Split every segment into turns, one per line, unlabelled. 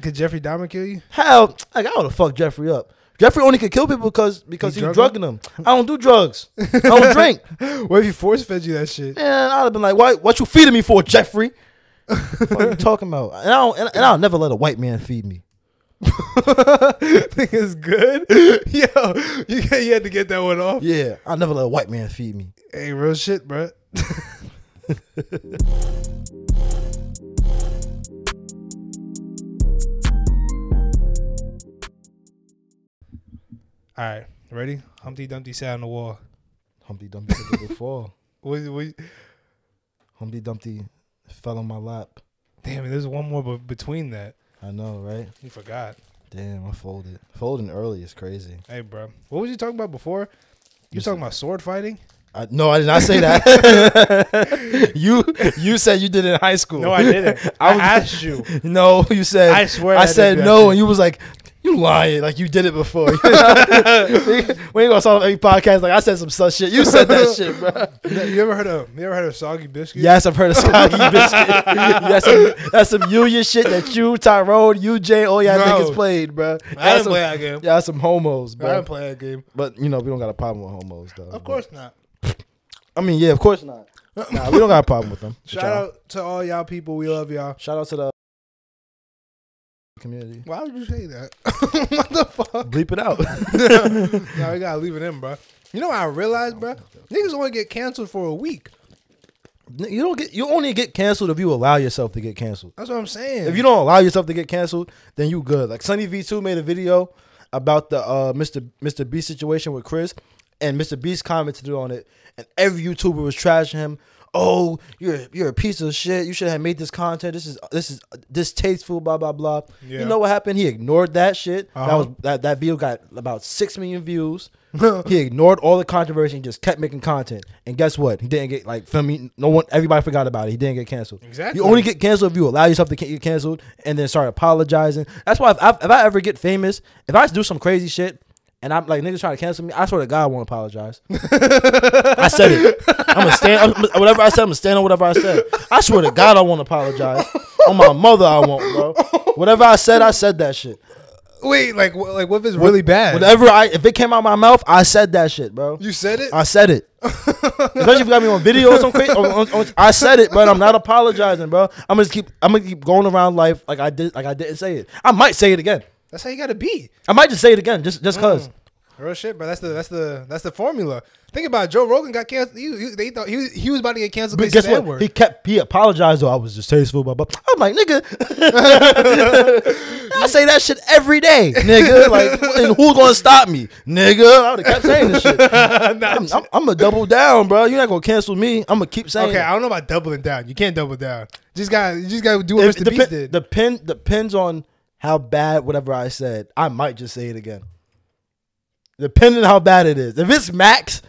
Could Jeffrey Dahmer kill you?
Hell, like, I would have fucked Jeffrey up. Jeffrey only could kill people because because
He
he's
drug
drugging them. I don't do drugs. I don't drink.
What if he force fed you that shit?
And I'd have been like, "Why? What you feeding me for, Jeffrey? what are you talking about?" And I don't, and, and I'll never let a white man feed me.
Think it's good? Yo, you, had- you had to get that one off.
Yeah, I'll never let a white man feed me.
Hey, real shit, bro. All right, ready? Humpty Dumpty sat on the wall.
Humpty Dumpty did fall.
What, what,
Humpty Dumpty fell on my lap.
damn, there's one more be- between that.
I know, right?
You forgot.
Damn, I folded. Folding early is crazy.
Hey, bro. What was you talking about before? You
Just-
talking about sword fighting?
I, no, I did not say that. you you said you did it in high school.
No, I didn't. I,
I was-
asked you.
No, you said.
I swear
I
I did
said
do that
no,
shit.
and you was like, "You lying? Like you did it before." we ain't gonna start every podcast. Like I said some such shit. You said that shit, bro.
You ever heard of you ever heard of soggy biscuit?
Yes, I've heard of Scotty Biscuit. that's some that's some Union shit that you, Tyrone, UJ, all y'all
No.
niggas played, bro.
I didn't
some,
play that game.
Y'all some homos,
I
bro.
didn't play that game.
But you know we don't got a problem with homos, though.
Of course not.
I mean, yeah, of course not. Nah, we don't got a problem with them. With
Shout
y'all.
out to all y'all people. We love y'all.
Shout out to the community.
Why would you say that? what the fuck?
Bleep it out.
Nah, we gotta leave it in, bro. You know what I realized, bro? Niggas only get canceled for a week.
you don't get. You only get canceled if you allow yourself to get canceled.
That's what I'm saying.
If you don't allow yourself to get canceled, then you good. Like Sunny V two made a video about the uh, Mr. Mr. Beast situation with Chris, and Mr. Beast commented on it, and every YouTuber was trashing him. Oh, you're you're a piece of shit. You should have made this content. This is this is distasteful. Blah blah blah.
Yeah.
You know what happened? He ignored that shit. That
Uh-huh.
was that, that video got about six million views. he ignored all the controversy and just kept making content. And guess what? He didn't get like feel me. No one, everybody forgot about it. He didn't get canceled.
Exactly.
You only get canceled if you allow yourself to ca- get canceled and then start apologizing. That's why if I, if I ever get famous, if I do some crazy shit and I'm like niggas trying to cancel me, I swear to God I won't apologize. I said it. I'm gonna stand I'm, whatever I said. I'm gonna stand on whatever I said. I swear to God I won't apologize. On my mother I won't, bro. Whatever I said, I said that shit.
Wait, like, wh- like, what if it's really bad?
Whatever I if it came out my mouth, I said that shit, bro.
You said it.
I said it. Especially if you got me on video or something. Or, or, or, I said it, but I'm not apologizing, bro. I'm gonna just keep. I'm gonna keep going around life like I did. Like I didn't say it. I might say it again.
That's how you gotta be.
I might just say it again, just
Mm.
just cause.
Real shit, bro. That's the that's the that's the formula. Think about it. Joe Rogan got canceled. He, he- they thought he was, he was about to get canceled.
But
because
guess
he said
what?
N-word.
He kept. He apologized. though. I was distasteful, but but I'm like, nigga. I say that shit every day, nigga. Like, and who's gonna stop me, nigga? I would have kept saying this shit. I'm, I'm, I'm gonna double down, bro. You're not gonna cancel me. I'm gonna keep saying.
okay,
it.
I don't know about doubling down. You can't double down. Just got you just gotta do what
If
Mr.
it depen-
Beast did.
Depend depends on how bad whatever I said. I might just say it again. Depending on how bad it is. If it's max,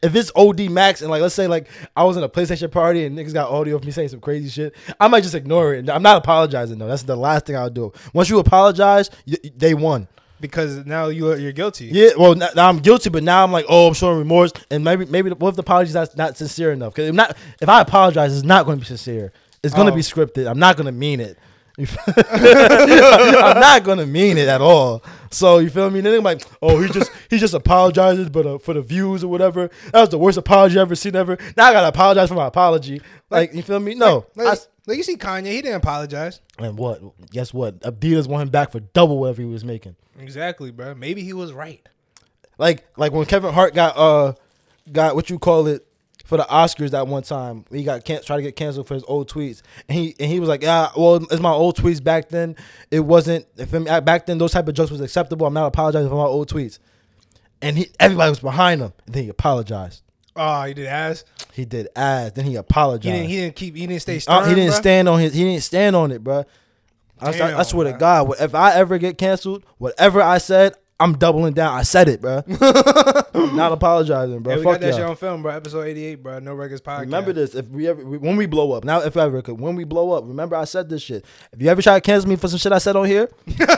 if it's OD max, and like let's say like I was in a PlayStation party and niggas got audio of me saying some crazy shit, I might just ignore it. I'm not apologizing though. That's the last thing I'll do. Once you apologize, y- y- they won.
because now you are, you're guilty.
Yeah, well, now, now I'm guilty, but now I'm like, oh, I'm showing remorse, and maybe, maybe the- what if the apology's not, not sincere enough? Because if not, if I apologize, it's not going to be sincere. It's going to
Oh.
be scripted. I'm not going to mean it. You f- I'm not going to mean it at all. So you feel me? Then I'm like, oh, he just he just apologizes, but uh, for the views or whatever. That was the worst apology I've ever seen ever. Now I got to apologize for my apology. Like, you feel me? No.
Like,
I s-
like you see Kanye, he didn't apologize.
and what? Guess what? Adidas want him back for double whatever he was making.
Exactly, bro. Maybe he was right.
Like like when Kevin Hart got uh got what you call it for the Oscars that one time he got can try to get canceled for his old tweets and he and he was like yeah well it's my old tweets back then it wasn't if I'm- back then those type of jokes was acceptable I'm not apologizing for my old tweets and he everybody was behind him and then he apologized
Oh, he did ass.
he did ass then he
He
apologized
didn't. He didn't keep. He didn't stay.
Uh,
Stern,
he didn't
bruh.
stand on his. He didn't stand on it, bruh. I, s- I- I
Damn,
swear to
bruh.
God, wh- if I ever get canceled, whatever I said, I'm doubling down. I said it, bruh. I'm not apologizing,
Yeah,
bro.
we
Fuck
got that shit
y'all.
on film, bro. Episode eighty-eight, bro. No records podcast.
Remember this: if we ever, we- when we blow up, now if ever, could- when we blow up, remember I said this shit. If you ever try to cancel me for some shit I said on here,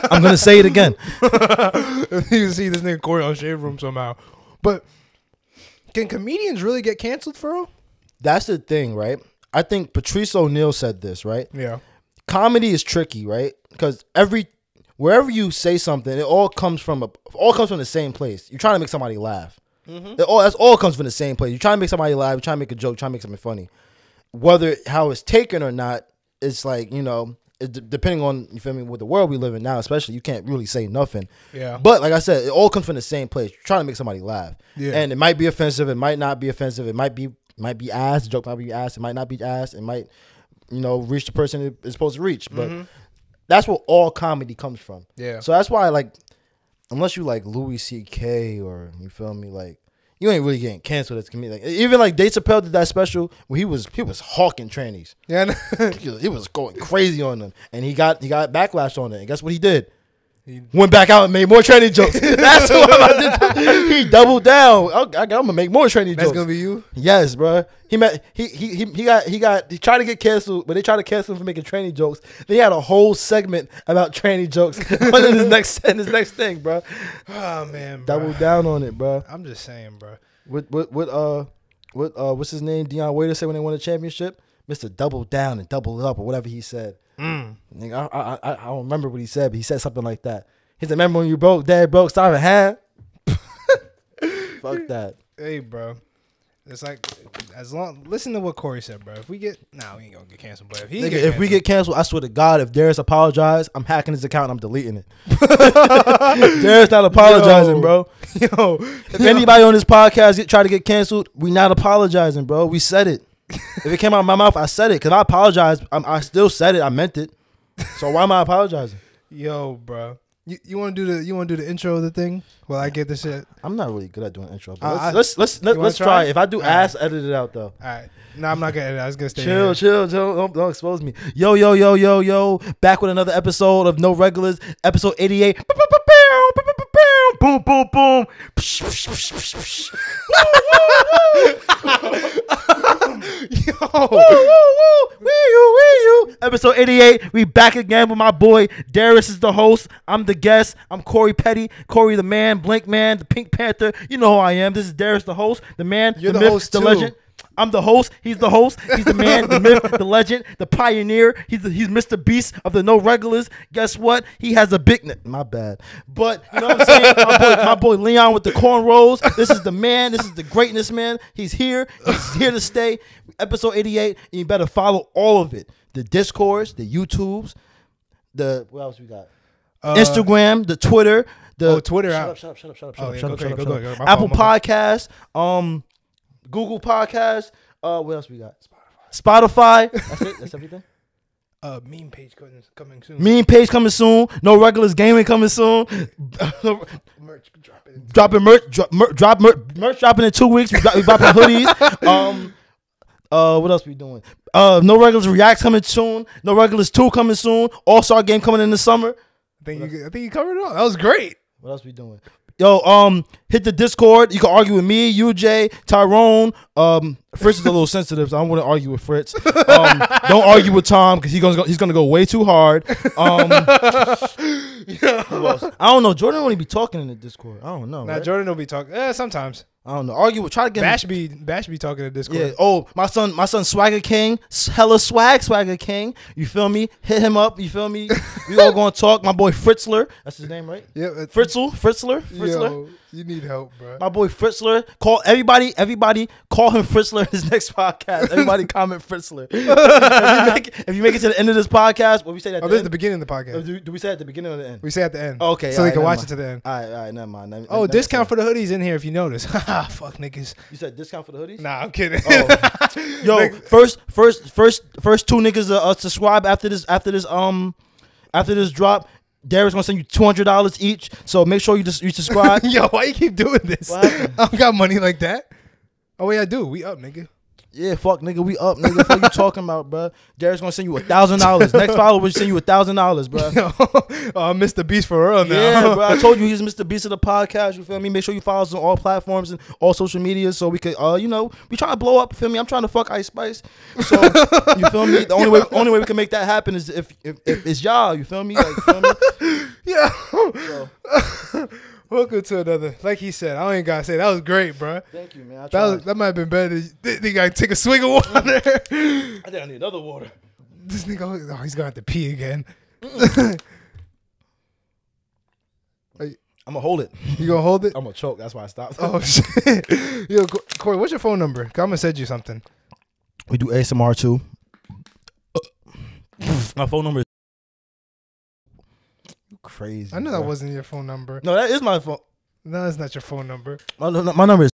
I'm gonna say it again.
you see this nigga Corey on Shave Room somehow. But can comedians really get canceled for real?
That's the thing, right? I think Patrice O'Neill said this, right?
Yeah.
comedy is tricky, right? Because every wherever you say something, it all comes from a all comes from the same place. You're trying to make somebody laugh. It all that's all comes from the same place. You're trying to make somebody laugh. You're trying to make a joke. Trying to make something funny. Whether how it's taken or not, it's like you know, it, d- depending on you feel me with the world we live in now, especially you can't really say nothing.
Yeah.
But like I said, it all comes from the same place. You're trying to make somebody laugh.
Yeah.
And it might be offensive. It might not be offensive. It might be might be ass. The joke might be ass. It might not be ass. It might you know reach the person it- it's supposed to reach. But that's where all comedy comes from.
Mm-hmm. Yeah.
So that's why like unless you like Louis C.K. or you feel me like. You ain't really getting canceled as a comedian. Like, even like Dave Chappelle did that special where he was he was hawking trannies.
Yeah. I know.
He was, he was going crazy on them, and he got he got backlash on it. And guess what he did?
He-
Went back out and made more training jokes. That's what I'm about to do. He doubled down. I, am gonna make more training
That's
jokes.
gonna be you.
yes, bro. He met he, he he he got he got he tried to get canceled, but they tried to cancel him for making training jokes. They had a whole segment about training jokes on his next in his next thing, bro.
Oh man, bro.
Doubled down on it, bro.
I'm just saying, bro.
What what what uh what uh what's his name? Deion Waiter said when they won the championship, Mister Double Down and Double Up or whatever he said.
Mm.
Nigga, I, I I I don't remember what he said, but he said something like that. He said, "Remember when you broke, dad broke, starving hand." Fuck that.
Hey, bro. It's like as long listen to what Corey said, bro. If we get nah, we ain't gonna get canceled, but if he
Nigga,
get
if we
canceled-
get canceled, I swear to God, if Darius apologize, I'm hacking his account. and I'm deleting it. Darius not apologizing,
Yo.
bro.
yo,
If anybody on this podcast get, try to get canceled, we not apologizing, bro. We said it. if it came out of my mouth, I said it. Cause I apologized. I'm, I still said it. I meant it. So why am I apologizing?
yo, bro. You, you want to do the you want to do the intro of the thing? Well, I get the shit.
I'm not really good at doing intro.
Uh,
But
I-
let's, let's let's
You
let's
wanna
let's try.
try?
If I do
Alright.
ass, edit it out though.
All right, no, I'm not gonna. I was gonna stay.
Chill,
here.
chill, chill. Don't, don't expose me. Yo, yo, yo, yo, yo. Back with another episode of No Regulars, episode 88. Boom, boom, boom. Woo,
Yo,
woo, woo. Wee, you, wee, you. Episode 88. We back again with my boy. Darius is the host. I'm the guest. I'm Corey Petty. Corey the man, Blink Man, the Pink Panther. You know who I am. This is Darius the host, the man,
You're
the,
the
myth,
host,
the
too.
legend. I'm the host. He's the host. He's the man, the myth, the legend, the pioneer. He's the, he's Mr. Beast of the no regulars. Guess what? He has a big neck. My bad. But you know what I'm saying? my, boy, my boy Leon with the cornrows. This is the man. This is the greatness man. He's here. He's here to stay. Episode 88. And you better follow all of it. The discourse, the YouTubes, the what else we got? Instagram, the Twitter, the
Uh, oh, Twitter
Shut
out.
up, shut up, shut up, shut up, shut
Oh,
up,
yeah,
shut
go
up,
ahead,
shut up,
go,
shut
go,
up.
go. My
Apple
fault,
Podcast, um, Google Podcast. Uh, what else we got? Spotify. That's it. That's everything.
uh, meme page coming, coming soon.
Mean page coming soon. No regulars gaming coming soon.
Merch dropping.
dropping merch, drop, mer, drop mer, merch dropping in two weeks. We, drop, we dropping hoodies. Um, uh, what else we doing? Uh, no regulars reacts coming soon. No regulars two coming soon. All star game coming in the summer.
I think you, I think you covered it all. That was great.
What else we doing? Yo, um, hit the Discord. You can argue with me, UJ, Tyrone. Um, Fritz is a little sensitive, so I don't want to argue with Fritz. Um, don't argue with Tom because he's gonna go, he's gonna go way too hard. Um, who else? I don't know. Jordan won't even be talking in the Discord. I don't know.
Now
right?
Jordan will be talking. Eh, sometimes
I don't know. Argue with. Try to get him-
Bash be Bash be talking to Discord.
Yeah. Oh, my son, my son, Swagger King, s- hella swag, Swagger King. You feel me? Hit him up. You feel me? We all gonna talk. My boy Fritzler. That's his name, right?
Yeah, uh,
Fritzl, Fritzler, Fritzler.
yo, you need help, bro.
My boy Fritzler, call everybody, everybody, call him Fritzler in his next podcast. Everybody comment Fritzler. if, you make, it- if you make it to the end of this podcast, what we say that?
oh, this is the beginning of the podcast.
do, do we say at the beginning or the end?
We say at the end.
Okay,
so
alright,
they can
never
watch
mind.
it to the end.
all right, all right, never mind. Never-
Oh,
never
discount
mind.
for the hoodies in here if you notice. Haha, Fuck niggas. Oh,
you said discount for the hoodies.
Nah, I'm kidding.
Yo, first, first, first, first two niggas uh, uh, subscribe after this, after this, um, after this drop. Derek's gonna send you two hundred dollars each. So make sure you just you subscribe.
Yo, why you keep doing this?
What happened?
I don't got money like that. Oh wait, I do. We up, nigga.
Yeah, fuck, nigga, we up, nigga. What you talking about, bruh? Derek's gonna send you a thousand dollars. Next follower will send you a thousand dollars, bruh.
Yo, oh, I missed the beast for real now.
Yeah, bro. I told you he's Mr. Beast of the podcast. You feel me? Make sure you follow us on all platforms and all social media, so we could, uh, you know, we trying to blow up. Feel me? I'm trying to fuck Ice Spice. So you feel me? The only way, only way we can make that happen is if, if, if it's y'all. You feel me? Like, feel me?
Yeah.
So,
Welcome to another. Like he said, I ain't gotta say that was great, bro.
thank you, man. I,
That
tried.
was, that might have been better. Than, they, they gotta take a swig of water.
I think I need another water.
this nigga, oh, he's gonna have to pee again.
I'm gonna hold it.
You gonna hold it?
I'm gonna choke. That's why I stopped.
Oh shit. Yo, Co- Corey, what's your phone number? 'Cause I'm gonna send you something.
We do ASMR too. My phone number is You crazy.
I know that
bro.
wasn't your phone number.
No, that is my phone.
No, that's not your phone number.
My, my number is.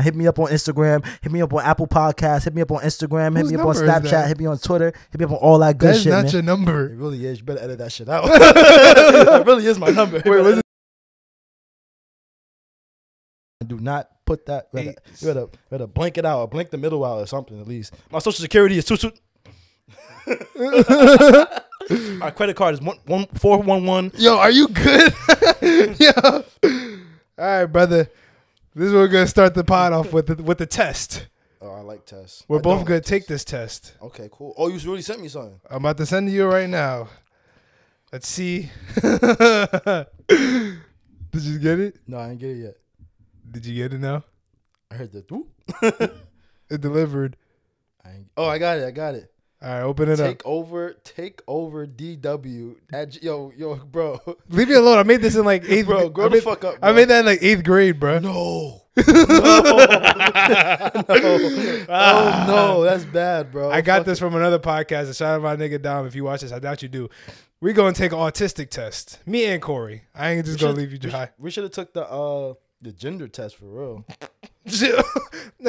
Hit me up on Instagram. Hit me up on Apple Podcasts. Hit me up on Instagram. Hit
Whose
me up on
number is that?
Snapchat. Hit me on Twitter. Hit me up on all that good
That's
shit.
not
man.
your number.
It really is. You better edit that shit out. that really is my number.
Wait, what's it?
Do not put that. You better,
Eight.
you better, you better blink it out or blink the middle out or something at least. My social security is two two. My credit card is one one four one one.
Yo, are you good? Yo. All right, brother. This is what we're gonna start the pod off with the, with the test.
Oh, I like tests.
We're
I
both
don't.
gonna take this test.
Okay, cool. Oh, you really sent me something.
I'm about to send you right now. Let's see. Did you get it?
No, I didn't get it yet.
Did you get it now?
I heard the whoop.
It delivered.
I ain't, oh, I got it. I got it.
All right, open it up.
Take over, take over DW. At, yo, yo, bro.
Leave me alone. I made this in like eighth
Bro,
grade.
grow
I
the
made-
fuck up,
I
bro.
made that in like eighth grade, bro.
No. no. no. Oh, no. That's bad, bro.
I got
Fuck
this from another podcast. And shout out my nigga Dom. If you watch this, I doubt you do. We gonna take an autistic test. Me and Corey. I ain't just
We
gonna
should-
leave you dry.
We should have took the uh the gender test for real.
next
you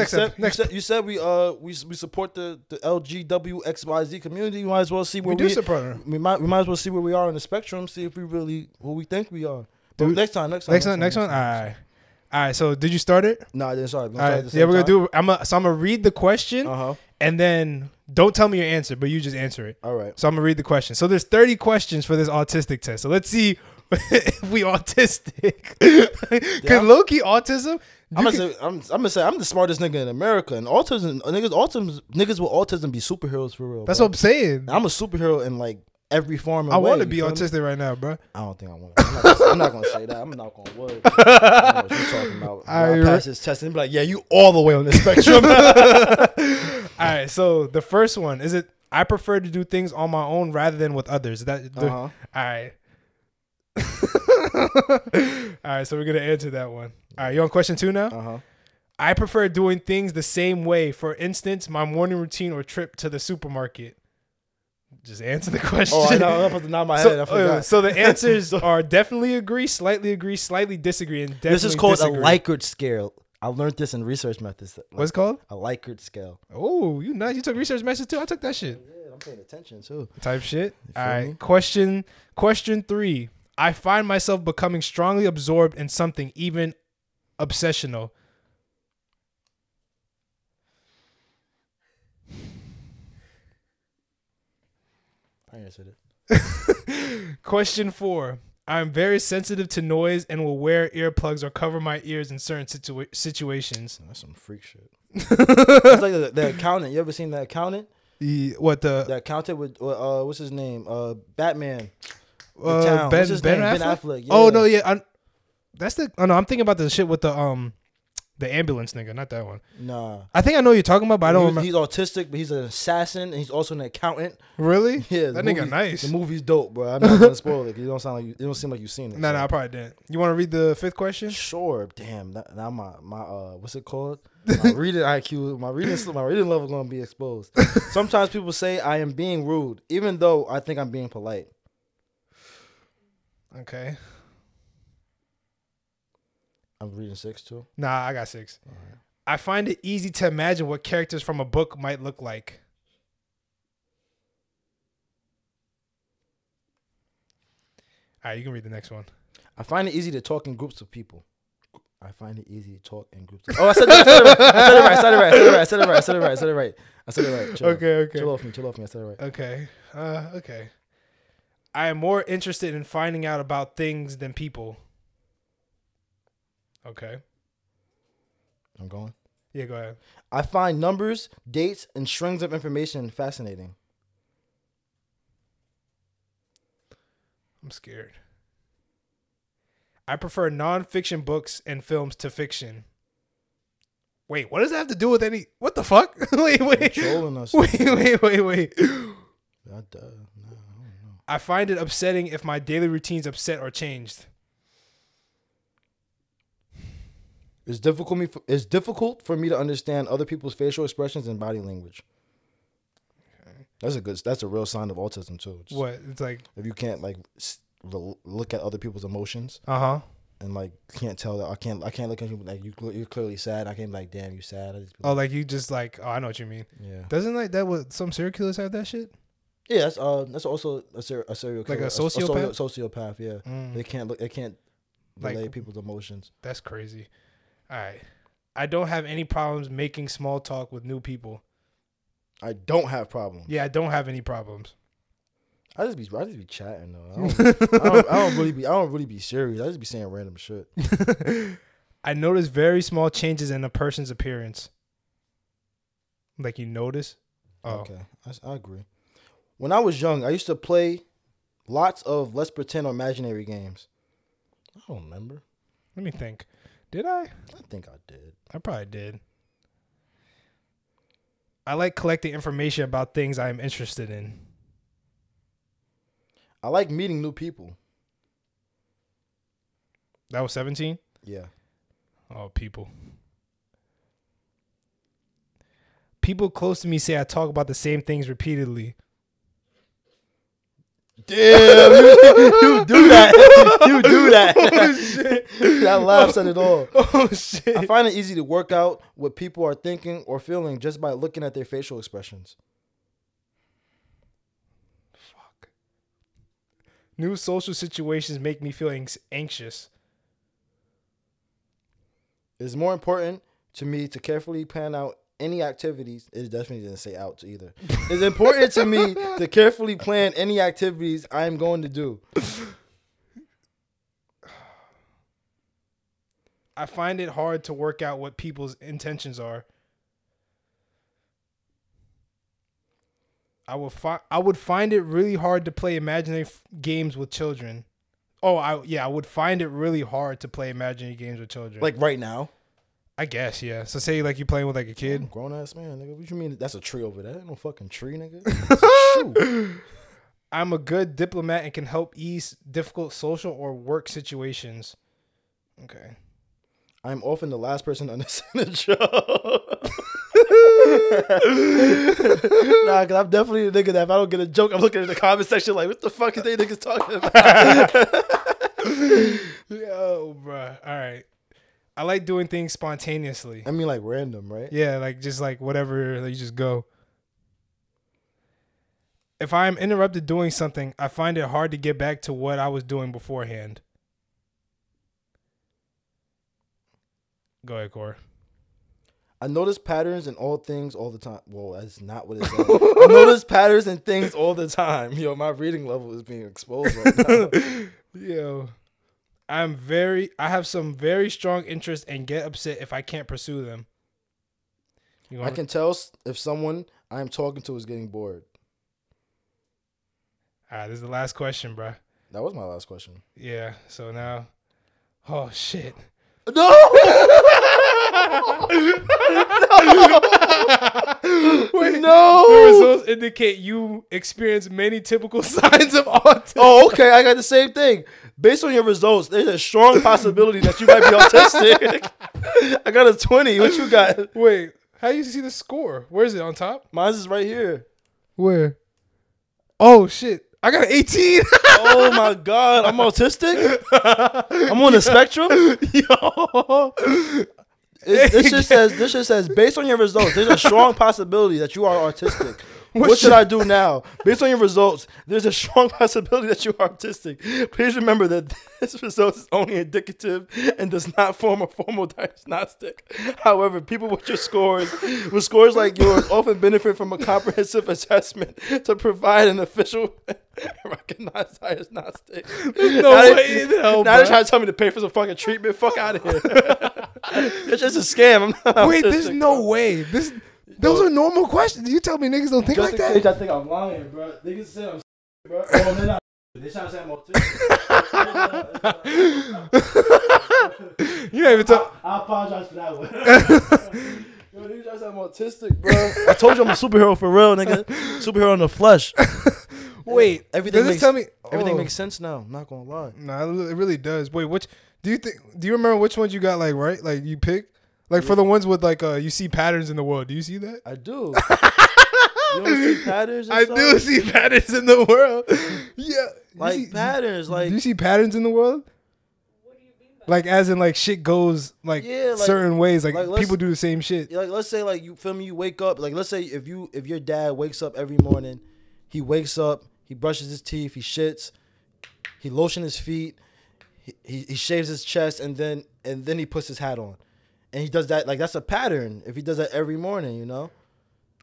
said,
up, next
you said, you said we uh we s- we support the the LGWXYZ community. You might as well see where
we
we
do support her.
we might we might as well see where we are on the spectrum. See if we really who we think we are. But
Dude,
next time, next time,
Next one, next one. All right, all right. So did you start it?
No, I didn't. Sorry. We're
All right. Yeah, we're gonna do. I'm gonna so I'm gonna read the question
Uh huh.
and then don't tell me your answer, but you just answer it.
All right.
So I'm gonna read the question. So there's 30 questions for this autistic test. So let's see if we autistic.
Yeah.
Because low key autism.
I'm
you
gonna, say, I'm, I'm gonna say I'm the smartest nigga in America, and autism uh, niggas, autism niggas with autism be superheroes for real.
That's
bro.
what I'm saying.
I'm a superhero in like every form. And
I
way,
want to
you
be
feel me?
autistic right now, bro.
I don't think I want. I'm not, I'm not gonna say that. I'm not gonna word. I know what you're talking about.
I
I
re-
pass this test and be like, yeah, you all the way on the spectrum.
All right. So the first one is it. I prefer to do things on my own rather than with others. That the-
Uh-huh.
all right. all right. So we're gonna answer that one. All right. You on question two now?
uh-huh.
I prefer doing things the same way. For instance, my morning routine or trip to the supermarket. Just answer the question.
Oh, I know. I'm supposed to nod my
So,
head. I
uh,
forgot.
so the answers are definitely agree, slightly agree, slightly disagree, and definitely
this is called
disagree.
a Likert scale. I learned this in research methods. Like,
What's it called?
a Likert scale?
Oh, you nice. You took research message too. I took that shit.
Yeah, I'm paying attention too.
Type shit. All
feel
right.
me?
Question. Question three. I find myself becoming strongly absorbed in something, even obsessional.
I answered it.
Question four. I'm very sensitive to noise and will wear earplugs or cover my ears in certain situa- situations.
That's some freak shit. it's like the, the accountant. You ever seen the accountant?
The, E, what the
The accountant with uh, what's his name? Uh, Batman. The
uh,
town.
Ben
What's his
Ben Affleck?
name? Ben Affleck,
Oh
yeah.
no, yeah, i that's the. Oh no, I'm thinking about the shit with the um, the ambulance nigga, not that one.
Nah.
I think I know what you're talking about, but I don't
He-
remember.
He's autistic, but he's an assassin, and he's also an accountant.
Really?
Yeah,
that
the
nigga
movie-
nice.
The movie's dope, bro. I'm not gonna spoil it. 'cause You don't sound like you. It don't seem like you've seen it.
No, no, I probably didn't. You want to read the fifth question?
Sure. Damn. that- Now my my uh, what's it called? My reading IQ. My reading. My reading level gonna be exposed. Sometimes people say I am being rude, even though I think I'm being polite.
Okay.
I'm reading six too.
Nah, I got six. I find it easy to imagine what characters from a book might look like. All right, you can read the next one.
I find it easy to talk in groups of people. I find it easy to talk in groups. Of oh, I said that. I said it right. I said it right. I said it right. I said it right. I said it right. I said it right. I said it right. Chill out.
Okay, okay.
Chill off me. Chill off me. I said it right.
Okay. Uh, okay. I am more interested in finding out about things than people. Okay.
I'm going.
Yeah, go ahead.
I find numbers, dates, and strings of information fascinating.
I'm scared. I prefer nonfiction books and films to fiction. Wait, what does that have to do with any? What the fuck? wait, wait,
Trolling us.
wait, wait, wait, wait.
I, uh, no, I don't know.
I find it upsetting if my daily routines upset or changed.
It's difficult me. It's difficult for me to understand other people's facial expressions and body language. That's a good. That's a real sign of autism too. Just
What? It's like,
If you can't like s- rel- look at other people's emotions
uh huh.
and like can't tell that I can't I can't look at you like you cl- you're clearly sad. I can't be like damn you sad. I just be
Oh,
like,
like you just like, oh, I know what you mean.
yeah.
Doesn't like that what some serial killers have that shit?
Yeah, that's uh that's also a, ser- a serial
Like
killer.
a
socio-
sociopath?
sociopath, yeah.
Mm.
They can't look. They can't
Like-
relay people's emotions.
That's crazy. All right. I don't have any problems making small talk with new people.
I don't have problems.
Yeah, I don't have any problems.
I just be I just be chatting though. I don't, I don't, I don't really be I don't really be serious. I just be saying random shit.
I notice very small changes in a person's appearance. Like you notice? Oh.
Okay, I, s- I agree. When I was young, I used to play lots of let's pretend or imaginary games. I don't remember.
Let me think. Did I?
I think I did.
I probably did. I like collecting information about things I am interested in.
I like meeting new people.
That was 17?
Yeah.
Oh, people. People close to me say I talk about the same things repeatedly.
Damn, you, you do that. You do that. that laughs at it all.
Oh shit.
I find it easy to work out what people are thinking or feeling just by looking at their facial expressions.
Fuck. New social situations make me feel anx- anxious.
It's more important to me to carefully plan out any activities. It definitely didn't say out to either. It's important to me to carefully plan any activities I am going to do.
I find it hard to work out what people's intentions are. I would find I would find it really hard to play imaginary f- games with children. Oh, I yeah, I would find it really hard to play imaginary games with children.
Like right now.
I guess, yeah. So say like you're playing with like a kid.
Grown ass man, nigga. What you mean? That's a tree over there. Ain't No fucking tree, nigga. That's a shoe.
I'm a good diplomat and can help ease difficult social or work situations. Okay.
I'm often the last person to understand the joke. nah, cause I'm definitely the nigga that if I don't get a joke, I'm looking at the comment section like, what the fuck is they niggas talking about?
Yo, bruh. All right. I like doing things spontaneously.
I mean, like random, right?
Yeah, like just like whatever, like, you just go. If I am interrupted doing something, I find it hard to get back to what I was doing beforehand. Go ahead, Core.
I notice patterns in all things all the time. Whoa, that's not what it said. I notice patterns in things all the time. Yo, my reading level is being exposed right now.
Yo. I'm very I have some very strong interests and get upset if I can't pursue them. You
I
want
can tell s- if someone I am talking to is getting bored.
All right, Ah, this is the last question, bruh.
That was my last question.
Yeah, so now Oh shit.
No! Wait, no!
The results indicate you experience many typical signs of autism.
Oh, okay. I got the same thing. Based on your results, there's a strong possibility that you might be autistic. I got a 20. What you got?
Wait, how do you see the score? Where is it on top?
Mine's is right here.
Where? Oh shit. I got an 18.
Oh my god, I'm autistic. I'm on the spectrum.
Yo.
It- this just says this just says based on your results, there's a strong possibility that you are autistic. What, should I do now? Based on your results, there's a strong possibility that you are autistic. Please remember that this result is only indicative and does not form a formal diagnostic. However, people with your scores, with scores like yours, often benefit from a comprehensive assessment to provide an official recognized diagnostic.
no
Now they-
way in hell,
Now
bruh.
they're trying to tell me to pay for some fucking treatment. Fuck out of here. it's just a scam. I'm not
Wait,
autistic.
there's no way. This those are normal questions. You tell me niggas don't think
Just
like
in
that.
case I think I'm lying, bro. Niggas said I'm bro. Oh, they're not. They trying to say I'm autistic.
You don't even
uh,
talk.
I apologize for that one. Yo, niggas trying to say I'm autistic, bro. I told you I'm a superhero for real, nigga. Superhero in the flesh.
Wait,
Everything
does this
makes-
tell me
Everything
oh.
makes sense now. I'm not gonna lie.
No, it really- it really does. Wait, which do you think? Do you remember which ones you got like right? Like you picked like for the ones with like uh you see patterns in the world. Do you see that?
I do. you don't see patterns. and
I
stuff?
do see patterns in the world. yeah,
like
you see,
patterns. Like
do you see patterns in the world? Like as in like shit goes like,
Yeah, like-
certain ways. Like,
like, let's-
people do the same shit.
like let's say like you feel me you wake up like let's say if you if your dad wakes up every morning he wakes up he brushes his teeth he shits he lotion his feet he, he, he shaves his chest and then and then he puts his hat on and he does that like that's a pattern if he does that every morning you know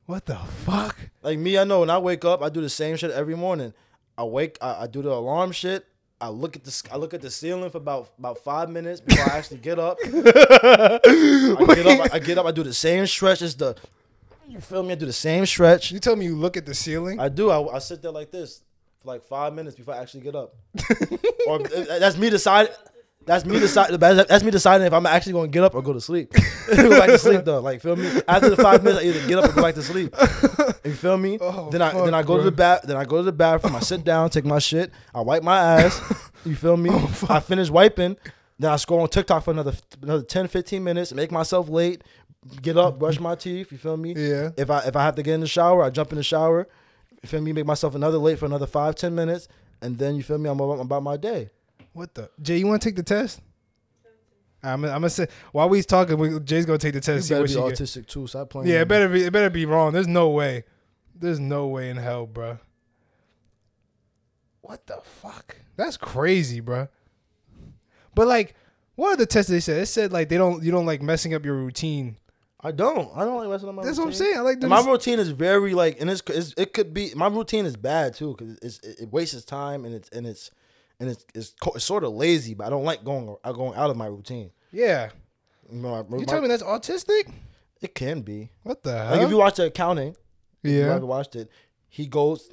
What the fuck?
like me i know when i wake up i do the same shit every morning i wake i, I do the alarm shit I look at the sc- I look at the ceiling for about about five minutes before I actually get up. I get up. I, I get up. I do the same stretch as the. You feel me? I do the same stretch.
You tell me you look at the ceiling.
I do. I, I sit there like this for like five minutes before I actually get up. or uh, that's me deciding. That's me deciding. That's me deciding if I'm actually going to get up or go to sleep. go back to sleep though. Like feel me? After the five minutes, I either get up or go back to sleep. You feel me?
Oh,
then I
fuck,
then I go to the bath. Then I go to the bathroom. I sit down, take my shit. I wipe my ass. You feel
Oh,
me? I finish wiping. Then I scroll on TikTok for another another 10, 15 minutes. Make myself late. Get up, brush my teeth. You feel me?
Yeah.
If I if I have to get in the shower, I jump in the shower. You feel me? Make myself another late for another five ten minutes, and then you feel me? I'm about, I'm about my day.
What the Jay? You want to take the test? I'm, I'm gonna say while we talking, we, Jay's gonna take the
You
test. see
better
what
be
she get.
autistic too. Stop playing.
Yeah, it
with me.
better be. It better be wrong. There's no way. There's no way in hell, bruh. What the fuck? That's crazy, bruh. But like, what are the tests they said? It said like they don't. You don't like messing up your routine.
I don't. I don't like messing up my.
That's
routine.
what I'm saying. I like
And my
this.
routine is very like, and it's, it's it could be my routine is bad too because it's it, it wastes time and it's and it's and it's it's, co- it's sort of lazy. But I don't like going uh, going out of my routine.
Yeah,
You know, my,
you
my-
tell me that's autistic.
it can be
What the
like if
hell?
you watch the accounting. If you
yeah.
haven't watched it, he goes.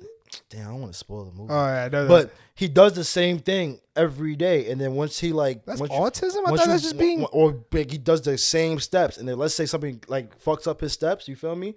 Damn, I don't want to spoil the movie.
All right. No, no.
but he does the same thing every day, and then once he like
that's
once you-
autism. I
once
thought
you-
that's just being.
or big. He does the same steps, and then let's say something like fucks up his steps. You feel me?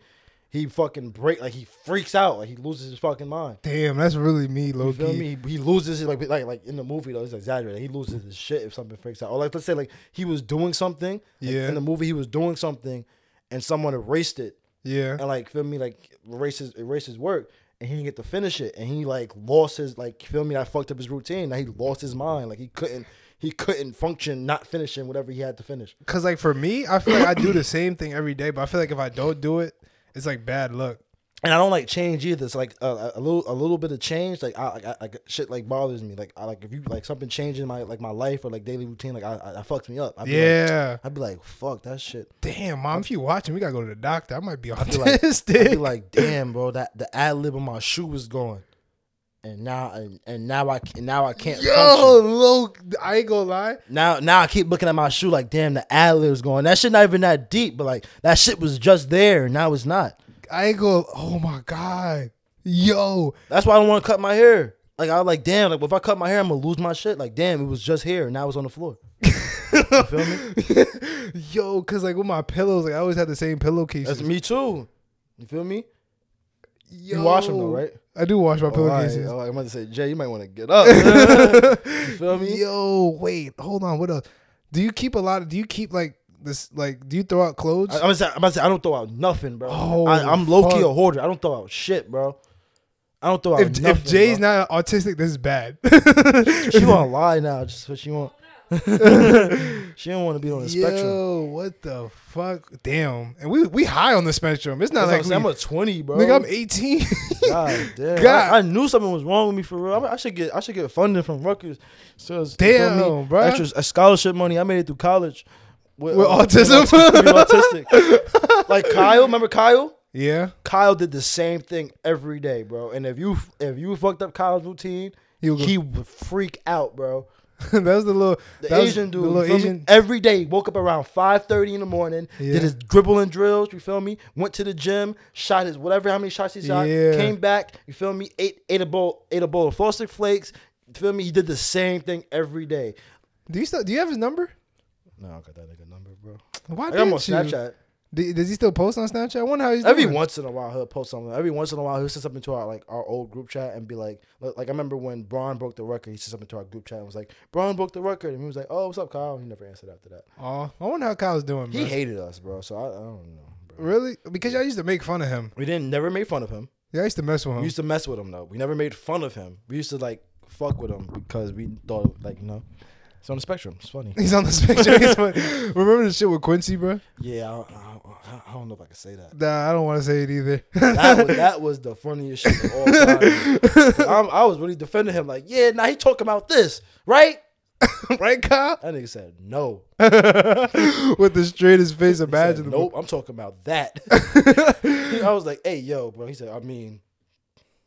He fucking break like he freaks out, like he loses his fucking mind.
damn, that's really me,
You feel
Loki.
me? He, he loses his like like like in the movie though. It's exaggerated. He loses his shit if something freaks out. Or like let's say like he was doing something. like,
Yeah.
in the movie, he was doing something, and someone erased it
Yeah.
and like feel me like erase his erase his work and he didn't get to finish it and he like lost his like feel me I fucked up his routine now he lost his mind like he couldn't he couldn't function not finishing whatever he had to finish
Cause like for me, I feel like I do the same thing every day, but I feel like if I don't do it, it's like bad luck.
and I don't like change either it's like a, a little a little bit of change like I, I, I like shit like bothers me like I like if you like something changing my like my life or like daily routine like I I, I fucks me up I'd be like,
Yeah.
I'd be like fuck that shit
Damn, mom, if you watching, we gotta go to the doctor. I might be
like- I'd be
autistic.
like damn bro that the ad lib on my shoe was gone. And now, and, and now I can now I can't. function.
Yo, look, I ain't gonna lie.
Now, now I keep looking at my shoe like, damn, the ad lib's going. That shit not even that deep, but like that shit was just there, and now it's not.
I ain't gonna. Oh my god, yo,
That's why I don't want to cut my hair. Like I was like, damn, like if I cut my hair, I'm gonna lose my shit. Like, damn, it was just here, and now it's on the floor. you feel me?
yo, cause like with my pillows, like I always had the same pillowcases.
That's me too. You feel me?
yo.
wash 'em though, right?
I do wash my
All right,
pillowcases.
all right, oh, I'm about to say, Jay, you might want to get up. you feel me?
Yo, wait, hold on. What else? Do you keep a lot? Of, do you keep like this? Like, do you throw out clothes?
I, I'm, gonna say, I'm about to say, I don't throw out nothing, bro.
Oh,
I, am low key a
fuck.
hoarder. I don't throw out shit, bro. I don't throw out
if,
nothing.
if Jay's
bro.
not autistic, this is bad.
she want to lie now, just what she want. she don't want to be on the spectrum.
Yo, what the fuck? Damn. And we we high on the spectrum. It's not
That's what
like
I'm,
we,
saying. I'm a 20, bro.
nigga, I'm 18.
God damn.
God.
I, I knew something was wrong with me for real. I, I should get I should get funding from Rutgers. So it's- you feel
Damn, bro.
Extra s- uh, scholarship money. I made it through college. With,
With autism?
being autistic. like Kyle, remember Kyle?
yeah.
Kyle did the same thing every day, bro. And if you if you fucked up Kyle's routine,
He'll go-
he would freak out, bro.
that was the little
The
that was
Asian dude,
The
you
little
feel me?
Asian.
every day woke up around five thirty in the morning,
Yeah.
did his dribbling drills. You feel me? Went to the gym, shot his whatever how many shots he shot.
Yeah.
Came back. You feel me? Ate ate a bowl ate a bowl of Frosted Flakes. You feel me? He did the same thing every day.
Do you still do you have his number?
No, I got that nigga number, bro.
Why
I got him on
didn't you?
Snapchat.
D- Does he still post on Snapchat? I wonder how he's
Every
doing.
once in a while, he'll post something. Every once in a while, he'll send something to our like our old group chat and be like, like I remember when Braun broke the record, he sent something to our group chat and was like, Braun broke the record, and he was like, Oh, what's up, Kyle? He never answered after that.
Aw, I wonder how Kyle's doing.
He
Bro.
hated us, bro. So I, I don't know. Bro.
Really? Because y'all used to make fun of him.
We didn't never made fun of him.
Y'all used to mess with
We
him.
used to mess with him though. We never made fun of him. We used to like fuck with him because we thought like you know, it's on the spectrum. It's funny.
He's on this picture. He's funny. Remember the shit with Quincy, bro?
Yeah, I, I, I don't know if I can say that.
Nah, I don't want to say it either.
That was, that was the funniest shit of all time. I'm, I was really defending him. Like, yeah, now he talking about this, right?
right, Kyle?
That nigga said no.
with the straightest face
He said,
imaginable.
nope, I'm talking about that. I was like, hey, yo, bro. He said, I mean,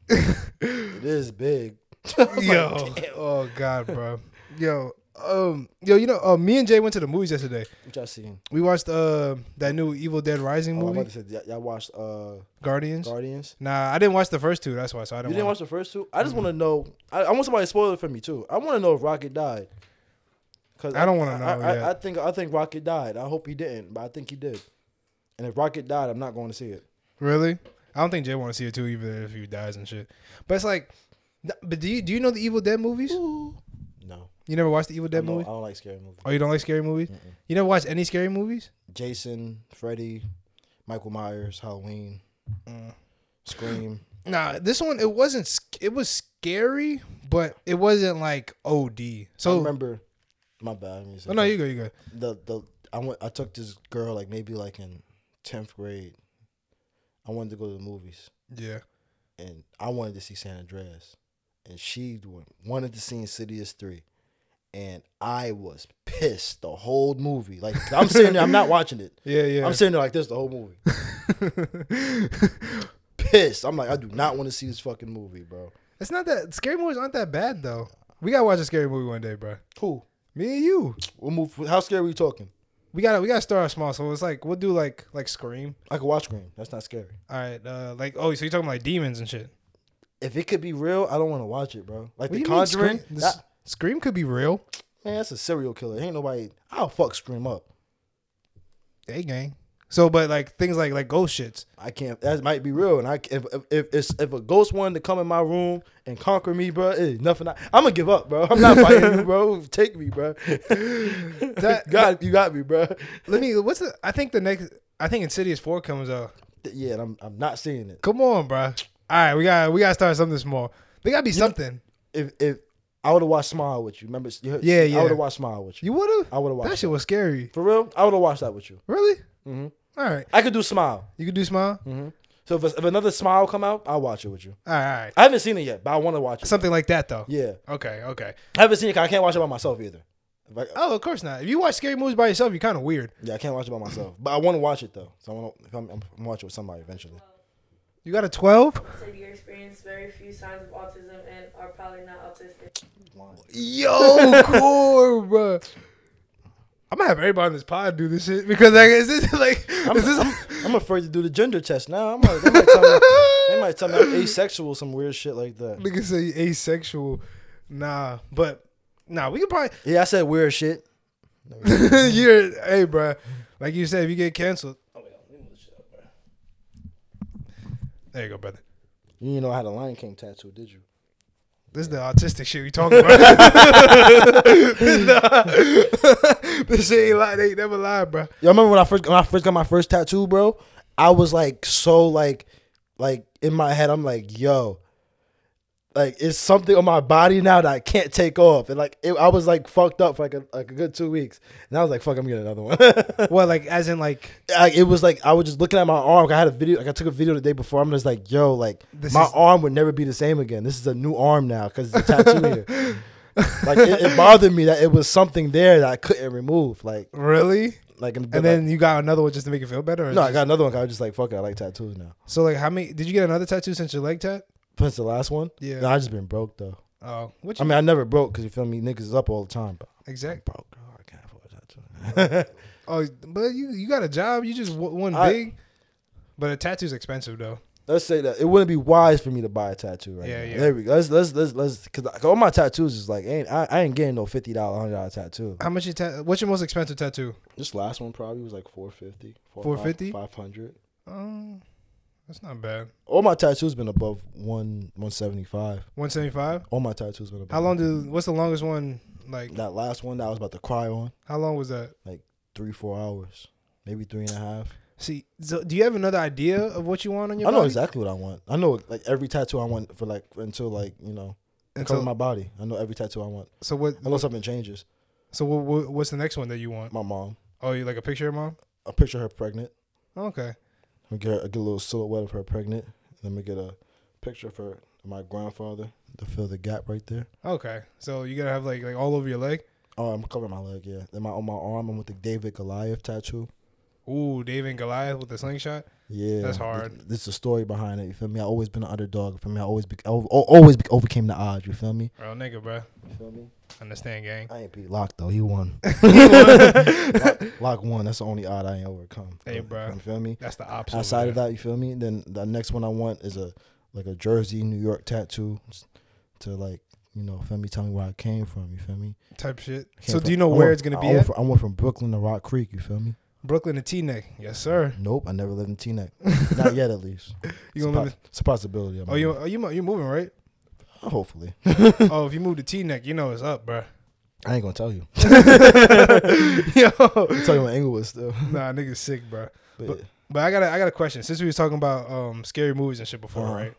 it is big. I'm like,
Yo.
"Damn."
oh God, bro. Yo. Um. Yo. You know. Uh, me and Jay went to the movies yesterday.
What y'all seen?
We watched uh that new Evil Dead Rising
Oh, I'm
movie,
about to say, y'all- y'all watched uh,
Guardians.
Guardians?
Nah, I didn't watch the first two. That's why. So I
You
don't.
didn't watch the first two? I
Mm-hmm.
just want to know. I, I want somebody to spoil it for me too. I want to know if Rocket died. Cause
I don't wanna know
I,
yet.
I, I think I think Rocket died. I hope he didn't, but I think he did. And if Rocket died, I'm not going to see it.
Really? I don't think Jay want to see it too, even if he dies and shit. But it's like, th- but do you do you know the Evil Dead movies?
No,
You never watched the Evil
I
Dead
don't, I
movie?
don't like scary movies.
Oh, you don't like scary movies? You never watched any scary movies?
Jason, Freddy, Michael Myers, Halloween,
Mm.
Scream.
Nah, this one it wasn't. sc- It was scary, but it wasn't like OD.
I
So
remember. My bad. I didn't mean to say
oh, no,
that.
you go, you go.
the the I went I took this girl like maybe like in tenth grade. I wanted to go to the movies.
Yeah.
and I wanted to see San Andreas, and she wa- wanted to see Insidious three, and I was pissed the whole movie. Like I'm sitting there, I'm not watching it.
Yeah, yeah.
I'm sitting there like this the whole movie, pissed. I'm like, I do not want to see this fucking movie, bro.
it's not that scary movies aren't that bad though. We gotta watch a scary movie one day, bro.
Who?
Me and you.
What move? How scary are we talking?
We gotta we gotta start small. So it's like we'll do like like Scream.
I could watch Scream. That's not scary.
All right, uh, like oh, so you're talking like demons and shit.
If it could be real, I don't want to watch it, bro. Like
What do you
the
mean
Conjuring,
Scream? This-
that-
Scream could be real.
man, that's a serial killer. Ain't nobody. I'll fuck Scream up.
Hey, gang. So, but like things like like ghost shits.
I can't. That might be real. And I if if if, it's- if a ghost wanted to come in my room and conquer me, bro, it is nothing. I, I'm gonna give up, bro. I'm not fighting you, bro. Take me, bro.
That-
God, you got me, bro.
Let me. What's the? I think the next. I think Insidious Four comes out.
Yeah, and I'm I'm not seeing it.
Come on, bro. All right, we got to we got to start something small. There gotta be something.
If if I would have watched Smile with you, remember? You heard-
Yeah, yeah.
I would have watched Smile with you.
You would
I
have.
would have watched
That shit was scary.
for real. I would have watched that with you.
Really?
Mhm.
All right.
I could do Smile.
You can do smile.
hmm So if, if another Smile come out, I'll watch it with you.
All right. all right.
I haven't seen it yet, but I want to watch it.
Something like that though.
Yeah,
Okay. Okay.
I haven't seen it. 'cause I can't watch it by myself either. If I-
Oh, of course not. If you watch scary movies by yourself, you're kind of weird.
Yeah, I can't watch it by myself, but I want to watch it though. So I want to. I'm, I'm gonna watch it with somebody eventually.
You got a twelve.
said you experience very few signs of autism and are probably not autistic.
Yo, core, bro. I'm gonna have everybody on this pod do this shit because like, is this like is this?
I'm afraid to do the gender test now. I'm like, they, might tell me, they might tell me I'm asexual, some weird shit like that.
Niggas say asexual. Nah, but nah, we could probably.
Yeah, I said weird shit.
you're hey, bro. Like you said, if you get canceled.
Oh,
There you go, brother.
You didn't know I had a Lion King tattoo, did you?
This is the autistic shit we talking about. Nah. this shit ain't lie. They ain't never lie, bro.
Y'all remember when I first when I first got my first tattoo, bro? I was like so like like in my head, I'm like, yo. Like it's something on my body now that I can't take off, and like it, I was like fucked up for like a, like a good two weeks, and I was like, "Fuck, I'm getting another one."
Well, like as in like
like it was like I was just looking at my arm. I had a video, like I took a video the day before. I'm just like, yo, like
This
my
is-
arm would never be the same again. This is a new arm now because it's a tattoo here. Like it, it bothered me that it was something there that I couldn't remove. Like,
really,
like and,
and then you got another one just to make you feel better. or
no, I
just-
got another one. 'cause I was just like, fuck it, I like tattoos now.
So like, how many did you get another tattoo since your leg tat?
But it's the last one.
Yeah.
Nah, I just been broke though.
Oh, what
I
you
mean, I never broke because you feel me, niggas is up all the time. But
exact?
broke, girl, I can't afford a tattoo.
Oh, but you you got a job. You just w- one
I-
big. But a tattoo's expensive though.
Let's say that it wouldn't be wise for me to buy a tattoo right
Yeah,
now.
yeah.
There we go. Let's let's let's let's because all my tattoos is like ain't I, I ain't getting no fifty dollar hundred dollar tattoo.
How much? You ta- what's your most expensive tattoo?
This last one probably was like 450
450?
five hundred.
Um, that's not bad.
All my tattoos been above one one seventy five.
One seventy five.
All my tattoos been above.
How long do? What's the longest one? Like
that last one that I was about to cry on?
how long was that?
Three four hours, maybe three and a half.
See, so do you have another idea of what you want on your?
I know
body?
exactly what I want. I know like every tattoo I want for like until like you know the color
Until-
of my body. I know every tattoo I want
so what?
unless something changes.
So what, what? What's the next one that you want?
My mom,
Oh, you like a picture of mom?
I picture her pregnant.
Okay.
I get, her, I get a little silhouette of her pregnant. Then we get a picture of her my grandfather to fill the gap right there.
Okay. So you gotta have like like all over your leg.
Oh, I'm covering my leg. Yeah. Then my on my arm, I'm with the David Goliath tattoo.
Ooh, David and Goliath with the slingshot.
Yeah,
That's hard.
Th- This is the story behind it. You feel me? I always been an underdog. You feel me? I always be, I al- always be, overcame the odds. You feel me?
Real nigga, bro.
You feel me?
Understand, gang.
I ain't beat Lock though. He won. Lock, Lock won. That's the only odd I ain't overcome.
Hey, bruh.
You feel me?
That's the option.
Outside of that, you feel me? Then the next one I want is a like a Jersey, New York tattoo s- to like you know, feel me? Tell me where I came from. You feel me?
type shit.
I came
So
from-
do you know
I
where
went-
it's gonna
I
be
went
at?
From, I went from Brooklyn to Rock Creek. You feel me?
Brooklyn to T neck. Yes, sir.
Nope, I never lived in Teaneck. Not yet, at least.
You
it's, a
gonna
po-
live?
it's a possibility. I'm
Oh, you oh, you mo- you moving right?
hopefully.
oh, if you move to T neck, you know it's up, bro.
I ain't gonna tell you.
Yo,
I'll tell you when Englewood still.
nah, nigga's sick, bro.
But,
But- But I got a, I got a question. Since we was talking about um scary movies and shit before,
Uh-huh.
right?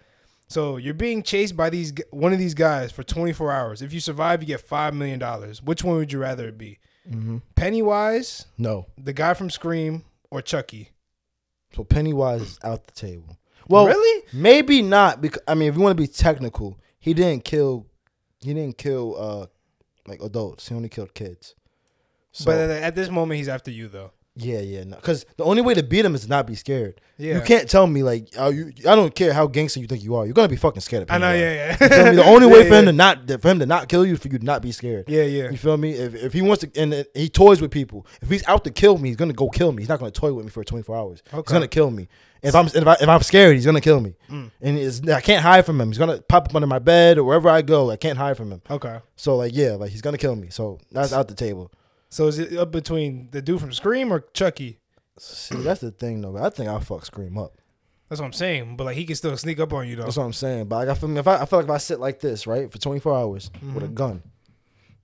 So you're being chased by these g- one of these guys for 24 hours. If you survive, you get five million dollars. Which one would you rather it be?
mhm.
Pennywise,
No.
the guy from Scream, or Chucky?
So Pennywise is out the table. Well,
really?
maybe not because I mean, if you want to be technical, he didn't kill. He didn't kill uh like adults. He only killed kids. So
but at at this moment, he's after you though.
yeah, yeah, because the only way to beat him is to not be scared.
Yeah,
You can't tell me like oh, you, I don't care how gangster you think you are. You're gonna be fucking scared. Of
I know.
Pennywise.
Yeah,
You feel
yeah.
me? The only way
Yeah,
for him
yeah.
to not for him to not kill you is for you to not be scared.
Yeah, yeah.
You feel me? If, if he wants to, and it- he toys with people. If he's out to kill me, he's gonna go kill me. He's not gonna toy with me for 24 hours. He's
Okay.
gonna kill me. If I'm if, I, if I'm scared, he's gonna kill me. And it's, I can't hide from him. He's gonna pop up under my bed or wherever I go. I can't hide from him.
Okay.
So like yeah, like he's gonna kill me. So that's out the table.
So is it up between the dude from Scream or Chucky?
See, that's the thing though. I think I'll fuck scream up.
That's what I'm saying. But like he can still sneak up on you though.
That's what I'm saying. But like, I feel me- if I, I feel like if I sit like this right for 24 hours with a gun,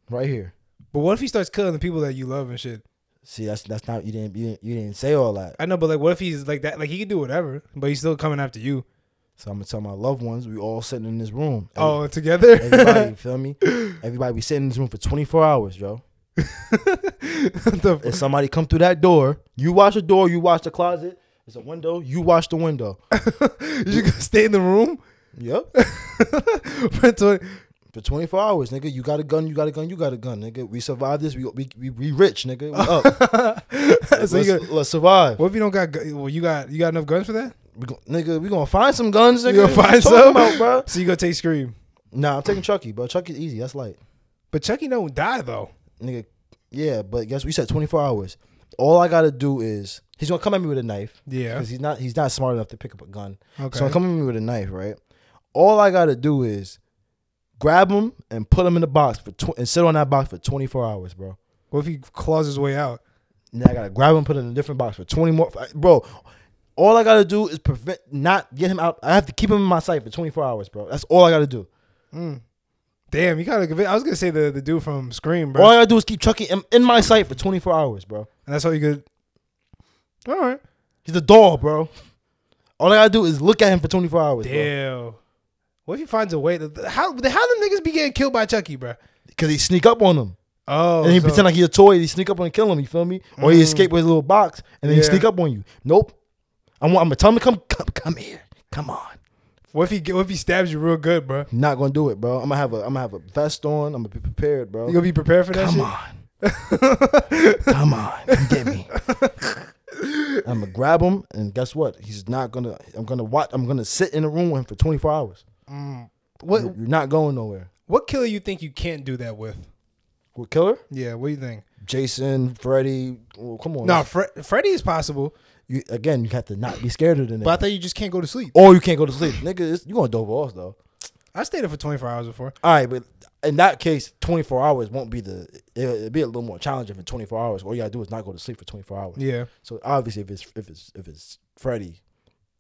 right here.
But what if he starts killing the people that you love and shit?
See, that's that's not you didn't you didn't, you didn't say all that.
I know, but like, what if he's like that? Like he can do whatever, but he's still coming after you.
So I'm gonna tell my loved ones we all sitting in this room.
Oh, together.
Everybody, you feel me? Everybody be sitting in this room for 24 hours, yo.
The f-
If somebody come through that door, you watch the door, you watch the closet. It's a window, you watch the window.
you gonna stay in the room
Yep.
for 20
For 24 hours, nigga. You got a gun, you got a gun, you got a gun, nigga. We survived this. We we, we, we rich, nigga. We up. let's,
So you got-
let's survive.
What if you don't got? gu- Well, you got you got enough guns for that.
We gon- nigga, we gonna find some guns, nigga.
You gonna
What
find
talking
some,
about, bro?
So you gonna take Scream,
Nah, I'm taking Chucky, bro. Chucky's easy. That's light.
but Chucky don't die though.
nigga, yeah, but guess what? You said 24 hours. All I gotta do is he's gonna come at me with a knife.
Yeah.
Because he's not he's not smart enough to pick up a gun.
Okay.
So he's coming at me with a knife, right? All I gotta do is grab him and put him in the box for tw- and sit on that box for 24 hours, bro.
What if he claws his way out?
Now I gotta grab him, put him in a different box for 20 more, bro. All I gotta do is prevent, not get him out. I have to keep him in my sight for 24 hours, bro. That's all I gotta do.
Damn, you gotta. convince- I was gonna say the the dude from Scream, bro.
All I gotta do is keep Chucky in, in my sight for 24 hours, bro.
And that's how you could. All right.
He's a doll, bro. All I gotta do is look at him for 24 hours, bro.
Damn. What if he finds a way? To, how how them niggas be getting killed by Chucky, bro?
Because he sneak up on him.
Oh,
and he
so-
pretend like he a toy. He sneak up Mm. on and kill him, you feel me? Or he escape with his little box and then he
Yeah.
sneak up on you. Nope. I'm, I'm gonna tell him to come, come, come here. Come on.
what if he get- what if he stabs you real good, bro?
I'm not gonna do it, bro. I'm gonna have a, I'm gonna have a vest on. I'm gonna be prepared, bro.
You gonna be prepared for that
Come
shit?
on. Come on. Come get me. I'm gonna grab him, and guess what? He's not gonna. I'm gonna watch. I'm gonna sit in the room with him for 24 hours. Mm.
What
You're not going nowhere.
what killer you think you can't do that with?
We'll kill her.
Yeah, what do you think?
Jason, Freddy. Well, come on.
No, Fre- Freddy is possible.
you again, you have to not be scared of the
But I
nigga.
thought you just can't go to sleep.
Or you can't go to sleep, nigga. It's, you gonna dove off though.
I stayed up for 24 hours before.
All right, but in that case, 24 hours won't be the. It'll, it'll be a little more challenging for 24 hours. All you gotta do is not go to sleep for 24 hours.
Yeah.
So obviously, if it's if it's if it's Freddy,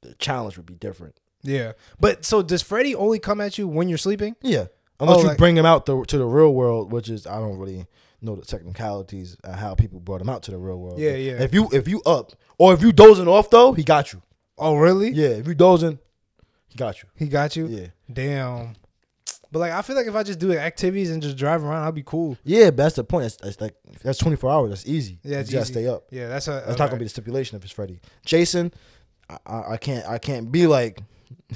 the challenge would be different.
Yeah. But so does Freddy only come at you when you're sleeping?
Yeah, unless
Oh,
you
like-
bring him out the, to the real world, which is I don't really know the technicalities of how people brought him out to the real world.
Yeah,
But
yeah.
If you if you up or if you dozing off though, he got you.
Oh, really?
Yeah, if you dozing, he got you.
He got you?
Yeah,
Damn. But like I feel like if I just do activities and just drive around, I'll be cool.
yeah. But that's the point. That's, that's like that's 24 hours. That's easy.
Yeah, it's
you gotta
easy.
stay up.
Yeah, that's a
That's not gonna be the stipulation if it's Freddy. Jason, I, I, I can't I can't be like.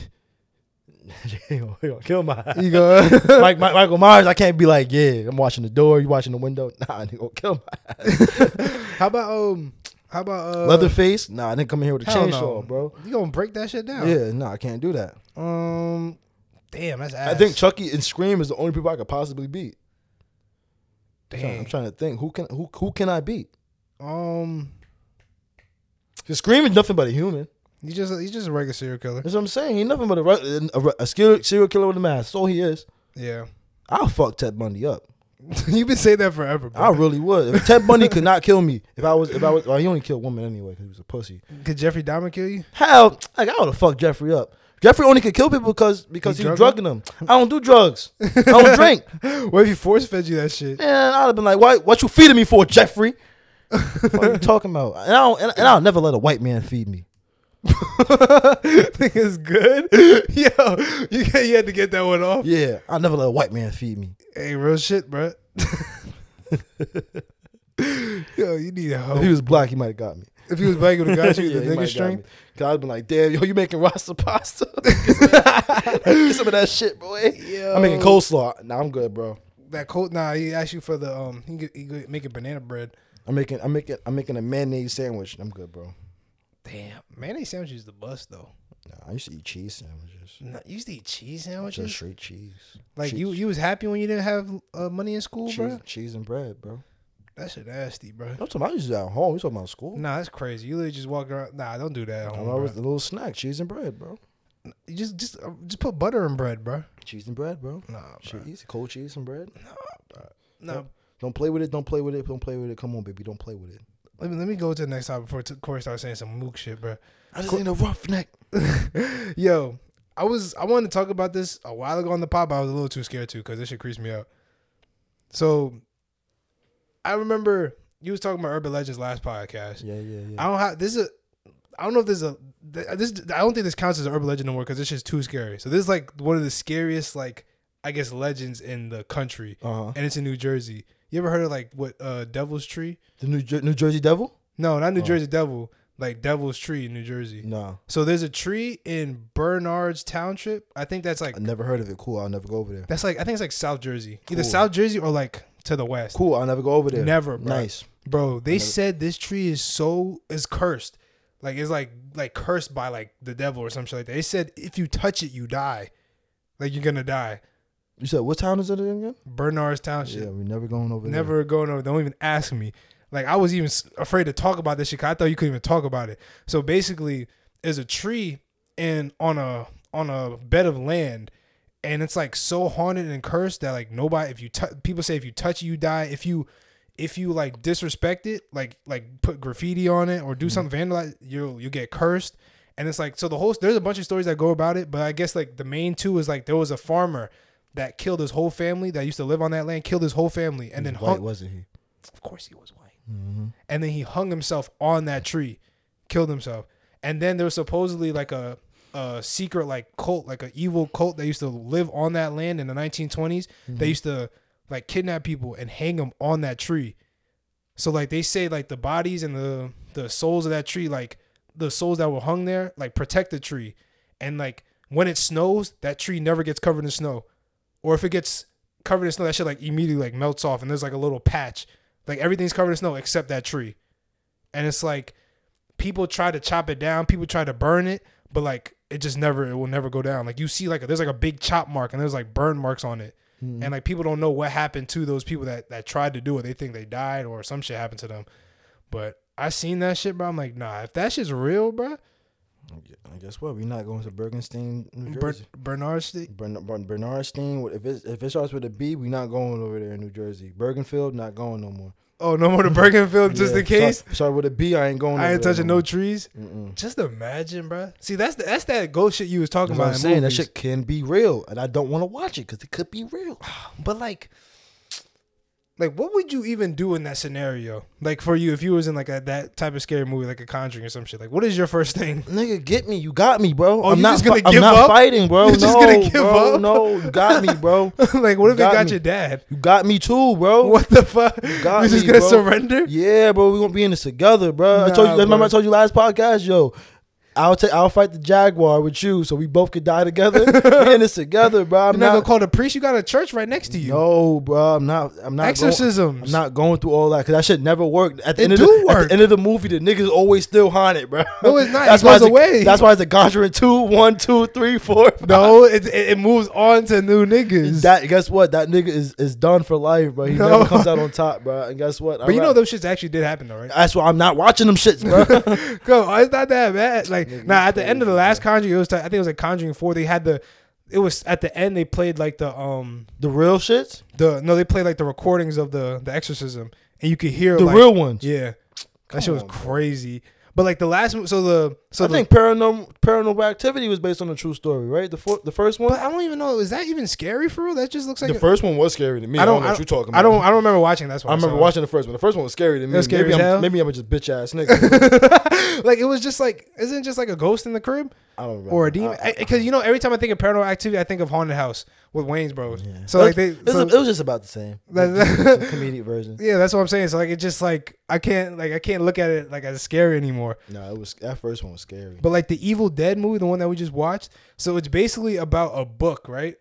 Kill my
You go.
Mike, Mike, Michael Myers, I can't be like, yeah, I'm watching the door, you watching the window. Nah, nigga, gonna kill my
how about um? How about uh?
Leatherface. Nah, I didn't come in here with a
hell
chainsaw,
no.
bro.
You gonna break that shit down?
Yeah, nah, I can't do that.
Um. Damn, that's ass.
I think Chucky and Scream is the only people I could possibly beat. I'm trying, I'm
Damn.
trying to think who can who who can I beat?
Um.
'Cause Scream is nothing but a human.
You just you just a regular serial killer.
That's what I'm saying. He's nothing but a ru- a, a, a serial serial killer with a mask. So he is.
Yeah.
I'll fuck Ted Bundy up.
You've been saying that forever, bro.
I really would. If Ted Bundy could not kill me, if I was, if I was, well, he only killed women anyway because he was a pussy.
Could Jeffrey Dahmer kill you?
How? Like, I would have fucked Jeffrey up. Jeffrey only could kill people because because
He
he, was
drug
drugging them. I don't do drugs. I don't drink.
What if he force fed you that shit?
Man, I'd have been like, "What? What you feeding me for, Jeffrey?" what are you talking about? And I don't, and, and I'll never let a white man feed me.
think it's good. Yo, you got- you had to get that one off.
Yeah, I'll never let a white man feed me.
Hey, real shit, bro. Yo, you need help.
If he was black, he might have got me.
If he was black, he would have got you
Yeah,
with
he
the
might
nigga
have got
string.
me. Cause I'd been like, "Damn, yo, you making rasta pasta? Get some of that shit, boy."
Yo.
I'm making coleslaw. Nah, I'm good, bro.
That cold, nah, he asked you for the um, he could, he could make a banana bread.
I'm making, I'm making, I'm making a mayonnaise sandwich. I'm good, bro.
Damn, mayonnaise sandwiches is the bust though.
Nah, I used to eat cheese sandwiches.
Nah, you used to eat cheese
Just
sandwiches.
straight cheese.
Like
cheese,
you, you was happy when you didn't have uh, money in school,
cheese,
bro.
cheese and bread, bro.
That shit nasty, bro.
I'm talking about I used to do that at home. You talking about school?
Nah, that's crazy. You literally just walk around. Nah, don't do that. At
I
home,
was
bro.
a little snack, cheese and bread, bro.
You just, just, uh, just put butter in bread, bro.
Cheese and bread, bro.
Nah, bro.
Shit easy. Cold cheese and bread.
Nah,
Don't play with it. Don't play with it. Don't play with it. Come on, baby. Don't play with it.
Let me let me go to the next topic before t- Corey starts saying some mook shit, bro.
I just need a roughneck.
Yo, I was I wanted to talk about this a while ago on the pop. But I was a little too scared to because this shit creeps me out. So, I remember you was talking about urban legends last podcast.
Yeah, yeah, yeah.
I don't have this is. A, I don't know if there's a th- this. I don't think this counts as an urban legend no more because this shit's too scary. So this is like one of the scariest like I guess legends in the country,
Uh huh.
and it's in New Jersey. You ever heard of like what uh Devil's Tree?
The New Jer- New Jersey Devil?
No, not New
Oh.
Jersey Devil. Like Devil's Tree in New Jersey.
Nah,
So there's a tree in Bernard's Township. I think that's like
I never heard of it. Cool. I'll never go over there.
that's like I think it's like South Jersey, either
Cool.
South Jersey or like to the west.
Cool. I'll never go over there.
Never, bro.
Nice.
Bro, they
never-
said this tree is so is cursed, like it's like like cursed by like the devil or some shit like that. They said if you touch it, you die, like you're gonna die.
You said what town is it in again?
Bernard's Township.
Yeah, we're never going over there.
Never going over. Don't even ask me. Like I was even s- afraid to talk about this shit. 'cause I thought you couldn't even talk about it. So basically, there's a tree and on a on a bed of land, and it's like so haunted and cursed that like nobody. If you tou- people say if you touch it, you die. If you if you like disrespect it, like like put graffiti on it or do something vandalize, you'll you get cursed. And it's like so the whole there's a bunch of stories that go about it, but I guess like the main two is like there was a farmer that killed his whole family that used to live on that land, killed his whole family, and then
White
hung.
wasn't he?
Of course he was white. And then he hung himself on that tree, killed himself. And then there was supposedly like a a secret like cult, like an evil cult that used to live on that land in the 1920s. They used to like kidnap people and hang them on that tree. So like they say like the bodies and the the souls of that tree, like the souls that were hung there, like protect the tree. And like when it snows, that tree never gets covered in snow. Or if it gets covered in snow, that shit like immediately like melts off and there's like a little patch. Like everything's covered in snow except that tree. And it's like people try to chop it down, people try to burn it, but like it just never it will never go down. Like you see like there's like a big chop mark and there's like burn marks on it.
Mm-hmm.
And like people don't know what happened to those people that that tried to do it. They think they died or some shit happened to them. But I seen that shit, bro. I'm like, nah, if that shit's real, bro,
And guess what? We're not going to Bergenstein, New
Ber-
Jersey.
Bernard Stick.
Bern- Bern- Bernardstein. If it's, if it starts with a B, we not going over there in New Jersey. Bergenfield, not going no more.
Oh, no more to Bergenfield, just
Yeah,
in case.
Start, start with a B. I ain't going.
I ain't
over there
touching
more.
no trees.
Mm-mm.
Just imagine, bro. See, that's the, that's that ghost shit you was talking
That's
about.
what I'm
in
saying
movies.
that shit can be real, and I don't want to watch it because it could be real.
But like, like what would you even do in that scenario? Like for you, if you was in like a, that type of scary movie, like a Conjuring or some shit. Like, what is your first thing?
Nigga, get me. You got me, bro.
Oh,
I'm
you
not.
just gonna
fi-
give
I'm not
up?
fighting, bro.
You
no,
just gonna give
bro,
up?
No, you got me, bro.
like, what if
Got
it got
me.
your dad?
You got me too, bro.
What the fuck? You
got
just
me,
gonna
bro.
surrender?
Yeah, bro. We gonna be in this together, bro. I
Nah,
told you. Remember,
bro.
I told you last podcast, yo. I'll take. I'll fight the jaguar with you, so we both could die together. we in this together, bro. I'm
You're not
not.
gonna call the priest. You got a church right next to you.
no, bro. I'm not. I'm not. going-
Exorcisms.
I'm not going through all that because that shit never worked. At the,
It
end of
do
the, at
work.
the end of the movie, the niggas always still haunted, bro.
No, it's not. It
why
goes
it's a-
away.
that's why it's a Conjuring 2, 1, 2, 3, 4.
No, it, it, it moves on to new niggas.
That, guess what? That nigga is, is done for life, bro. He
No.
never comes out on top, bro. And guess what?
but you know those shits actually did happen though, right?
That's why I'm not watching them shits, bro.
Go, oh, it's not that bad. Like,
Nigga,
nah,
you
at the end of the
crazy,
last Conjuring, it was I think it was like Conjuring Four. They had the, it was at the end they played like the um
the real shits?
the no they played like the recordings of the the exorcism and you could hear
The
like,
real ones.
yeah that shit
Come
was
on, bro.
crazy but like the last mo- so the so
I
the,
think paranormal paranormal activity was based on a true story, right? The for, the first one?
but I don't even know is that even scary for real that just looks like
the
a-
first one was scary to me.
I
I
don't-
don't, know what you're talking about.
I don't I don't remember watching that's why
I remember
saw it.
watching the first one. The first one was scary to me.
was scary
maybe,
as hell.
I'm, maybe I'm a just bitch ass nigga.
like it was just like isn't it just like a ghost in the crib
I don't remember.
or a demon
I- I-
because you know every time I think of paranormal activity I think of haunted house with Wayne's Bros
Yeah.
so
It
like
was-
they
it, was,
so-
it was just about the same.
That-
Just a comedic version.
yeah that's what I'm saying so like it just like I can't like I can't look at it like as scary anymore
No, it was that first one was scary.
But like the Evil Dead movie, the one that we just watched, so it's basically about a book, right?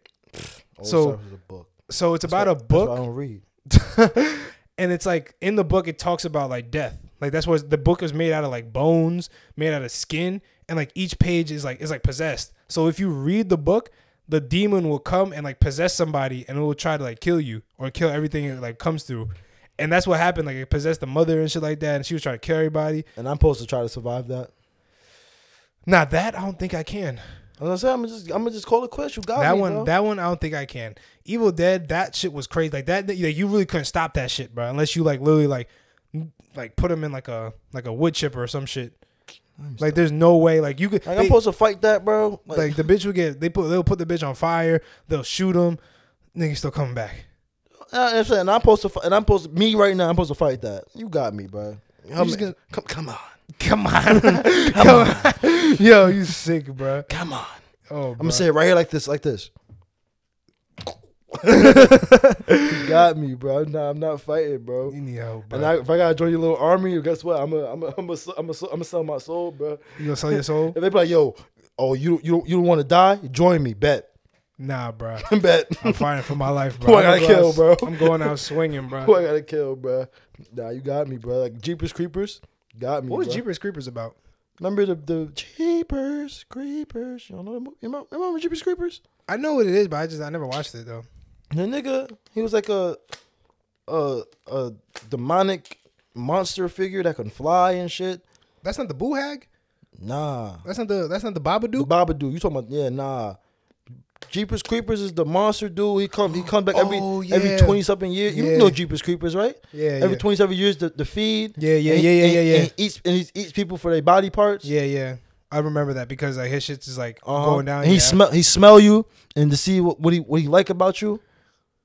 All
so-
stuff was a book.
So it's about
why-
a
that's
book,
why I don't read.
and it's like in the book it talks about like death. Like that's what the book is made out of, like bones, made out of skin, and like each page is like is like possessed. So if you read the book, the demon will come and like possess somebody, and it will try to like kill you or kill everything it like comes through. And that's what happened. Like it possessed the mother and shit like that, and she was trying to kill everybody.
And I'm supposed to try to survive that.
Now that I don't think I can.
As I said, I'm just I'm gonna just call it quits. You got
that
me,
one,
bro.
that one, I don't think I can. Evil Dead, that shit was crazy. Like that, like, you really couldn't stop that shit, bro. Unless you like literally like, like put him in like a like a wood chipper or some shit. Like there's no way. Like you could.
like
they-
I'm supposed to fight that, bro. Like,
like the bitch would get. They put. They'll put the bitch on fire. They'll shoot him. Nigga still coming back.
uh, I'm saying, and I'm supposed to fi- and I'm supposed to me right now. I'm supposed to fight that. You got me, bro. Help
just
me.
gonna-
come, come on,
Come on, come on. Yo, you sick, bro.
come on.
Oh,
I'm gonna say it right here like this, like this. you got me, bro. I'm not, I'm not fighting, bro.
you need help, bro.
And I, if I gotta join your little army, guess what? I'm a, I'm a, I'm a, I'm a, I'm a sell my soul, bro.
you gonna sell your soul?
If they be like, yo, oh, you, you, you don't want to die? Join me, bet,
Nah, bro.
bet.
I'm fighting for my life, bro.
Who I gotta
I'm going
kill,
out-
bro?
I'm going out swinging, bro.
Who I gotta kill, bro? Nah, you got me, bro. Like Jeepers Creepers, got me.
What was
bruh.
Jeepers Creepers about?
Remember the the Jeepers Creepers? You don't know the movie? You remember, remember Jeepers Creepers?
I know what it is, but I just I never watched it though.
The nigga, he was like a, a, a demonic monster figure that can fly and shit.
That's not the boo hag.
Nah.
That's not the that's not the
The
Babadook.
Baba dude. You talking about yeah, nah. Jeepers Creepers is the monster dude. He come he come back every
Oh,
every
yeah.
twenty something years. You
Yeah.
know Jeepers Creepers, right?
Yeah,
Every
yeah.
twenty seven years the, the feed.
Yeah, yeah,
And
yeah,
he-
yeah,
and-
yeah, yeah.
And he eats and he eats people for their body parts.
yeah, yeah. I remember that because like his shit's is like
Uh-huh.
going down.
And he
yeah.
smell he smell you and to see what, what he what he like about you.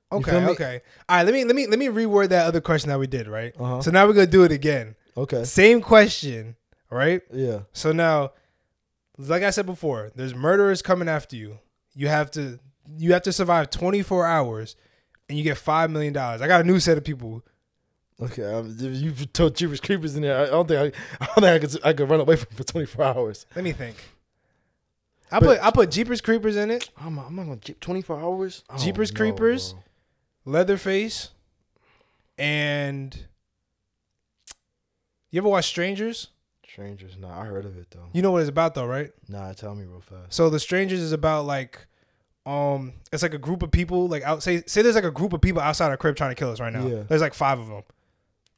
feel
Okay,
me?
okay. All right, let me let me let me reword that other question that we did, right?
Uh-huh.
So now we're gonna do it again.
Okay.
Same question, right?
Yeah.
So now, like I said before, there's murderers coming after you. You have to you have to survive 24 hours, and you get five million dollars. I got a new set of people.
Okay. Um, you told Jeepers Creepers in there. I don't think I, I don't think I could I could run away from for twenty four hours.
Let me think. I
But-
put I put Jeepers Creepers in it.
I'm I'm not gonna jeep twenty four hours. I don't
Jeepers
know,
Creepers?
bro.
Leatherface, and you ever watch Strangers?
Strangers. Nah, I heard of it though.
You know what it's about though, right?
Nah, tell me real fast.
So the Strangers is about like, um, it's like a group of people like out. Say say there's like a group of people outside our crib trying to kill us right now.
Yeah.
There's like five of them.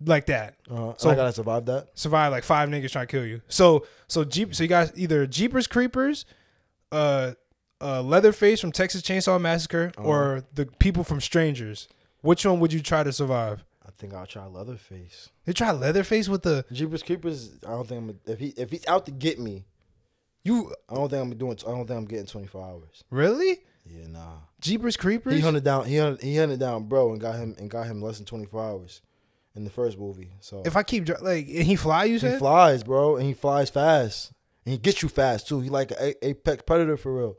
like that.
Uh,
So-
so I gotta survive that.
Survive like five niggas trying to kill you. So so Jeep so you guys either Jeepers Creepers, uh uh Leatherface from Texas Chainsaw Massacre,
Uh-huh.
or the people from Strangers. Which one would you try to survive?
I think I'll try Leatherface.
They try Leatherface with the
Jeepers Creepers. I don't think I'm. If he if he's out to get me,
you
I don't think I'm doing. I don't think I'm getting 24 hours.
really?
Yeah, nah.
Jeepers Creepers?
He hunted down. He hunted, he hunted down, bro, and got him and got him less than 24 hours in the first movie. So
if I keep dri- like and he fly, you
he
said?
flies, bro, and he flies fast, and he gets you fast too. He like a a- apex predator for real.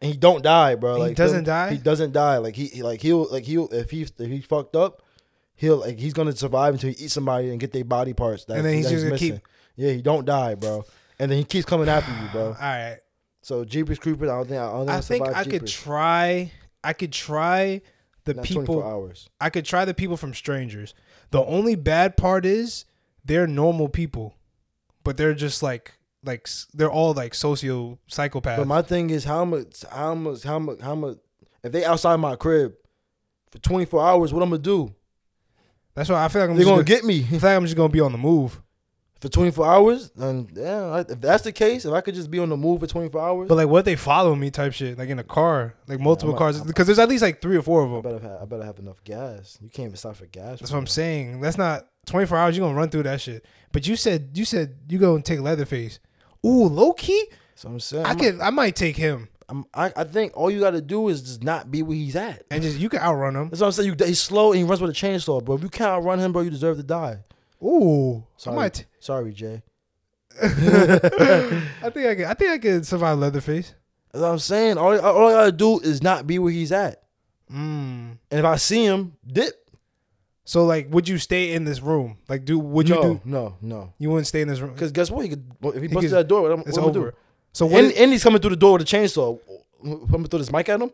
And he don't die, bro.
He
Like
doesn't
feel-
die?
He doesn't die. Like he he- like he'll like he'll if he if he fucked up, he'll like he's gonna survive until he eats somebody and get their body parts. That,
And then he's
that
just gonna keep-
missing. Yeah, he don't die, bro. And then he keeps coming after you, bro.
All right.
So Jeepers Creepers, I don't think I, don't think
I think I could
Jeepers.
try I could try the
Not 24
people
hours.
I could try the people from strangers. The only bad part is they're normal people, but they're just like like s- they're all like socio psychopaths.
But my thing is how much how much how much how much if they outside my crib for 24 hours, what I'm gonna do?
That's why I feel like I'm
They're
just
gonna
gonna,
get me
I feel like I'm just gonna be on the move.
for 24 hours. Then yeah, I- if that's the case, if I could just be on the move for 24 hours,
But like, what if they follow me type shit, like in a car, like multiple
I'm a-
cars,
I'm a-
because there's at least like three or four of
I
them.
better have I better have enough gas. You can't even stop for gas.
That's what I'm saying. That's not 24 hours. You're gonna run through that shit. But you said you said you gonna take Leatherface. Ooh, low key,
That's what I'm saying.
I
I'm-
could I might take him
I'm, I I think all you gotta do is just not be where he's at.
and just you can outrun him.
That's what I'm saying. You, he's slow and he runs with a chainsaw, bro. If you can't outrun him, bro, you deserve to die.
Ooh, I
Sorry,
might. t-
sorry, Jay.
I think I could. I think I could survive Leatherface.
That's what I'm saying. All all I gotta do is not be where he's at.
Mm.
And if I see him, dip.
So like, would you stay in this room? Like, do would you
no,
do?
no, no.
You wouldn't stay in this room.
Because guess what? He could well, if he,
He
busts
could-
that door. What am,
it's
what am I gonna
over.
do?
So what?
And, and he's coming through the door with a chainsaw. I'm gonna throw this mic at him.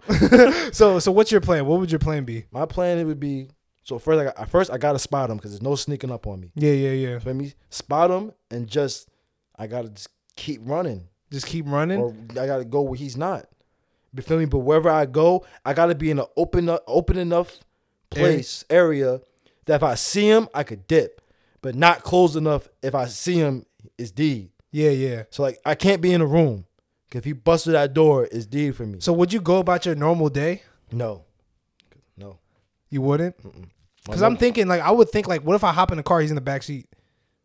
so so what's your plan? What would your plan be?
My plan it would be so first. I got, first I gotta spot him because there's no sneaking up on me.
Yeah, yeah, yeah.
So let me spot him and just I gotta just keep running
Just keep running.
or I gotta go where he's not. You feel me? But wherever I go, I gotta be in an open open enough place area that if I see him, I could dip, but not close enough. If I see him, it's D.
yeah, yeah.
So like I can't be in a room. 'Cause If he busted that door, it's D for me.
So would you go about your normal day?
No, no.
You wouldn't, because
My
I'm thinking like I would think like, what if I hop in the car? He's in the back seat.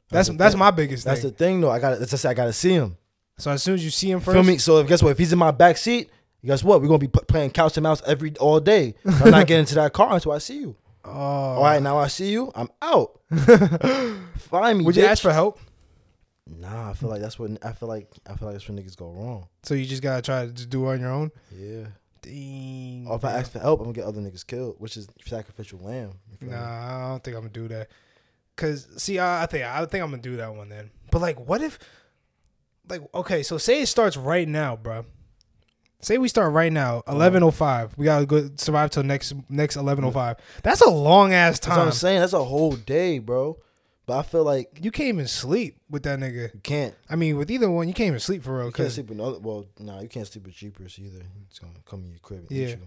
That's that's my biggest
That's
thing.
the thing though. I got. That's just I gotta see him.
so as soon as you see him first,
Feel me? So if, guess what? If he's in my back seat, guess what? We're gonna be p- playing couch and mouse every all day. So I'm not getting into that car until I see you.
oh,
All right, now I see you. I'm out. Find me.
would you
bitch.
ask for help?
Nah, I feel like that's what I feel like. I feel like that's where niggas go wrong.
So you just gotta try to just do it on your own.
Yeah.
Dang.
Or if I ask for help, I'm gonna get other niggas killed, which is sacrificial lamb. You feel me?
Nah, I don't think I'm gonna do that. Cause see, I, I think I think I'm gonna do that one then. But like, what if, like, okay, so say it starts right now, bro. Say we start right now, eleven oh five. We gotta go survive till next next eleven oh five. That's a long ass
That's what
time.
I'm saying. That's a whole day, bro. But I feel like
You can't even sleep with that nigga.
you can't.
I mean, with either one, you can't even sleep for real.
You can't
'cause-
sleep with other. Well, nah, you can't sleep with jeepers either. It's gonna come in your crib. And
Yeah.
eat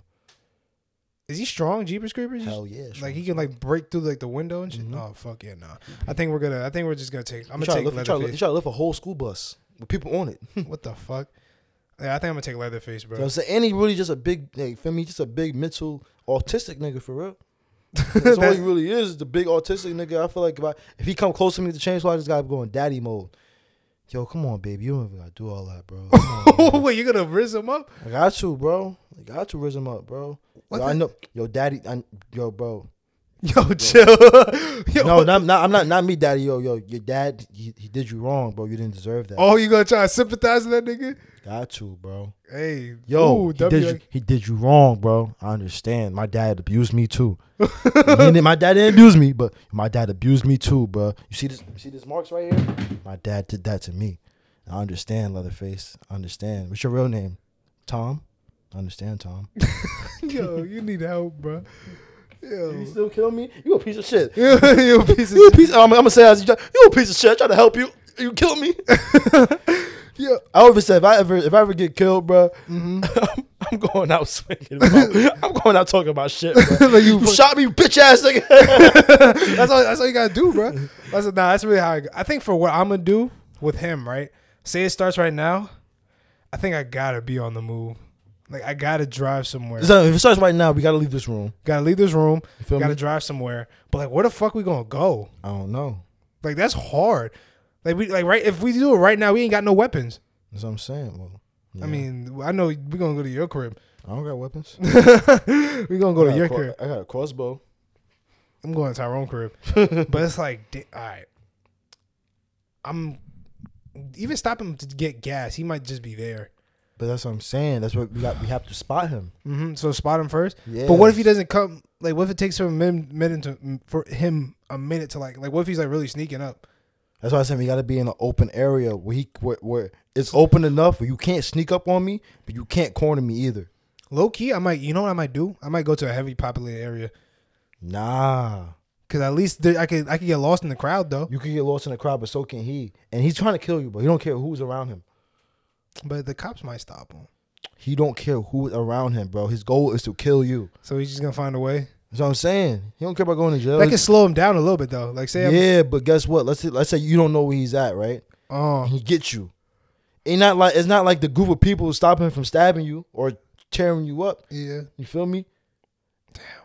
is he strong, Jeepers Creepers?
you. Hell yeah.
Like he can like break through like the window and shit.
Mm-hmm.
No, fuck yeah, no. I think we're gonna. I think we're just gonna take. I'm
I'm
gonna
trying to
take
lift, you try to, you
Leatherface.
try to lift a whole school bus with people on it. You know
What the fuck? Yeah, I think I'm gonna take Leatherface, bro.
what I'm saying? And he really just a big, like, feel me? Just a big mental autistic nigga for real. That's all he
That-
really is, is the big autistic nigga. I feel like if I, if he come close to me to change, I just gotta go in daddy mode. Yo, come on, baby. You don't even gotta do all that, bro. Come on, bro.
Wait, you're gonna rizz him up?
I got to, bro. I got to raise him up, bro.
What
yo,
the-
I know, yo, daddy. I, yo, bro.
Yo, chill. Yo.
No, not, not, I'm not, not me, daddy. Yo, yo, your dad, he, he did you wrong, bro. You didn't deserve that.
Oh, you gonna try to sympathize with that nigga?
Got to, bro.
Hey,
Yo,
ooh, W-
he, did you, he did you wrong, bro. I understand. My dad abused me too. He didn't- my dad didn't abuse me, but my dad abused me too, bro. You see this? You see this marks right here? My dad did that to me. I understand, Leatherface. I understand. What's your real name? Tom. I understand, Tom.
yo, you need help, bro. Yo,
You still kill me? You a piece of shit. You
you a piece of
a
shit.
piece. I'm, I'm gonna say as you, you a piece of shit. I try to help you. You kill me.
Yo,
I always say if I ever if I ever get killed, bro, I'm,
I'm going out swinging. bro. I'm going out talking about shit. Bro.
like
You shot me, bitch ass nigga.
that's all. That's all you gotta do, bro. That's nah. That's really how I, I think for what I'm gonna do with him, right? Say it starts right now. I think I gotta be on the move. Like I gotta drive somewhere.
so if it starts right now, we gotta leave this room.
gotta leave this room.
You feel me?
Gotta drive somewhere. But like, where the fuck we gonna go?
I don't know.
Like that's hard. Like we like right. If we do it right now, we ain't got no weapons.
That's what I'm saying. Well, yeah.
I mean, I know we gonna go to your crib.
I don't got weapons.
we gonna go to
I got
your
a cro-
crib.
I got a crossbow.
I'm going to Tyrone crib. but it's like, da- all right. I'm even stop him to get gas. He might just be there.
But that's what I'm saying. That's what we got. We have to spot him.
hmm So spot him first.
Yeah.
But what if he doesn't come? Like, what if it takes him a min- minute to for him a minute to like like? What if he's like really sneaking up?
That's why I said we got to be in an open area where he where, where it's open enough where you can't sneak up on me, but you can't corner me either.
Low key, I might. You know what I might do? I might go to a heavy populated area
Nah,
because at least there, I could I could get lost in the crowd though.
you could get lost in the crowd, but so can he. And he's trying to kill you, but he don't care who's around him.
But the cops might stop him.
He don't care who's around him, bro. His goal is to kill you.
So he's just gonna find a way.
That's what I'm saying. He don't care about going to jail.
That could slow him down a little bit though. Like say, I'm,
yeah, but guess what? Let's say, let's say you don't know where he's at, right?
oh,
And he gets you. It's not like it's not like the group of people who stop him from stabbing you or tearing you up.
yeah.
You feel me?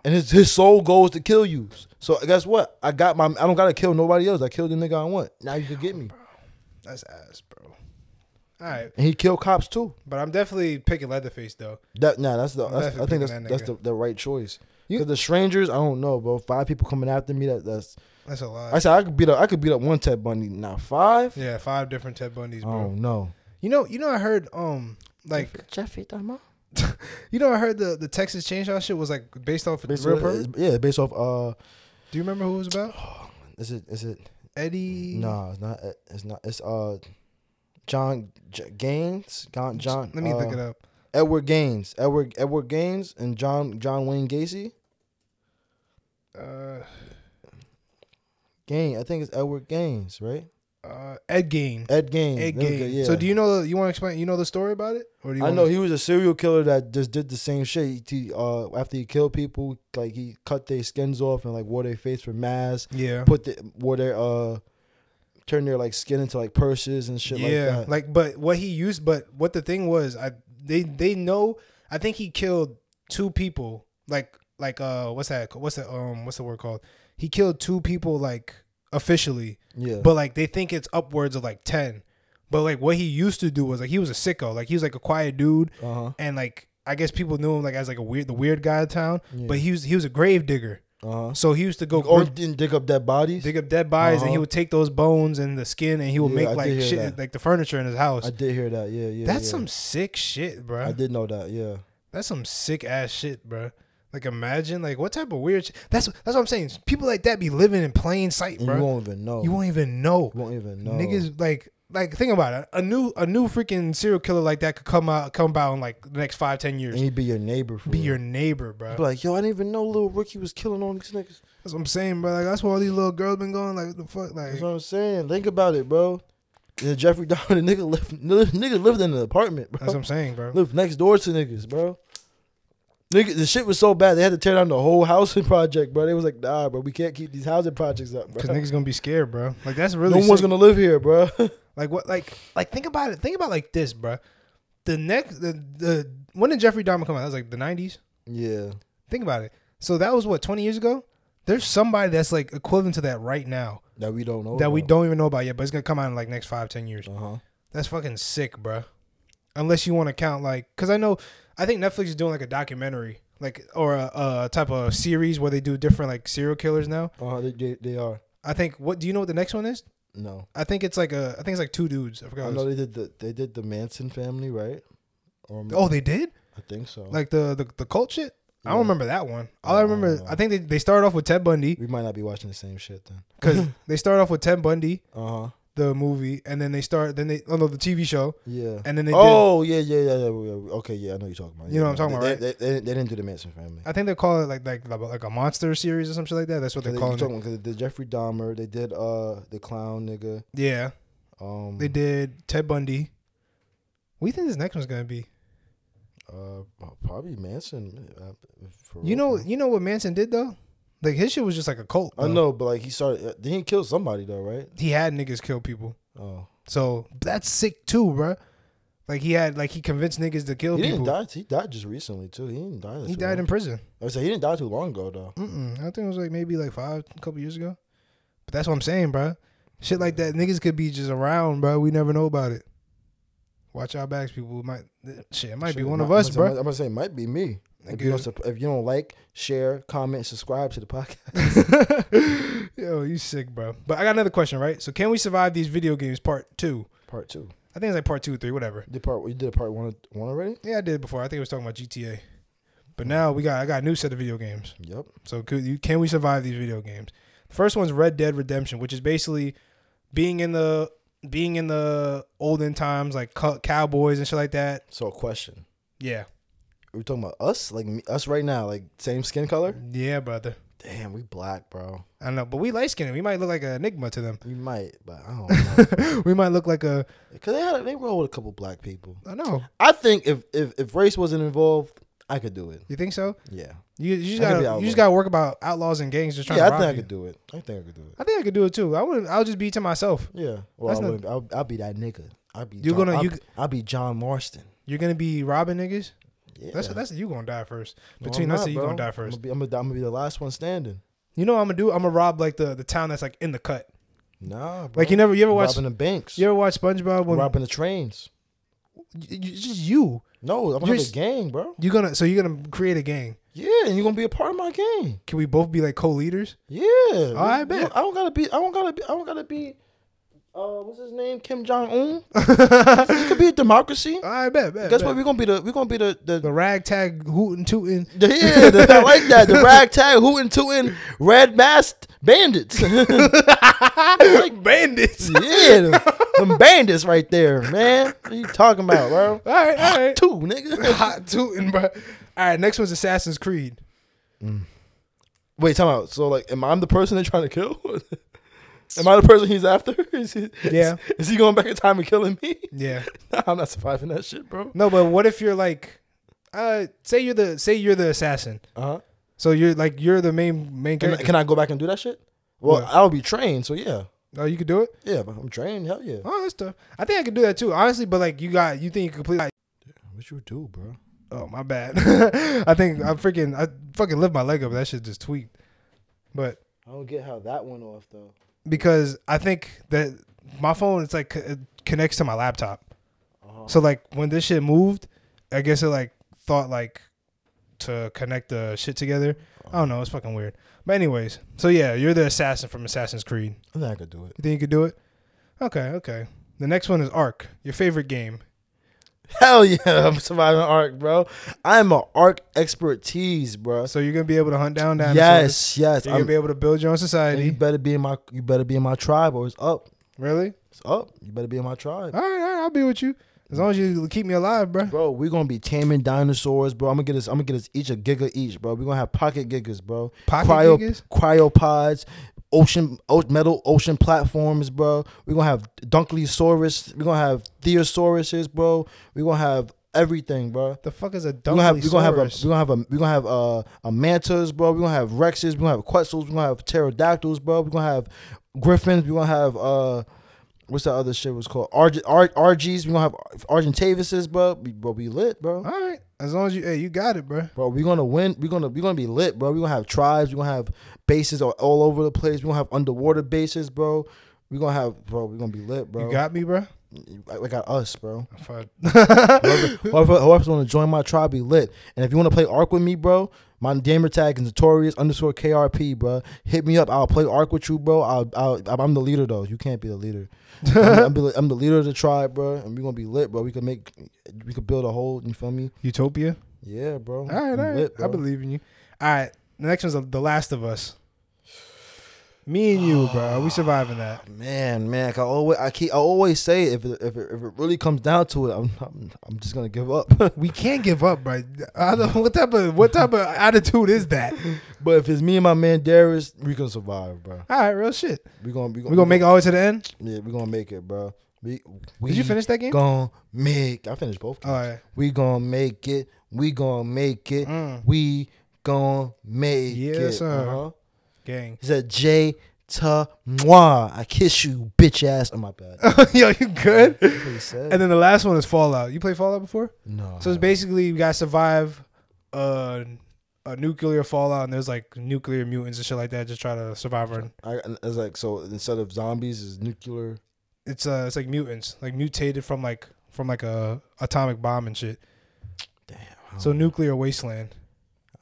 And his his sole goal is to kill you. So guess what? I got my. I don't gotta kill nobody else. I killed the nigga I want. Now you can get me.
That's ass, bro. All right,
And he killed cops too.
but I'm definitely picking Leatherface though.
That nah, that's the. That's, I
Definitely
think that's
that
that's the,
nigga.
the right choice. Cause the strangers, I don't know, bro. Five people coming after me. That that's.
That's a lot.
I said I could beat up. I could beat up one Ted Bundy. Now five.
yeah, five different Ted Bundys,
I
bro.
don't know.
You know, you know, I heard um like
Jeffrey Dahmer.
you know I heard the the Texas Chainsaw shit was like based off of
Based
real
off-
person.
Yeah, based off. Uh,
Do you remember who it was about?
is it is it?
Eddie.
Nah, it's not. It's not. It's uh, John J- Gaines. John John.
Let me
uh,
look it up.
Edward Gaines, Edward Edward Gaines, and John John Wayne Gacy.
Uh,
Gaines, I think it's Edward Gaines, right?
uh, Ed Gain.
Ed Gaines.
Ed
there we go,
Gain.
yeah.
So do you know? You want to explain? You know the story about it, or do you?
I
wanna-
know he was a serial killer that just did the same shit. He, uh, after he killed people, like he cut their skins off and like wore their face for masks.
Yeah.
Put the wore their uh, turned their like skin into like purses and shit like
yeah.
that.
but what he used, but what the thing was, I they they know. I think he killed two people. Like like uh, what's that? What's that? Um, what's the word called? He killed two people like officially.
yeah.
but like they think it's upwards of like 10 but like what he used to do was like he was a sicko like he was like a quiet dude
uh huh.
and like i guess people knew him like as like a weird the weird guy of town
Yeah.
but he was he was a grave digger
Uh huh.
so he used to go
Or
grip-
didn't dig up dead bodies.
dig up dead bodies and he
Uh-huh.
would take those bones and the skin and he would
Yeah, I
make
did
like
hear
shit
that.
like the furniture in his house
I did hear that. Yeah, yeah.
that's
yeah.
some sick shit
I
bro
did know that. Yeah.
that's some sick ass shit bro like imagine like what type of weird shit that's that's what i'm saying people like that be living in plain sight
And
bro
you won't even know.
you won't even know
You won't even know.
Niggas like like think about it. A new a new freaking serial killer like that could come out come about in like the next five ten years.
and he'd be your neighbor. For
Be
real.
your neighbor, bro.
Be like, yo, I didn't even know little Ricky was killing all these niggas.
That's what I'm saying, bro. Like that's why all these little girls been going like the fuck
That's
like
what I'm saying. Think about it, bro. Yeah, Jeffrey Dahmer, the nigga lived, lived, nigga lived in an apartment,
that's what
bro.
I'm saying, bro.
Lived next door to niggas, bro. Nigga, the shit was so bad they had to tear down the whole housing project, bro. They was like, nah, bro, we can't keep these housing projects up,
Cause
bro.
niggas gonna be scared, bro. Like that's
no
really sick.
one's gonna live here, bro.
like what like like think about it. Think about like this, bro. The next the, the when did Jeffrey Dahmer come out? That was like the nineties.
yeah,
Think about it. So that was what twenty years ago. There's somebody that's like equivalent to that right now
that we don't know.
that we don't even know about yet, but it's gonna come out in like next five ten years.
Uh huh.
That's fucking sick, bruh. Unless you want to count like, cause I know, I think Netflix is doing like a documentary, like or a, a type of series where they do different like serial killers now.
Uh huh. They, they, they are.
I think what do you know what the next one is?
No,
I think it's like a, I think it's like two dudes. I
I
forgot. what
know
it's-
they did the they did the Manson family, right? Or
oh, they did
I think so.
like the the, the cult shit. I
Oh. Yeah.
don't remember that one. All I remember,
Uh.
I think they, they started off with Ted Bundy
we might not be watching the same shit then.
because they started off with Ted Bundy
Uh huh.
the movie, and then they start then they oh no the TV show,
Yeah.
and then they did.
oh yeah, yeah, yeah, yeah, yeah. Okay, yeah, I know you're talking about.
You know what I'm talking
they,
about,
They, they, they didn't do the Manson family.
I think they call it like like like a monster series or something like that. That's what
They,
they're
you
calling
talking
it.
about 'cause they did Jeffrey Dahmer. They did uh the clown nigga.
Yeah.
Um,
They did Ted Bundy. What do you think this next one's gonna be?
Uh, probably Manson. uh, for
You
real,
know,
for real.
you know what Manson did though. Like his shit was just like a cult.
I
bro.
know, but like he started. Uh, then he killed somebody though, right?
he had niggas kill people,
Oh,
so that's sick too, bro. Like he had, like he convinced niggas to kill
he
people.
didn't die. He died just recently too. He didn't die.
He died in prison.
I was like, he didn't die too long ago though.
Mm-mm. I think it was like maybe like five, a couple years ago. But that's what I'm saying, bro. Shit like that, niggas could be just around, bro. We never know about it. Watch our backs, people. We Might shit, it might be
Shit,
one
might-
of us,
I'm
bro.
gonna say- I'm gonna say it might be me. If you,
Nigga.
don't, sup- if you don't like, share, comment, subscribe to the podcast.
Yo, you sick, bro. But I got another question, right? So, can we survive these video games? Part two.
Part two.
I think it's like part two or three, whatever.
Did part you did part one one already?
Yeah, I did before. I think I was talking about GTA. But now we got I got a new set of video games.
Yep.
So could you, can we survive these video games? First one's Red Dead Redemption, which is basically being in the being in the olden times, like co- cowboys and shit like that.
So a question.
Yeah,
Are we talking about us? Like me, us right now? Like same skin color?
yeah, brother.
Damn, we black, bro.
I don't know, but we light skinned. We might look like an enigma to them.
We might, but I don't know.
we might look like a
Cause they had they roll with a couple black people.
I know.
I think if if, if race wasn't involved, I could do it.
You think so?
Yeah.
You, you just
I could
gotta
be
you
outlaw.
just gotta work about outlaws and gangs just trying
Yeah, I
to rob
think I
you.
could do it. I think I could do it.
I think I could do it too. I would. I'll just be to myself.
Yeah. Well,
That's
I
not-
wouldn't. I'll, I'll be that nigga. I'll be.
You're
John,
gonna-
I'll,
you-
be- I'll be John Marston.
You're gonna be robbing niggas.
Yeah.
That's that's you gonna die first.
No, I'm
Between us,
not,
and you
bro.
gonna die
I'm
first.
gonna, be, I'm, gonna, I'm gonna be the last one standing.
You know what I'm gonna do? I'm gonna rob like the the town that's like in the cut.
Nah, bro.
Like you never you ever watch
robbing the banks,
you ever watch SpongeBob when
robbing the trains.
you, you- it's just you
No, I'm
You're
gonna be a
s-
gang, bro.
you gonna so you're gonna create a gang.
Yeah, and you're gonna be a part of my gang.
Can we both be like co-leaders?
Yeah.
I
You-
bet.
you- I don't gotta be. I don't gotta be. I don't gotta be. Uh, what's his name? Kim Jong Un. it could be a democracy.
I bet. bet
Guess
bet.
what? We're gonna be the. We're gonna be the the.
the ragtag hootin' tootin'.
the yeah, the, I like that. The ragtag, hootin' tootin', red masked bandits.
like bandits.
Yeah, them, them bandits right there, man. What you talking about, bro?
all right, all right.
Two, nigga.
Hot tootin', bro. All right, next one's Assassin's Creed.
Wait, time out. So, like, am I the person they're trying to kill? am I the person he's after? Is he,
Yeah.
Is, he going back in time and killing me?
Yeah.
Nah, I'm not surviving that shit, bro.
No, but what if you're like, uh, say you're the say you're the assassin.
Uh huh.
So you're like you're the main main
Can, I-
character.
can I go back and do that shit? Well,
What?
I'll be trained, so yeah,
oh, you could do it.
yeah. But I'm trained. Hell yeah.
Oh, that's tough. I think I could do that too, honestly. But like, you got you think you completely.
What you do, bro?
Oh my bad. I think I freaking I fucking lift my leg up. That shit just tweaked. But
I don't get how that went off though.
because I think that my phone it's like it connects to my laptop.
Uh-huh.
So like when this shit moved, I guess it like thought like to connect the shit together. I don't know. It's fucking weird. But anyways, so yeah, you're the assassin from Assassin's Creed.
I think I could do it.
You think you could do it? Okay, okay. The next one is Ark, your favorite game.
Hell yeah, I'm surviving arc, bro. I'm a arc expertise, bro.
So you're gonna be able to hunt down dinosaurs.
Yes, yes.
You're gonna
I'm-
be able to build your own
and you
society.
better be in my you better be in my tribe or it's up.
Really?
It's up. You better be in my tribe.
All right, all right, I'll be with you as long as you keep me alive, bro.
Bro, we're gonna be taming dinosaurs, bro. I'm gonna get us I'm gonna get us each a giga each, bro. We're gonna have pocket gigas, bro.
Pocket
Cryo-
gigas?
Cryopods, ocean o- metal ocean platforms, bro. We're gonna have Dunkleosaurus, we're gonna have Theosauruses, bro. We're gonna have everything, bro.
The fuck is a
We're gonna have we're gonna have a
Dunkleosaurus?
we're gonna have a we're gonna have a, a mantas, bro. We're gonna have rexes. We're gonna have quetzals. We're gonna have pterodactyls, bro. We're gonna have griffins. We're gonna have uh, what's that other shit was called? Arg Ar- RGs. We're gonna have argentavises, bro. We- Bro, we lit,
All
bro.
right, as long as you, hey, you got it, bro.
Bro, we're gonna win. We're gonna we're gonna be lit, bro. We're gonna have tribes. We're gonna have bases all, all over the place. We're gonna have underwater bases, bro. We're gonna have bro. We're gonna be lit, bro.
You got me, bro.
I, I got us, bro.
Fuck.
Whoever, whoever's want to join my tribe, be lit. And if you want to play Ark with me, bro, my gamer tag is notorious underscore KRP, bro. Hit me up. I'll play Ark with you, bro. I'll, I'll, I'm the leader, though. You can't be the leader. I'm, I'm the- I'm the leader of the tribe, bro. And we're going to be lit, bro. We could make, we could build a whole, you feel me?
Utopia.
Yeah, bro.
All right, all
I'm
right.
lit,
I
bro.
believe in you. All right, the next one's The Last of Us. Me and you, bro. Are we surviving that?
Man, man, 'cause I always, I keep, I always say if it, if it, if it really comes down to it, I'm, I'm, I'm just gonna give up.
We can't give up, bro. I don't, what type of what type of attitude is that?
but if it's me and my man Darius, we can survive, bro.
All right, real shit.
We gonna, we gonna,
We gonna make it all the way to the end.
Yeah, we're gonna make it, bro. We, we
Did you finish that game?
Gonna make. I finished both. Games.
All right.
We gonna make it.
We gonna make it.
Mm,
We gonna make
Yes,
it. Uh-huh.
sir. gang.
He said, J ta moi. I kiss you, bitch ass. Oh my bad.
Yo, you good?
That's what he said.
And then the last one is Fallout. You play Fallout before?
no.
So it's basically you gotta survive a, a nuclear fallout, and there's like nuclear mutants and shit like that. Just try to survive. And
I, I was like, so instead of zombies, is nuclear.
it's uh, it's like mutants, like mutated from like from like a atomic bomb and shit.
Damn.
So nuclear wasteland.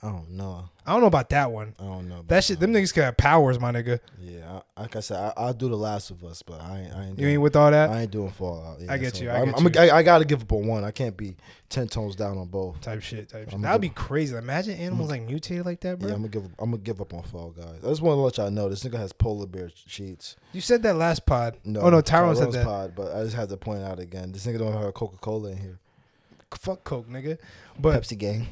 I don't know.
I don't know about that one.
I don't know. about
That shit, them niggas can have powers, my nigga.
Yeah, I, like I said, I, I'll do The Last of Us, but I ain't. I ain't
You
doing,
ain't with all that
I ain't doing Fallout. Yeah,
I get you, I
I'm,
get
I'm a-
you.
I, I gotta give up on one. I can't be ten tones down on both.
type shit. Type shit.
I'm
That'd
good.
be crazy. Imagine animals like mutated like that, bro.
Yeah, I'm gonna give. I'm gonna give up on Fall Guys. I just want to let y'all know this nigga has polar bear sheets.
You said that last pod.
No,
oh no, Tyrone said
Tyrone's
that.
Pod, but I just had to point out again. This nigga don't have Coca Cola in here.
Fuck Coke, nigga. But
Pepsi gang.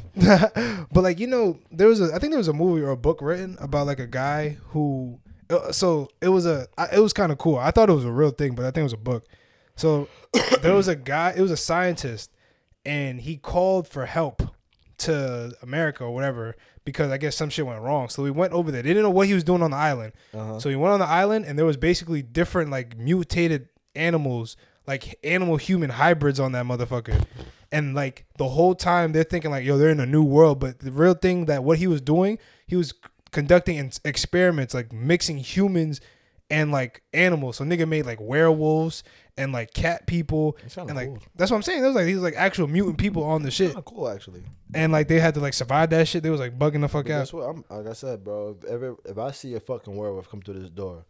but like you know there was a i think there was a movie or a book written about like a guy who uh, so it was a I- it was kind of cool i thought it was a real thing but i think it was a book so there was a guy it was a scientist and he called for help to america or whatever because i guess some shit went wrong so he went over there they didn't know what he was doing on the island
Uh-huh.
so he went on the island and there was basically different like mutated animals, like animal human hybrids on that motherfucker. And like the whole time they're thinking like, yo, they're in a new world. But the real thing that what he was doing, he was c- conducting in- experiments like mixing humans and like animals. So nigga made like werewolves and like cat people
kinda
and like
cool.
that's what I'm saying. There was like these like actual mutant people on the shit,
Kinda cool actually.
and like they had to like survive that shit. They was like bugging the fuck out.
That's what I'm. Like I said, bro. If ever if I see a fucking werewolf come through this door,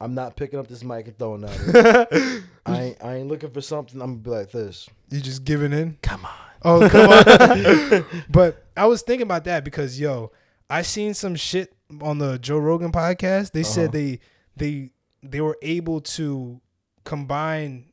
I'm not picking up this mic and throwing it. at it. I ain't, I ain't looking for something. I'm gonna be like this.
You just giving in.
Come on.
Oh come on! but I was thinking about that because yo, I seen some shit on the Joe Rogan podcast. They
Uh-huh.
said they they they were able to combine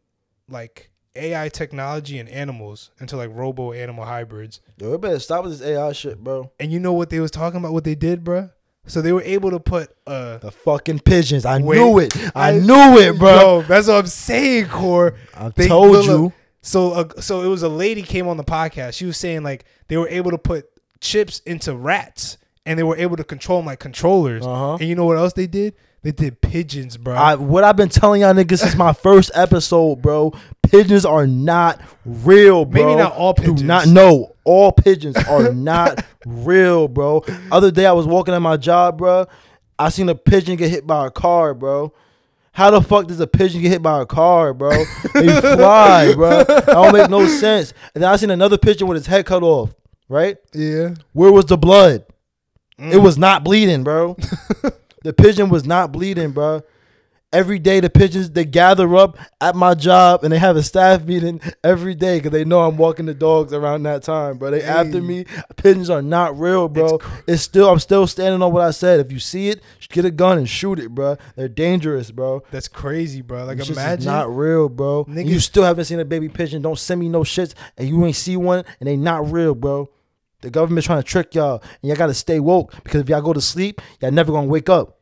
like AI technology and animals into like robo animal hybrids.
Yo, we better stop with this AI shit, bro.
And you know what they was talking about? What they did, bruh? So they were able to put uh
The fucking pigeons. I
Wait.
knew it. I,
I-
knew it, bro.
Yo, that's what I'm saying, Core.
I
They-
told
look,
you.
look. So, uh, so it was a lady came on the podcast. She was saying like they were able to put chips into rats, and they were able to control them like controllers.
Uh-huh.
And you know what else they did? They did pigeons, bro.
I, what I've been telling y'all niggas since my first episode, bro. Pigeons are not real, bro.
Maybe not all pigeons.
Do not know. All pigeons are not real, bro. Other day I was walking at my job, bro. I seen a pigeon get hit by a car, bro. How the fuck does a pigeon get hit by a car, bro? They fly, bro. That don't make no sense. And then I seen another pigeon with his head cut off, right?
yeah.
Where was the blood? It was not bleeding, bro. the pigeon was not bleeding, bro. Every day the pigeons they gather up at my job and they have a staff meeting every day because they know I'm walking the dogs around that time, bro. They after me. Pigeons are not real, bro. It's, still I'm still standing on what I said. If you see it, sh- get a gun and shoot it, bro. They're dangerous, bro.
That's crazy, bro. Like
It's just
imagine.
not real, bro. And
Niggas-
you still haven't seen a baby pigeon. Don't send me no shits, and you ain't see one, and they not real, bro. The government's trying to trick y'all, and y'all gotta stay woke because if y'all go to sleep, y'all never gonna wake up.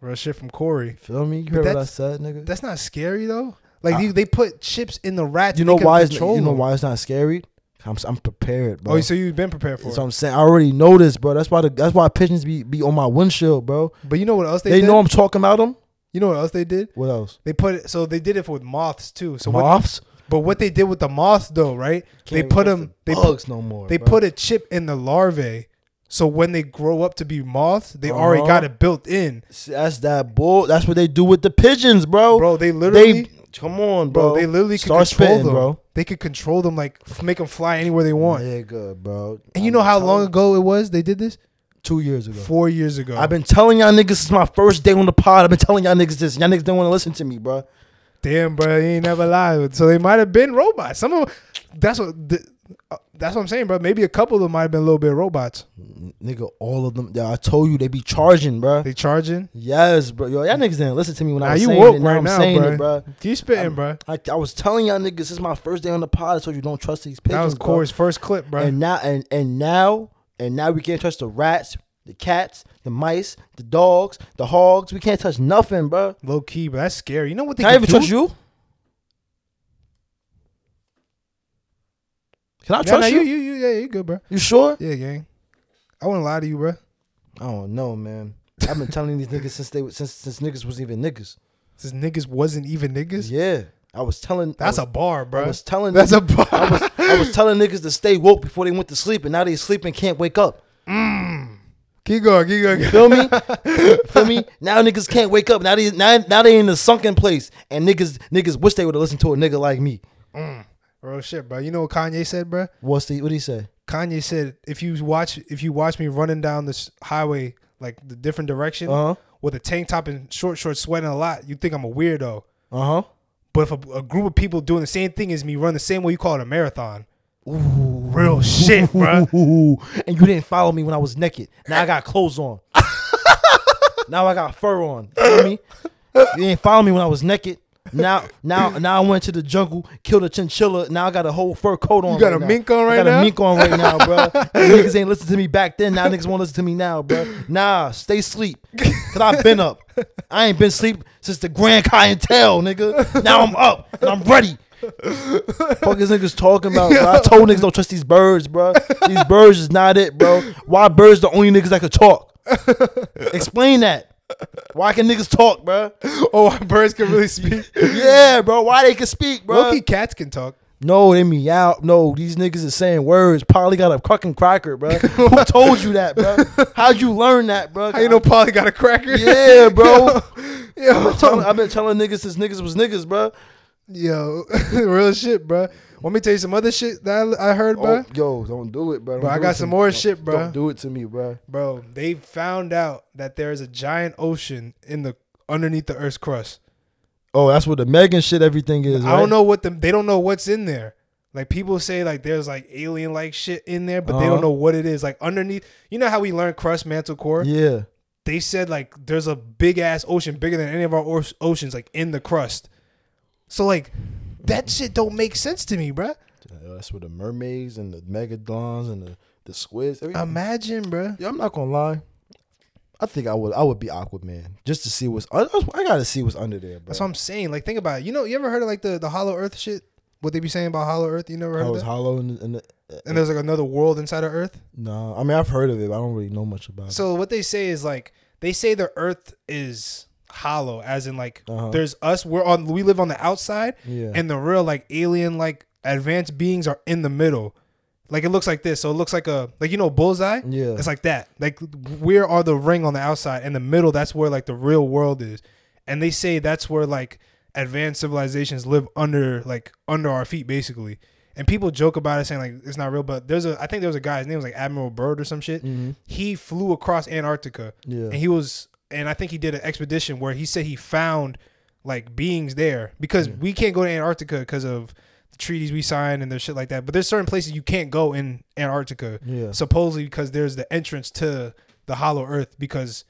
Bro, shit from Corey.
Feel me? You heard what I
that's-
said, nigga.
That's not scary though. Like they, they put chips in the rats.
you
and they
know
can
why? It's,
control
you know
them.
why it's not scary? I'm, s- I'm prepared, bro.
Oh, so you've been prepared for
That's
it.
what I'm saying. I already know this, bro. That's why the that's why pigeons be, be on my windshield, bro.
But you know what else they,
They,
did?
know I'm talking about them.
you know what else they did?
What else?
They put it. So they did it with moths too. So what?
Moths.
But what they did with the moths though, right? they
Can't
put
even
them. They
touch the
put,
bugs no more.
They
bro.
put a chip in the larvae, so when they grow up to be moths, they already
Uh-huh.
got it built in,
See, that's that bull. That's what they do with the pigeons, bro.
bro. They literally,
they come on,
bro,
bro.
they literally could control them. They could control them, like f- make them fly anywhere they want.
Yeah, good, bro.
And you know how long ago it was they did this?
Two years ago.
Four years ago.
I've been telling y'all niggas since my first day on the pod. I've been telling y'all niggas this. Y'all niggas don't want to listen to me, bro.
Damn, bro, you ain't never lied. So they might have been robots. Some of that's what the, uh, that's what I'm saying, bro. Maybe a couple of them might have been a little bit robots.
N- Nigga, all of them. Yeah, I told you they be charging, bro.
They charging.
Yes, bro. Yo, y'all niggas didn't listen to me when I
Nah,
was
you
saying
woke
it. Now
right
I'm
now,
saying
bro.
it, bro.
Keep spitting, bro.
I, I was telling y'all niggas since my first day on the pod. I told you don't trust these pigeons.
That was
bro.
Corey's first clip, bro.
And now and and now and now we can't touch the rats, the cats, the mice, the dogs, the hogs. We can't touch nothing, bro.
Low key, but that's scary. You know what they
Can I
could
even
do?
touch you? Can I
Nah,
trust
nah,
you?
you,
you?
you, you, yeah, you good, bro.
sure?
Yeah, gang. I wouldn't lie to you, bro.
I don't know, man. I've been telling these niggas since they since since niggas was even niggas.
Since niggas wasn't even niggas.
Yeah, I was telling.
That's
I
a bar, bro.
was telling.
That's a
niggas-
bar.
I was I was telling niggas to stay woke before they went to sleep, and now they sleep and can't wake up.
keep going, keep going. keep going.
Feel me? Feel me? Now niggas can't wake up. Now they now, now they in a sunken place, and niggas niggas wish they would have listened to a nigga like me.
Real shit, bro. You know what Kanye said, bro?
What's the what he say?
Kanye said, "If you watch, if you watch me running down this highway like the different direction
Uh-huh.
with a tank top and short shorts, sweating a lot, you think I'm a weirdo.
Uh huh.
But if a, a group of people doing the same thing as me run the same way, you call it a marathon. Ooh, real shit, bro.
Ooh, and you didn't follow me when I was naked. Now I got clothes on. now I got fur on. You feel me? You didn't follow me when I was naked. Now, now, now I went to the jungle, killed a chinchilla. Now I got a whole fur coat on.
You got
right
a
now.
mink on
I
right
got
now?
a mink on right now, bro. niggas ain't listen to me back then. Now niggas won't listen to me now, bro. Nah, stay sleep. Cause I've been up. I ain't been sleep since the Grand Clientele, nigga. Now I'm up and I'm ready. Fuck is niggas talking about? Bro? I told niggas don't trust these birds, bro. These birds is not it, bro. Why birds the only niggas that could talk? Explain that. Why can niggas talk, bro?
Oh, birds can really speak.
Yeah, bro. Why they can speak, bro?
Loki cats can talk.
No, they meow. No, these niggas is saying words. Polly got a fucking cracker, bro. Who told you that, bro? How'd you learn that, bro?
How you know Polly got a cracker?
Yeah, bro.
yo,
Tell- I've been telling niggas since niggas was niggas, bro.
yo, real shit, bro. Want me to tell you some other shit that I, I heard, bro?
Oh, yo, don't do it, bro. Don't
Bro, I
do
got
it to
some
me.
more
Don't-
shit, bro.
Don't do it to me, bro.
Bro, they found out that there is a giant ocean in the underneath the Earth's crust.
Oh, that's what the Megan shit everything is.
I
right?
don't know what the they don't know what's in there. Like people say like there's like alien like shit in there, but they
Uh-huh.
don't know what it is. Like underneath, you know how we learned crust, mantle, core.
Yeah.
They said like there's a big ass ocean bigger than any of our o- oceans, like in the crust. So like that shit don't make sense to me, bruh.
Yeah, That's what the mermaids and the megadons and the, the squids. Every,
Imagine, bruh.
yeah, I'm not gonna lie. I think I would I would be Aquaman just to see what's I, I gotta see what's under there, bro.
That's what I'm saying. Like think about it. You know, you ever heard of like the the hollow Earth shit? What they be saying about hollow Earth? You never heard
I
of
was
that?
hollow in the, in the
and there's like another world inside of Earth.
No, I mean I've heard of it. But I don't really know much about
So what they say is like they say the Earth is hollow, as in like
Uh-huh.
there's us. We're on. We live on the outside,
it. Yeah.
and the real like alien like advanced beings are in the middle. Like it looks like this. So it looks like a like you know bullseye.
yeah.
It's like that. Like where are the ring on the outside and the middle? That's where like the real world is. And they say that's where like advanced civilizations live under like under our feet basically. And people joke about it saying like it's not real, but there's a I think there was a guy his name was like Admiral Byrd or some shit.
Mhm.
He flew across Antarctica and
Yeah.
he was and I think he did an expedition where he said he found like beings there because we can't go to Antarctica because of the treaties we signed and there's shit like that. But there's certain places you can't go in Antarctica
Yeah.
supposedly because there's the entrance to the hollow earth because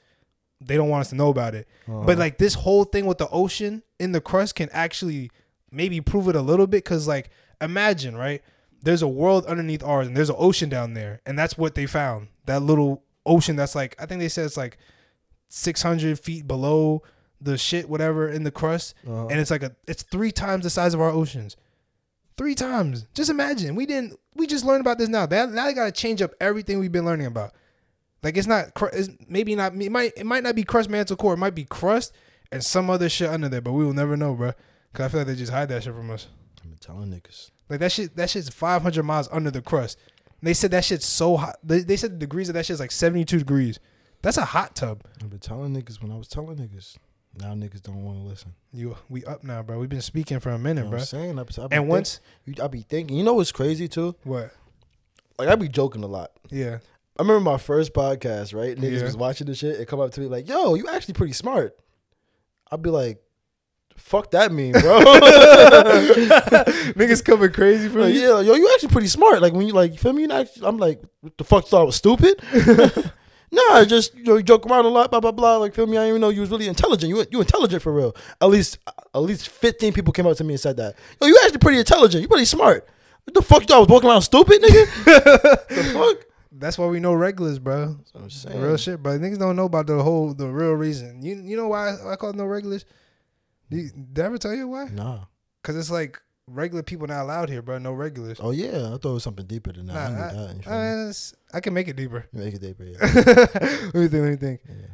they don't want us to know about it. But like this whole thing with the ocean in the crust can actually maybe prove it a little bit because like imagine right there's a world underneath ours and there's an ocean down there and that's what they found that little ocean that's like I think they said it's like 600 feet below the shit whatever in the crust
Uh-huh.
and it's like a it's three times the size of our oceans three times just imagine we didn't we just learned about this now that now they gotta change up everything we've been learning about like it's not cr- it's maybe not it might it might not be crust mantle core it might be crust and some other shit under there but we will never know bro because i feel like they just hide that shit from us
I've been telling niggas.
like that shit that shit's 500 miles under the crust And they said that shit's so hot they, they said the degrees of that shit's like 72 degrees that's a hot tub
I've been telling niggas when I was telling niggas. Now niggas don't want to listen.
you we up now bro we've been speaking for a
You
minute
know
bro
what I'm saying? I, I be
and
think-
once
you- I be thinking, you know what's crazy too?
what
Like I be joking a lot.
yeah
I remember my first podcast, right? Niggas
Yeah.
was watching the shit and come up to me like, "Yo, you actually pretty smart." I'd be like, "Fuck that mean, bro."
niggas coming crazy for
Like,
you
yeah, yo, you actually pretty smart. Like when you like, you feel me? You not, I'm like, what the fuck thought I was stupid? nah, I just you, know, you joke around a lot, blah blah blah. Like feel me? I didn't even know you was really intelligent. You you intelligent for real. At least at least 15 people came up to me and said that. Yo, you actually pretty intelligent. You pretty smart. What the fuck you thought I was walking around stupid, nigga? the fuck?
that's why we know regulars bro
That's what I'm saying.
Real shit, bro. Niggas don't know about the whole the real reason. You you know why I call it no regulars? Do you- Did I ever tell you why?
Nah.
Because it's like regular people not allowed here, bro. No regulars.
Oh yeah, I thought it was something deeper than that. I knew
Nah,
that, you
I,
feel me?
uh, it's- I can make it deeper.
You make it deeper. Yeah.
let me think. Let me think.
yeah.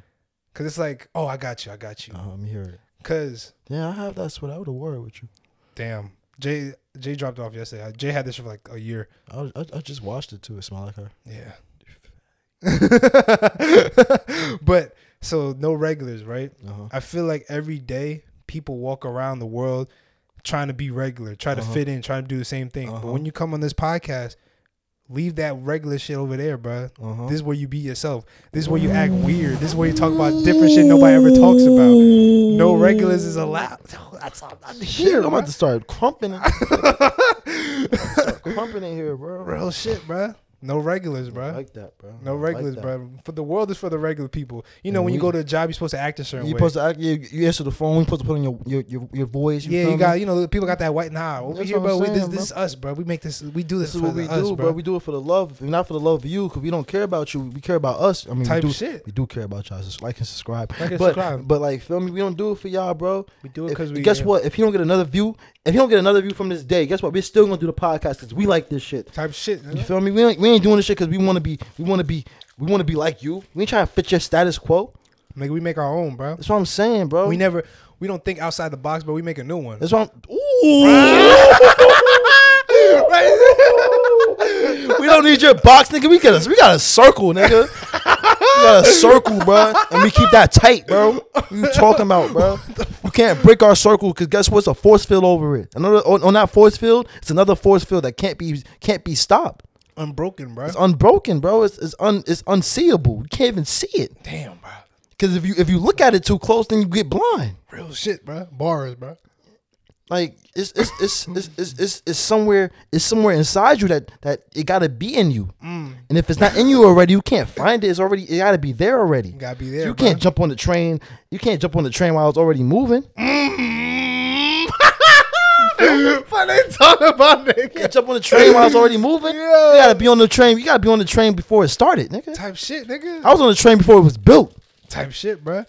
Cause it's like, oh, I got you. I got you.
Uh-huh, I'm here.
Cause
Yeah, I have that sweat. I would have wore it with you.
damn, Jay Jay dropped off yesterday. I- Jay had this for like a year.
I, was- I, I just washed it too. It smelled like her.
Yeah. but so no regulars, right?
Uh-huh.
I feel like every day people walk around the world trying to be regular, try to
Uh-huh.
fit in, trying to do the same thing. But
Uh-huh.
when you come on this podcast, leave that regular shit over there, bruh.
Uh-huh.
This is where you be yourself. This is where you act weird. This is where you talk about different shit nobody ever talks about. No regulars is allowed. That's all I'm
Shit,
here,
I'm about
bruh.
to start crumping. I'm start crumping in here, bro.
Real shit, bruh. No regulars,
I
bruh.
like that, bro.
No
I like
regulars,
that.
bro. For the world is for the regular people. You know,
And
when you
we-
go to a job, you're supposed to act a certain
You
way.
supposed to act, you, you answer the phone. You supposed to put on your your, your, your voice. You
yeah,
feel
you
me?
got you know people got that white nah over
That's
here,
what
bro.
I'm
we, this
saying,
this is us, bro. We make this. We do this,
This is
for
what we
us,
do,
bro.
bro. We do it for the love, not for the love of you, because we don't care about you. We care about us. I mean,
Type
we do,
shit.
We do care about y'all. Just like and subscribe.
Like and
but,
subscribe.
But like, feel me? We don't do it for y'all, bro.
We do it
If-
'cause we-
guess
yeah.
what? If you don't get another view, if you don't get another view from this day, guess what? We're still gonna do the podcast because we like this shit.
type shit.
You
huh?
feel me? We ain't, we ain't doing this shit because we want to be. We want to be. We want to be like you. We ain't trying to fit your status quo.
Like we make our own, bro.
That's what I'm saying, bro.
We never we don't think outside the box, but we make a new one.
That's what I'm. Ooh. we don't need your box, nigga. We got a we got a circle, nigga. We got a circle, bro, and we keep that tight, bro. What you talking about, bro? You can't break our circle because guess what's a force field over it. Another on, on that force field, it's another force field that can't be can't be stopped.
Unbroken, bro.
It's unbroken, bro. It's it's un it's unseeable. You can't even see it
Damn, bro.
because if you if you look at it too close, then you get blind.
Real shit, bro. Bars, bro.
like it's it's it's it's, it's, it's, it's somewhere it's somewhere inside you that that it gotta be in you
Mm.
and if it's not in you already you can't find it it's already it gotta be there already
Gotta be there,
you can't
bruh.
jump on the train you can't jump on the train while it's already moving you
What they talking about, nigga?
can't jump on the train while it's already moving
Yeah.
you gotta be on the train you gotta be on the train before it started nigga
Type shit, nigga.
I was on the train before it was built
Type shit, bro.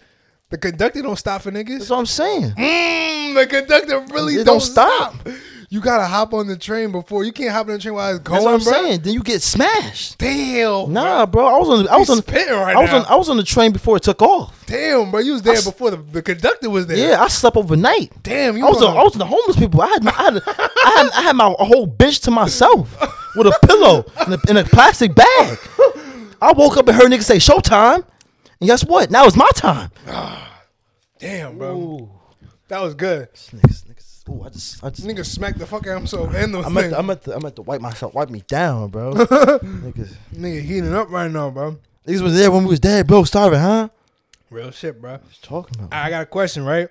The conductor don't stop for niggas.
that's what I'm saying
Mm, the conductor really
It
don't,
don't
stop.
stop.
You gotta hop on the train before you can't hop on the train while it's going,
that's what I'm
bro.
saying then you get smashed
Damn,
Oh, nah bro I was on the, I
You
was on
spitting right
I was
now.
on I was on the train before it took off
damn, bro. You was there
I s-
before the, the conductor was there.
yeah I slept overnight
damn, you
I was,
on
a, I was the homeless people. I had my, I had, I had, I had my whole bench to myself with a pillow and a, and a plastic bag. I woke up and heard niggas say showtime, and guess what? Now it's my time.
damn, bro. That was good.
Niggas, niggas, ooh, I just, I just,
Nigga smacked the fuck out of himself and the
I'm
thing.
at, the, I'm at, the, I'm at the wipe myself, wipe me down, bro. niggas,
Nigga heating up right now, bro.
niggas was there when we was dead, bro, starving, huh?
Real shit, bro.
What you talking about?
I I got a question, right?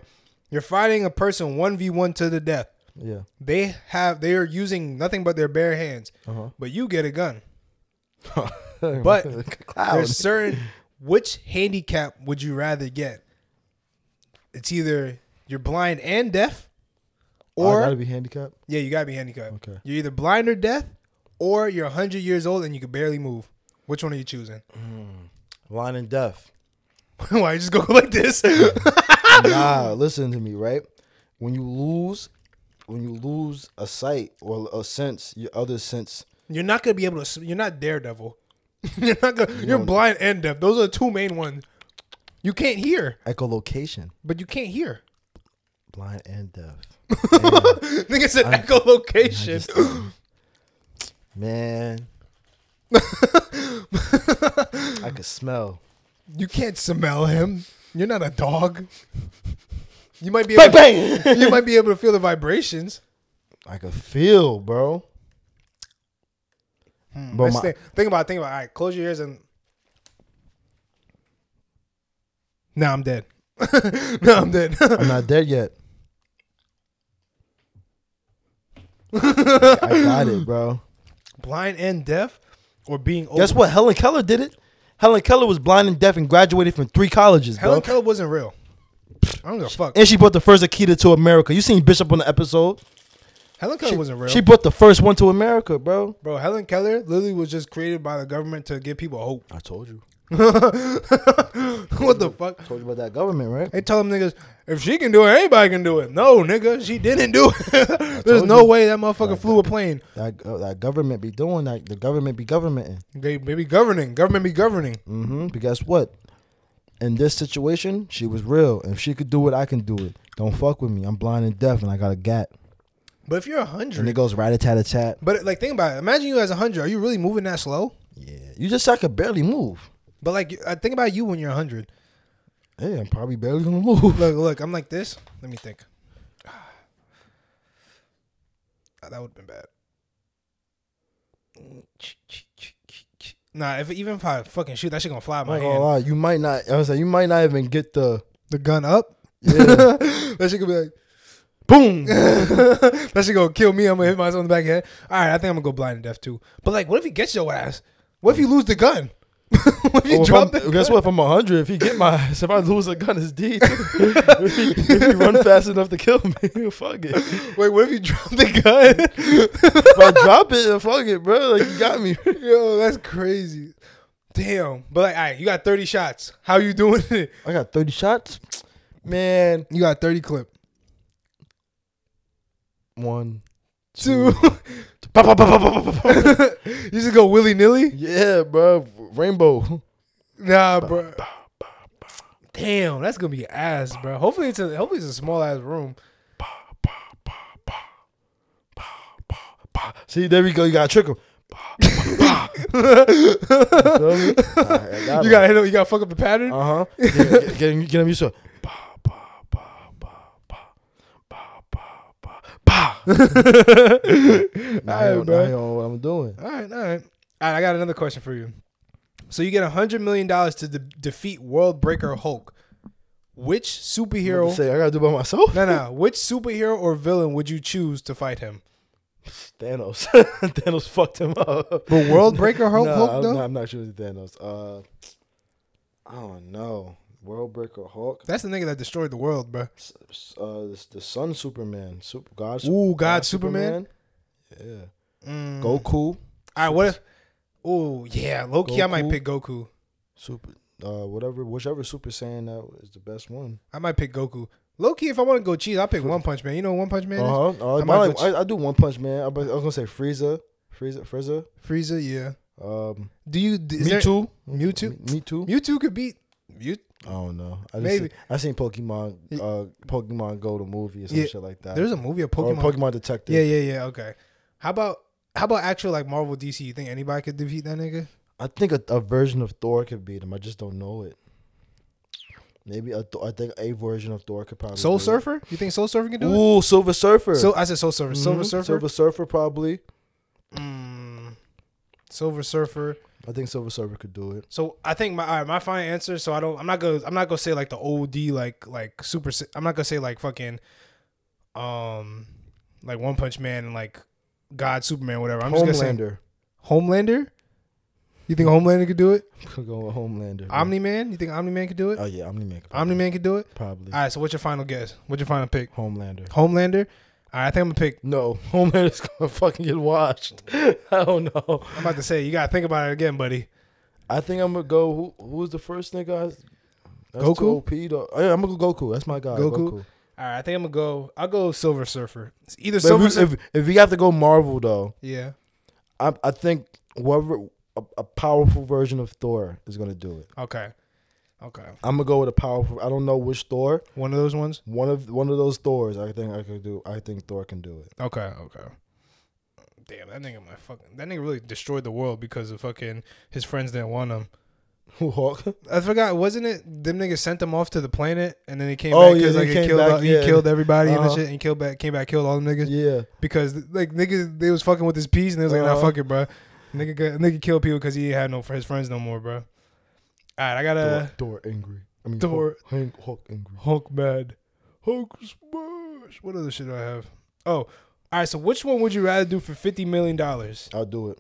You're fighting a person one v one to the death.
yeah,
They have they are using nothing but their bare hands,
Uh-huh.
but you get a gun. But
cloud.
there's certain which handicap would you rather get? It's either you're blind and deaf,
or
or
I gotta be handicapped.
yeah, you gotta be handicapped.
Okay.
You're either blind or deaf, or you're 100 years old and you can barely move. Which one are you choosing?
Blind and deaf.
Why you just go like this?
nah, listen to me, right? When you lose, when you lose a sight or a sense, your other sense,
you're not gonna be able to. s- You're not daredevil. you're not gonna. You are
don't-
blind and deaf. Those are the two main ones. You can't hear,
echolocation,
but you can't hear.
blind and deaf.
Nigga said
I
echolocation.
just, man, I could smell.
You can't smell him. You're not a dog. You might be
Bang
able
bang.
you might be able to feel the vibrations.
I could feel, bro. bro,
Let's
Oh my,
think, think about it, think about it. All right, close your ears and now I'm dead. now I'm dead.
I'm not dead yet. I got it, bro.
Blind and deaf or being old.
Guess what? Helen Keller did it. Helen Keller was blind and deaf and graduated from three colleges, bro.
Helen Keller wasn't real. I don't give a fuck.
And she brought the first Akita to America. You seen Bishop on the episode?
Helen Keller
She,
wasn't real.
she brought the first one to America, bro. Ah.
Bro, Helen Keller literally was just created by the government to give people hope.
I told you.
what the fuck?
Told you about that government, right?
They tell them niggas, if she can do it, anybody can do it. No, nigga, she didn't do it. There's
told
no
you.
way that motherfucker flew a plane.
That uh, that government be doing that. The government be governmenting.
They, they be governing. Government be governing.
Mm-hmm. But guess what? In this situation, she was real. If she could do it, I can do it. Don't fuck with me. I'm blind and deaf, and I got a gat.
But if you're a
And it
hundred,
goes rat a tat a tat.
but like think about it. Imagine you as a hundred. Are you really moving that slow?
Yeah, you just I could barely move.
But like, I think about you when you're a hundred.
Yeah, I'm probably barely gonna move.
Look, look, I'm like this. Let me think. Ah, that would have been bad.
Mm,
Nah, if even if I fucking shoot, that shit gonna fly out
I'm
my
not gonna
hand.
lie, you might not. I was like, you might not even get the.
The gun up.
Yeah,
that shit gonna be like, boom. that shit gonna kill me. I'm gonna hit myself in the back of the head. All right, I think I'm gonna go blind and deaf too. But like, what if he gets your ass? What if you lose the gun? what if you
Well, Oh, if
drop
I'm-
the gun?
guess what? If I'm 100, if he get my, ass, if I lose a gun, it's D. if, he, if he run fast enough to kill me, fuck it.
Wait, what if you drop the gun?
If I drop it, fuck it, bro. Like you got me.
Yo, that's crazy. Damn. But like, all right, you got 30 shots. How you doing it?
I got 30 shots. Man,
You got 30 clip.
one,
Two.
Ba, ba, ba, ba, ba, ba, ba.
you just go willy nilly?
yeah, bro. Rainbow.
Nah, bro. Damn, that's gonna be ass, bro. Hopefully it's a hopefully it's a small ass room.
See, there we go. You gotta trick him. you
You gotta hit him, you gotta fuck up the pattern.
Uh huh. Get, get, him- get him used to. it. Ba, ba, ba, ba, ba, ba, ba, ba, ba. Now
Alright, bro.
you now you know what I'm doing.
All right, all right. All right, I got another question for you. So you get a hundred million dollars to de- defeat World Breaker Hulk. Which superhero?
Say, I gotta do it by myself.
No, no. Which superhero or villain would you choose to fight him?
Thanos. Thanos fucked him up.
But World Breaker Hulk,
no,
Hulk
I'm,
though.
Not, I'm not sure it's Thanos. Uh, I don't know. Worldbreaker Hulk.
That's the nigga that destroyed the world, bro.
S- s- Uh, the, the Sun Superman. Super God.
Ooh, God, Superman.
Superman.
Mm.
Yeah. Goku.
All right, what if? Ooh, yeah, low key, I might
Goku.
pick Goku.
Super. Uh, whatever, whichever Super Saiyan that is the best one.
I might pick Goku. Low key, if I want to go cheat, I'll pick One Punch Man. You know One Punch Man?
Uh huh.
I
Uh,
might
I, like,
go ch-
I, I do One Punch Man. I, was- I was gonna say Frieza, Frieza, Frieza.
is? Frieza, yeah.
Um,
Do you? d- Is
me
there-
too.
Mewtwo.
Me, me too.
Mewtwo could beat. Mew,
I don't know. I just
Maybe.
Seen, I seen Pokemon, uh, Pokemon Go the movie or some
Yeah,
shit like that.
there's a movie of
Pokemon,
Pokemon.
or Pokemon Detective.
Yeah, yeah, yeah. Okay. How about how about actual like Marvel DC? You think anybody could defeat that nigga?
I think a, a version of Thor could beat him. I just don't know it. Maybe a Thor- I think a version of Thor could probably
Soul
do it.
Surfer? You think Soul Surfer can do it?
Mm-hmm. Ooh, Silver Surfer.
So I said Soul Surfer. Silver
Mhm.
Surfer.
Silver Surfer probably.
Mm, Silver Surfer.
I think Silver Surfer could do it.
So I think my all right, my final answer. So I don't. I'm not gonna. I'm not gonna say like the old D like like super. Sa- I'm not gonna say like fucking, um, like One Punch Man and like God Superman whatever. I'm just gonna say
Homelander.
Homelander. You think Homelander could do it?
Could go with Homelander. bro.
Omni Man. You think Omni Man could do it?
Oh yeah, Omni Man.
Omni Man could do it.
probably
All right. So what's your final guess? What's your final pick?
Homelander.
Homelander. All right. I think I'm gonna pick.
No, Homelander's gonna fucking get washed. I don't know.
I'm about to say you gotta think about it again, buddy.
I think I'm gonna go. Who who was the first nigga? I, that's
Goku?
too OP though. Oh, yeah, I'm gonna go Goku. That's my guy.
Goku?
Goku.
All right. I think I'm gonna go. I'll go Silver Surfer. It's either
But if,
Silver.
we,
Surfer.
if, if we have to go Marvel though,
Yeah.
I I think whoever a, a powerful version of Thor is gonna do it.
Okay. Okay.
I'm gonna go with a powerful. I don't know which Thor.
One of those ones.
One of one of those Thors. I think I could do. I think Thor can do it.
Okay, okay. Damn, that nigga, my fucking, that nigga really destroyed the world because of fucking his friends didn't want him.
Who Hulk?
I forgot, wasn't it? Them niggas sent him off to the planet, and then he came
Oh,
back
yeah,
because
he
like he
came
killed,
back,
all- he
yeah.
killed everybody and
Uh-huh.
the shit, and he killed back, came back, killed all them niggas
Yeah.
because like niggas, they was fucking with his peace, and they was like, nah,
Uh-huh.
fuck it, bro. Nigga, got- nigga killed people because he ain't had no for his friends no more, bro. All right, I gotta
Thor, Thor angry. I mean
Thor-
Hulk, Hank- Hulk angry.
Hulk mad, Hulk smash. What other shit do I have? Oh, all right. So which one would you rather do for fifty million dollars?
I'll do it.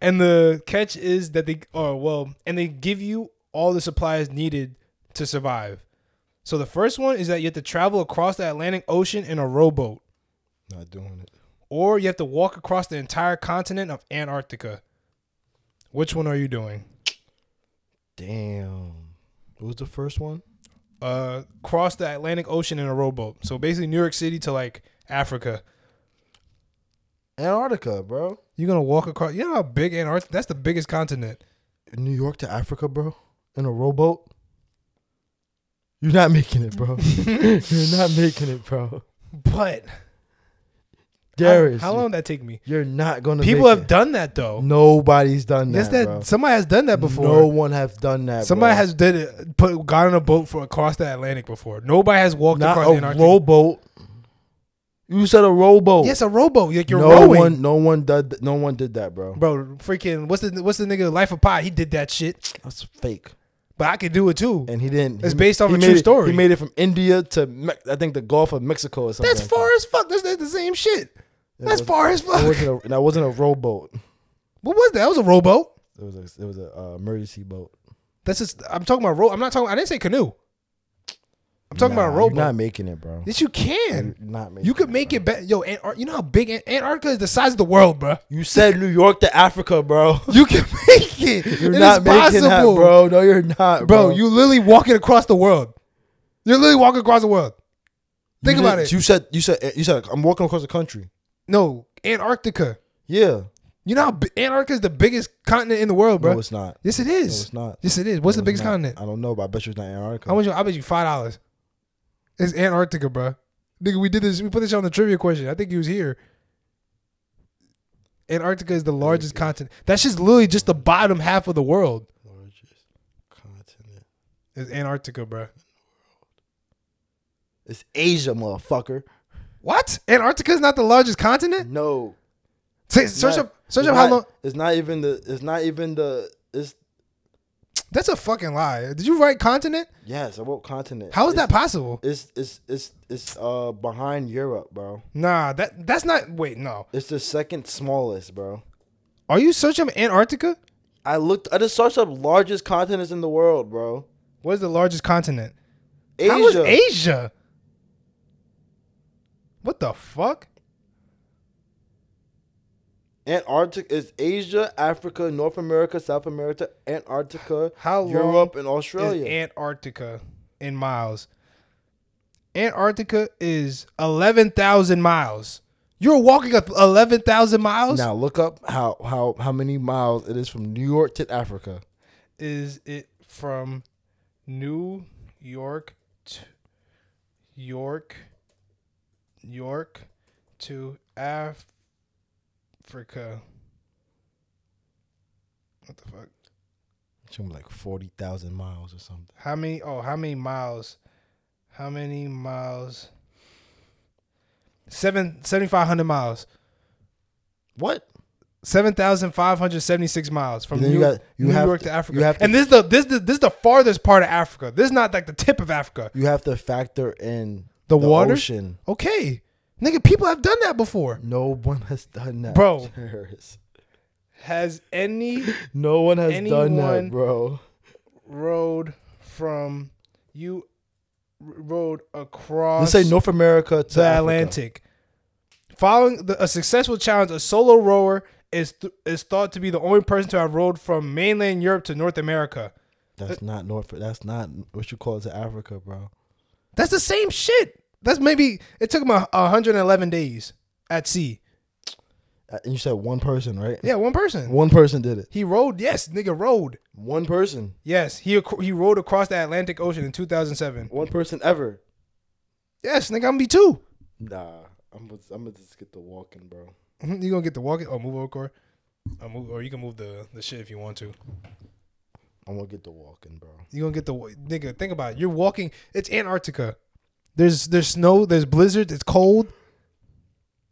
and the catch is that they or well and they give you all the supplies needed to survive so the first one is that you have to travel across the atlantic ocean in a rowboat
Not doing it.
or you have to walk across the entire continent of antarctica which one are you doing
Damn. What was the first one?
Uh, crossed the Atlantic Ocean in a rowboat. So basically, New York City to like Africa.
Antarctica, bro.
You're gonna walk across. You know how big Antarctica? That's the biggest continent.
New York to Africa, bro. In a rowboat. You're not making it, bro. You're not making it, bro.
But
Darius,
how, how long did that take me?
You're not gonna.
People
make
have
it.
done that though.
Nobody's done that.
Yes, that
bro.
somebody has done that before.
No one has done that.
Somebody
bro.
has did it, put got on a boat for across the Atlantic before. Nobody has walked
not
across
a
the Antarctic.
rowboat. You said a rowboat.
Yes, a rowboat. Like you're
no
rowing,
one, no one did, no one did that, bro.
bro. Freaking what's the what's the nigga Life of Pi? He did that shit,
That's fake.
but I could do it too.
And he didn't.
It's
he-
based off
he
a
made
true
it-
story.
He made it from India to Me- I think the Gulf of Mexico or something.
That's
like
far
that.
as fuck. That's, that's the same shit.
It
That's
was-
far as fuck.
It wasn't a, that wasn't a rowboat.
what was that? That was a rowboat.
It was a, it was a uh, emergency boat.
That's just. I'm talking about row. I'm not talking. I didn't say canoe. I'm talking
Nah,
about a
you're
rowboat.
Not making it, bro.
yes, you
You're
can.
not making
You could
it,
make
bro.
it better. Yo, Antar- you know how big Ant- Antarctica is? The size of the world, bro.
You said New York to Africa, bro.
You can make it.
You're
It
not
is
making that,
possible.
bro. No, you're not,
bro,
bro.
you literally walking across the world. You're literally walking across the world. Think
You
about
did-
it.
You said you said eh, you said I'm walking across the country.
no, Antarctica.
Yeah,
You know how bi- Antarctica is the biggest continent in the world, bro.
no, it's not.
yes, it
No,
is.
it's not.
yes, it is. What's the
No, it's
biggest
not.
continent?
I don't know, but I bet you it's not Antarctica.
I want you. I bet you five dollars. It's Antarctica, bro. Nigga, we did this. We put this on the trivia question. I think he was here. Antarctica is the largest continent. That's just literally just the bottom half of the world.
Largest continent.
Is Antarctica, bro?
It's Asia, motherfucker.
What? Antarctica is not the largest continent.
No.
Say- Search
not-
up. Search
it's
up how
not-
long.
It's not even the. It's not even the. It's
That's a fucking lie. Did you write continent?
yes. I wrote continent.
How is
It's-
that possible?
It's it's it's it's uh behind Europe, bro.
Nah, that that's not. Wait, no.
It's the second smallest, bro.
Are you searching Antarctica?
I looked. I just searched up largest continents in the world, bro.
What is the largest continent?
Asia.
How is Asia? What the fuck?
Antarctica is Asia, Africa, North America, South America, Antarctica,
How long
Europe, and
Is
Australia.
Antarctica in miles. Antarctica is eleven thousand miles. You're walking up eleven thousand miles.
now look up how how how many miles it is from New York to Africa.
Is it from New York to York, York to Africa? What the fuck?
It's gonna be like forty thousand miles or something.
How many? Oh, how many miles? How many miles? Seven seventy five hundred miles.
What?
Seven thousand five hundred seventy six miles from
Then
New,
you got- you
New
have
York
to-
to, Africa.
you have to-
and this is the this is the, this is the farthest part of Africa. This is not like the tip of Africa.
You have to factor in
The water?
ocean.
Okay, nigga, people have done that before.
No one has done that,
Bro.
Terrence.
Has any
No one has done
Anyone-
that, bro.
road from you road across?
Let's say North America to
the
Africa.
Atlantic. Following the, a successful challenge, a solo rower is th- is thought to be the only person to have rowed from mainland Europe to North America.
That's not North. That's not what you call it to Africa, bro.
That's the same shit. That's maybe it took him a, 111 days at sea.
Uh, And you said one person, right?
Yeah, one person.
One person did it.
He rowed. Yes, nigga rowed.
One person.
Yes, he ac- he rowed across the Atlantic Ocean in 2007.
One person ever.
Yes, nigga, I'm gonna be two.
Nah, I'm gonna, I'm gonna just get the walking, bro.
Mhm, You gonna get the walk? Oh, move over, Corey. Or move, or you can move the, the shit if you want to.
I'm gonna get the walking, bro.
You're gonna get the nigga. Think about it. You're walking. It's Antarctica. There's there's snow. There's blizzards. It's cold.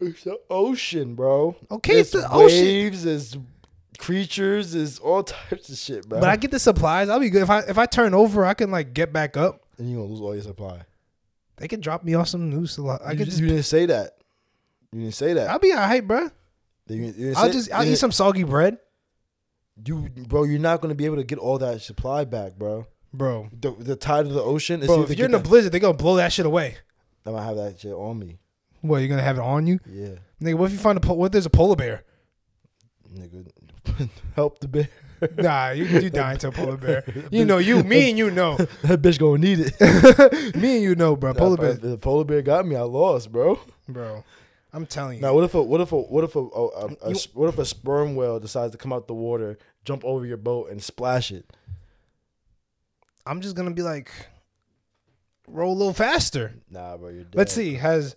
It's the ocean, bro.
Okay, it's
There's
the ocean.
Waves is creatures is all types of shit, bro.
But I get the supplies. I'll be good. If I if I turn over, I can like get back up.
and you gonna lose all your supply.
They can drop me off some new supplies. I
you,
can
just-
just.
you didn't say that. You didn't say that.
I'll be alright, bro.
You didn't- you didn't
I'll
say-
just
you
I'll eat
didn't-
some soggy bread,
You, bro, you're not gonna be able to get all that supply back, bro.
bro.
The, the tide of the ocean. It's
Bro,
either
if you're in
get
a blizzard, they gonna blow that shit away.
that- I'm gonna have that shit on me.
What you gonna have it on you,
Yeah,
nigga? What if you find a po- what? If there's a polar bear.
nigga, help the bear.
Nah, you you dying to a polar bear. You know you, me and you know,
that bitch gonna need it.
me and you know, bro. Polar bear,
The polar bear got me. I lost, bro.
bro. I'm telling
Now
you,
what if a what if a what if a, a, a, a s- what if a sperm whale decides to come out the water, jump over your boat, and splash it?
I'm just gonna be like, roll a little faster.
Nah, bro, you're dead.
Let's see. Has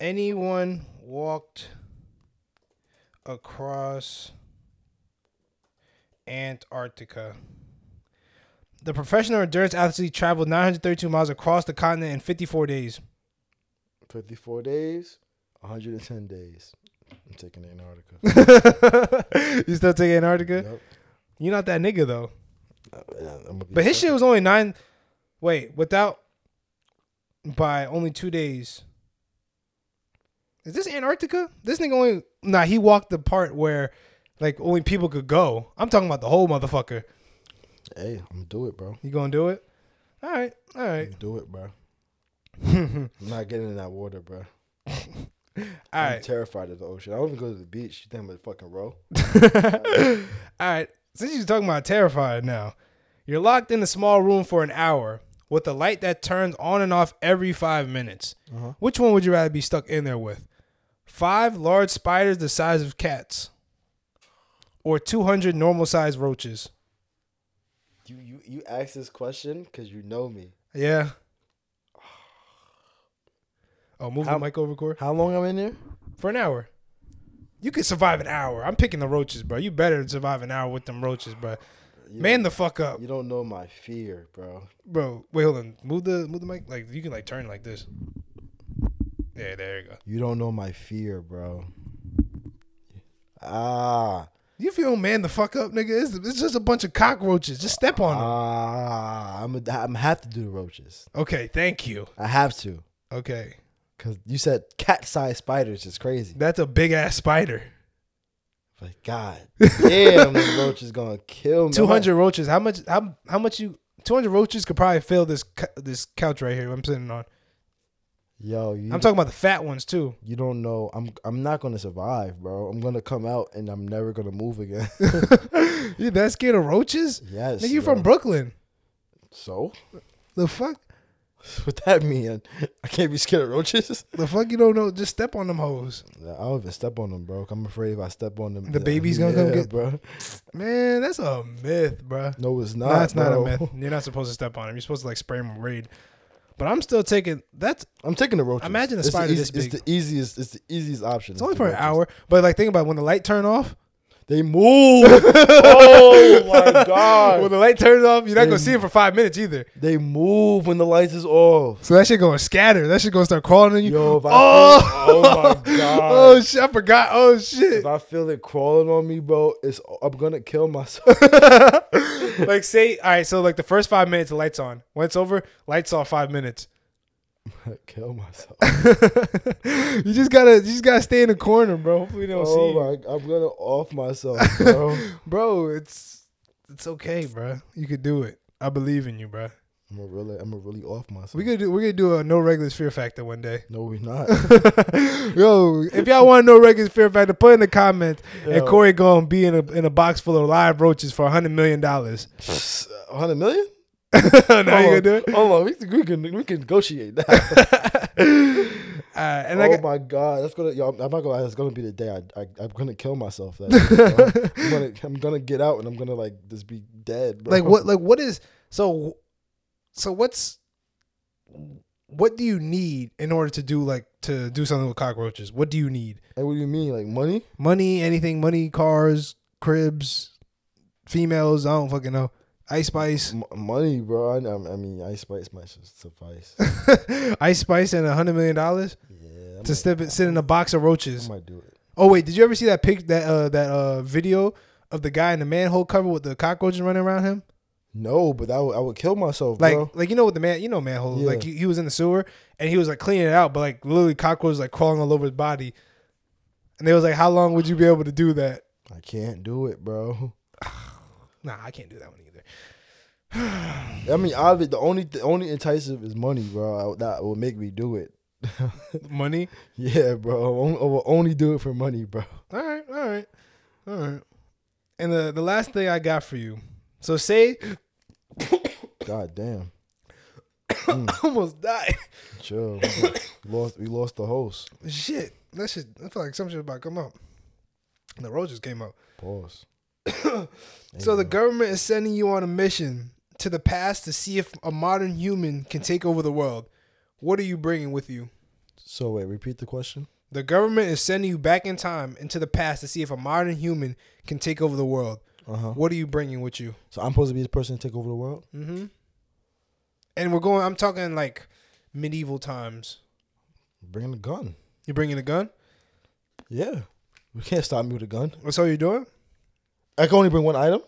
anyone walked across Antarctica? The professional endurance athlete traveled 932 miles across the continent in 54 days.
Fifty four days, one hundred and ten days. I'm taking Antarctica.
you still taking Antarctica?
Nope.
You're not that nigga though.
Uh, Yeah, I'm gonna be
But his
stuck.
shit was only nine. Wait, without by only two days. Is this Antarctica? This nigga only. Nah, he walked the part where like only people could go. I'm talking about the whole motherfucker.
Hey, I'm gonna do it, bro.
You gonna do it? All right, all
I'm
right,
gonna do it, bro. I'm not getting in that water, bro.
all
I'm
right,
terrified of the ocean. I don't even go to the beach. You think I'm gonna fucking row?
all right. Since you're talking about terrified now, you're locked in a small room for an hour with a light that turns on and off every five minutes. Which one would you rather be stuck in there with? Five large spiders the size of cats, or 200 normal sized roaches?
You you you ask this question because you know me.
Yeah. Oh, move
How-
the mic over, Corey.
How long I'm in there?
For an hour. You could survive an hour. I'm picking the roaches, bro. You better survive an hour with them roaches, bro.
You
Man the fuck up,
You don't know my fear, bro.
bro. Wait, hold on. Move the move the mic. Like you can like turn like this. Yeah, there you go.
You don't know my fear, bro. Ah,
You feel man the fuck up, nigga? It's, it's just a bunch of cockroaches. Just step on them.
ah. I'm a, I'm have to do the roaches.
Okay, thank you.
I have to,
Okay,
cause you said cat-sized spiders is crazy.
that's a big ass spider.
But God, damn, the roach is gonna kill me.
Two hundred roaches. How much? How how much you? Two hundred roaches could probably fill this cou- this couch right here. I'm sitting on.
Yo, you,
I'm talking about the fat ones too.
you don't know. I'm I'm not gonna survive, bro. I'm gonna come out and I'm never gonna move again.
You that scared of roaches?
yes.
Nigga, you
bro.
from Brooklyn?
So
The fuck?
what that mean? I can't be scared of roaches.
The fuck you don't know? Just step on them hoes,
I don't even step on them, bro. I'm afraid if I step on them,
The baby's gonna come get-
bro.
man. That's a myth, bruh.
No, it's not.
Nah, it's not a
bro.
myth. You're not supposed to step on them. You're supposed to like spray them with raid. But I'm still taking that's
I'm taking the roaches.
Imagine a
It's the
spider
easy-
this big.
It's the easiest. It's the easiest option.
it's only for an hour. But like think about it, when the light turned off.
They move. oh my
When
god.
the light turns off, you're not gonna see it for five minutes either.
They move when the lights is off.
So that shit gonna scatter. That shit gonna start crawling on you.
Yo, if I
oh,
feel- oh my God.
oh shit! I forgot. Oh shit!
If I feel it crawling on me, bro, it's I'm gonna kill myself.
like say, all right. So like the first five minutes, the lights on. When it's over, lights off. Five minutes.
kill myself.
you just gotta, you just gotta stay in the corner, bro. Hopefully they don't
Oh
see you,
my! I'm gonna off myself, bro. I'm
bro. It's, it's okay, bro. You could do it. I believe in you, bro.
gonna really, I'm gonna really off myself.
We could do, we're gonna do a no regulars fear factor one day.
no, we're not.
Yo, if y'all want to know regulars fear factor, put in the comments.
Yo.
And Corey gonna be in a in a box full of live roaches for hundred million dollars.
100 million?
now you
hold
gonna
on,
do it?
Hold on, we can we can, we can negotiate that.
All right, and
oh
like,
my god, that's gonna yo, I'm not gonna lie, that's gonna be the day I, I I'm gonna kill myself. That day, bro. I'm, gonna, I'm gonna get out and I'm gonna like just be dead. Bro.
like what like what is so so what's what do you need in order to do like to do something with cockroaches what do you need
Like, what do you mean? Like money?
money anything money cars cribs females i don't fucking know ice spice
M- money, bro. I, I mean, ice spice might su- suffice.
ice spice and a hundred million dollars
yeah, I
to
might,
step it, sit in a box of
I
roaches
might do it.
oh wait did you ever see that pic that uh that uh video of the guy in the manhole cover with the cockroaches running around him
No, but I would, I would kill myself,
Like,
bro.
like you know what the man, you know manhole.
Yeah.
Like he, he was in the sewer and he was like cleaning it out, but like literally cockroaches like crawling all over his body. And they was like, "How long would you be able to do that?"
I can't do it, bro.
Nah, I can't do that one either.
I mean, obvi- the only the only enticement is money, bro. I, that will make me do it.
Money.
oh, Yeah, bro. I will only do it for money, bro.
All right, all right, all right. And the, the last thing I got for you. So say
God damn.
I almost died.
Chill. We lost we lost the host.
Shit. That shit I feel like some shit about to come up. The road just came up.
Pause.
So the government is sending you on a mission to the past to see if a modern human can take over the world. What are you bringing with you?
So wait, repeat the question.
The government is sending you back in time into the past to see if a modern human can take over the world.
Uh-huh.
What are you bringing with you?
So I'm supposed to be the person to take over the world?
Mm-hmm. And we're going. I'm talking like medieval times.
Bringing a gun.
You bringing a gun?
Yeah. You can't stop me with a gun.
That's all you're doing.
I can only bring one item.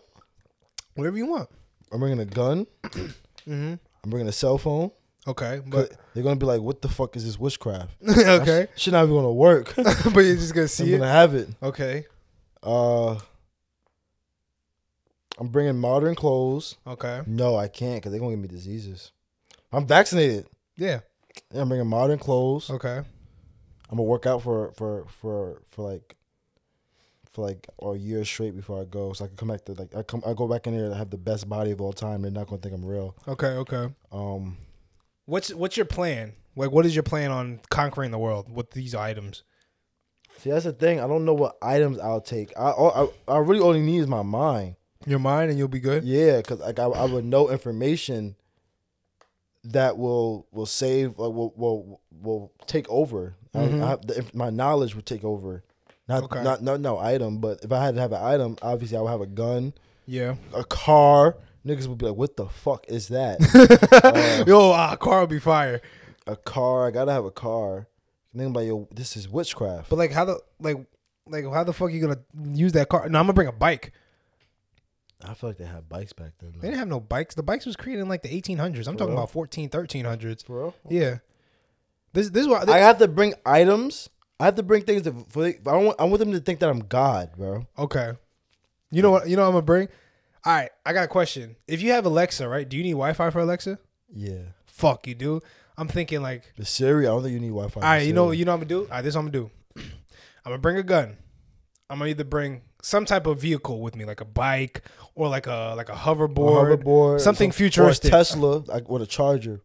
Whatever you want.
I'm bringing a gun.
Mm-hmm.
I'm bringing a cell phone.
Okay, but
But they're gonna be like, "What the fuck is this witchcraft?"
okay,
That sh- shit not even gonna work. I'm
but you're just gonna see
gonna
it.
have it.
Okay,
Uh, I'm bringing modern clothes.
okay,
No, I can't because they're gonna give me diseases. I'm vaccinated.
yeah,
Yeah, I'm bringing modern clothes.
okay.
I'm gonna work out for for for for like for like a year straight before I go, so I can come back to like I come I go back in here and have the best body of all time. They're not gonna think I'm real.
Okay, okay.
Um,
What's what's your plan? Like, what is your plan on conquering the world with these items?
see, that's the thing. I don't know what items I'll take. I I, I really only need is my mind.
Your mind, and you'll be good.
Yeah, because like I, I would know information that will will save like will will, will take over. I- I, have the, if my knowledge would take over. Not
Okay.
not not no item, but if I had to have an item, obviously I would have a gun,
Yeah.
a car. Niggas would be like, "What the fuck is that?"
Yo, uh, car will be fire.
a car. I gotta have a car. Nigga be like, "Yo, this is witchcraft."
But like, how the like like how the fuck you gonna use that car? No, I'm gonna bring a bike.
I feel like they had bikes back then.
They didn't have no bikes. The bikes was created in like the 1800s. I'm talking about 14, 1300s.
For real?
Yeah. This this why
I have to bring items. I have to bring things that for, I don't want, I want them to think that I'm God, bro.
okay. You know what? You know what I'm gonna bring. All right, I got a question. If you have Alexa, right? Do you need Wi-Fi for Alexa?
Yeah.
Fuck, you do. I'm thinking like,
The Siri, I don't think you need Wi Fi.
all right, you know, you know, what I'm gonna do. All right, this is what I'm gonna do. I'm gonna bring a gun. I'm gonna either bring some type of vehicle with me, like a bike or like a like a hoverboard,
hoverboard, or
something
some-
futuristic.
or a Tesla, like with a charger.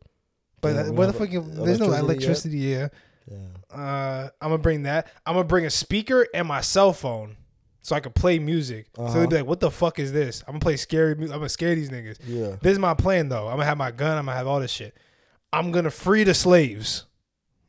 But
Yeah,
uh,
we
where the
don't
fuck?
have
You,
e-
there's no electricity
electricity
here.
Yeah.
Uh, I'm gonna bring that. I'm gonna bring a speaker and my cell phone, so I can play music. So
Uh-huh.
they'd be like, "What the fuck is this?" I'm gonna play scary. mu- I'm gonna scare these niggas.
Yeah.
This is my plan though. I'm gonna have my gun. I'm gonna have all this shit. I'm gonna free the slaves,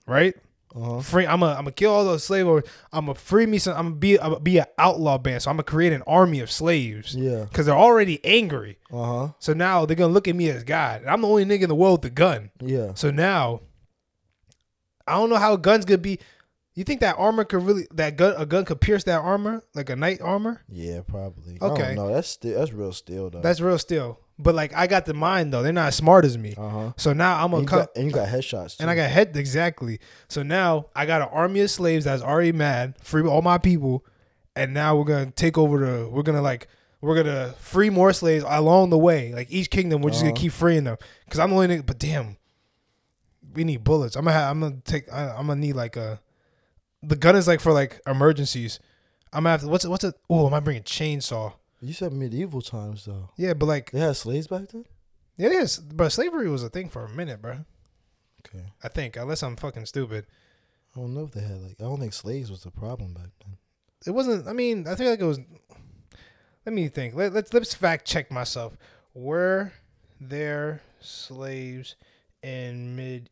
right?
Uh-huh.
Free. I'm gonna I'm gonna kill all those slave owners. I'm gonna free me some. I'm gonna be I'm gonna be an outlaw band. So I'm gonna create an army of slaves.
Yeah.
Cause they're already angry.
Uh huh.
So now they're gonna look at me as God. And I'm the only nigga in the world with a gun.
Yeah.
So now, I don't know how a gun's gonna be. You think that armor could really that gun a gun could pierce that armor like a knight armor?
Yeah, probably.
Okay.
No, that's still that's real steel though.
That's real still. But like I got the mind though. They're not as smart as me.
uh huh.
So now I'm
And,
gonna
you
come
got- and you got headshots. Too.
and I got head exactly. So now I got an army of slaves that's already mad, free all my people, and now we're gonna take over the. We're gonna like we're gonna free more slaves along the way. Like each kingdom, we're just
Uh-huh.
gonna keep freeing them. Cause I'm the only nigga. But damn, we need bullets. I'm gonna have, I'm gonna take. I, I'm gonna need like a. The gun is like for like emergencies. I'm gonna have to. What's it? What's it? Oh, am I bringing chainsaw?
You said medieval times though.
Yeah, but like
They had slaves back then.
it is. But slavery was a thing for a minute, bro.
Okay.
I think unless I'm fucking stupid.
I don't know if they had like. I don't think slaves was the problem back then.
it wasn't. I mean, I think like it was. Let me think. Let, let's let's fact check myself. Were there slaves in mid?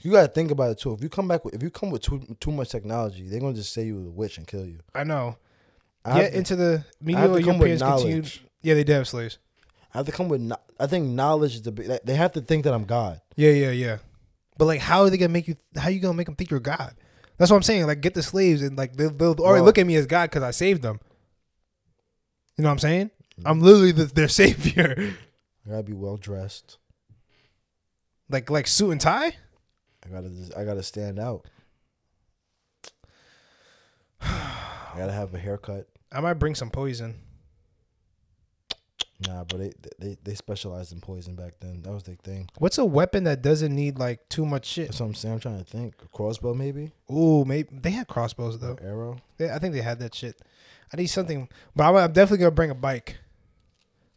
You gotta think about it too. If you come back with, if you come with too too much technology, they're gonna just say you was a witch and kill you.
I know.
I
yeah,
have, to,
into the
I have
medieval
to come with
Europeans continued.
knowledge.
Yeah, they did have slaves.
I have to come with. kno- I think knowledge is the. big- They have to think that I'm God.
Yeah, yeah, yeah. But like, how are they gonna make you? How you gonna make them think you're God? That's what I'm saying. Like, get the slaves and like they'll, they'll already
Well-
look at me as God because I saved them. You know what I'm saying?
Mm.
I'm literally the, their savior.
I gotta be well dressed.
like like suit and tie.
I gotta I gotta stand out. I gotta have a haircut.
I might bring some poison.
Nah, but they, they they specialized in poison back then. That was their thing.
What's a weapon that doesn't need like too much shit?
That's what I'm saying. I'm trying to think. A crossbow, maybe?
Ooh, maybe they had crossbows though.
Arrow?
They, I think they had that shit. I need something, but I'm, I'm definitely gonna bring a bike,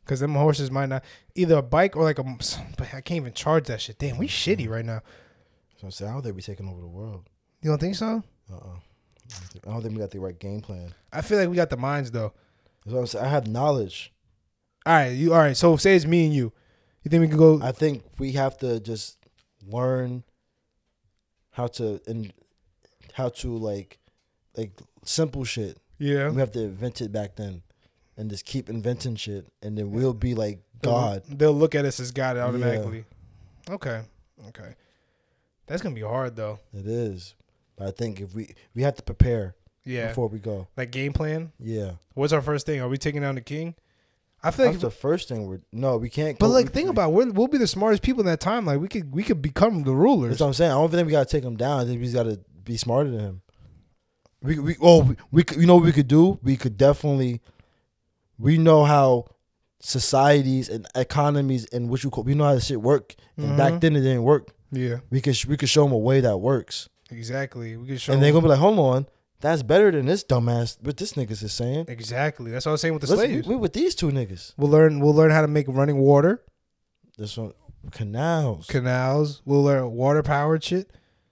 cause them horses might not either a bike or like a. But I can't even charge that shit. Damn, we
Mm-hmm.
shitty right now.
So I'm saying. I don't think we taking over the world.
You don't think so?
Uh uh I don't think we got the right game plan.
I feel like we got the minds though.
That's what I'm saying. I have knowledge.
All right, you all right? So say it's me and you. You think we could go?
I think we have to just learn how to and how to like like simple shit.
yeah.
We have to invent it back then, and just keep inventing shit, and then we'll be like
Mm-hmm.
God.
They'll, they'll look at us as God automatically. Okay. Okay. That's gonna be hard though.
It is. But I think if we we have to prepare
Yeah.
before we go.
Like game plan.
Yeah,
What's our first thing? Are we taking down the king? I feel like,
that's the first thing we're. No, we can't.
but
go-
like,
we-
think about it. we're, we'll be the smartest people in that time. Like we could we could become the rulers.
That's what I'm saying. I don't think we gotta take him down. I think we just gotta be smarter than him. We we oh we, we could- you know what we could do? We could definitely. We know how societies and economies and what you call we know how this shit work. And
Mhm.
back then it didn't work.
Yeah,
We could sh- we could show them a way that works,
exactly. We could show
and they're gonna be like, hold on, that's better than this dumbass. What this niggas is saying.
exactly. That's what I was saying with the
Let's-
slaves.
we with these two niggas.
We'll learn. We'll learn how to make running water
This one canals.
canals. We'll learn water powered shit.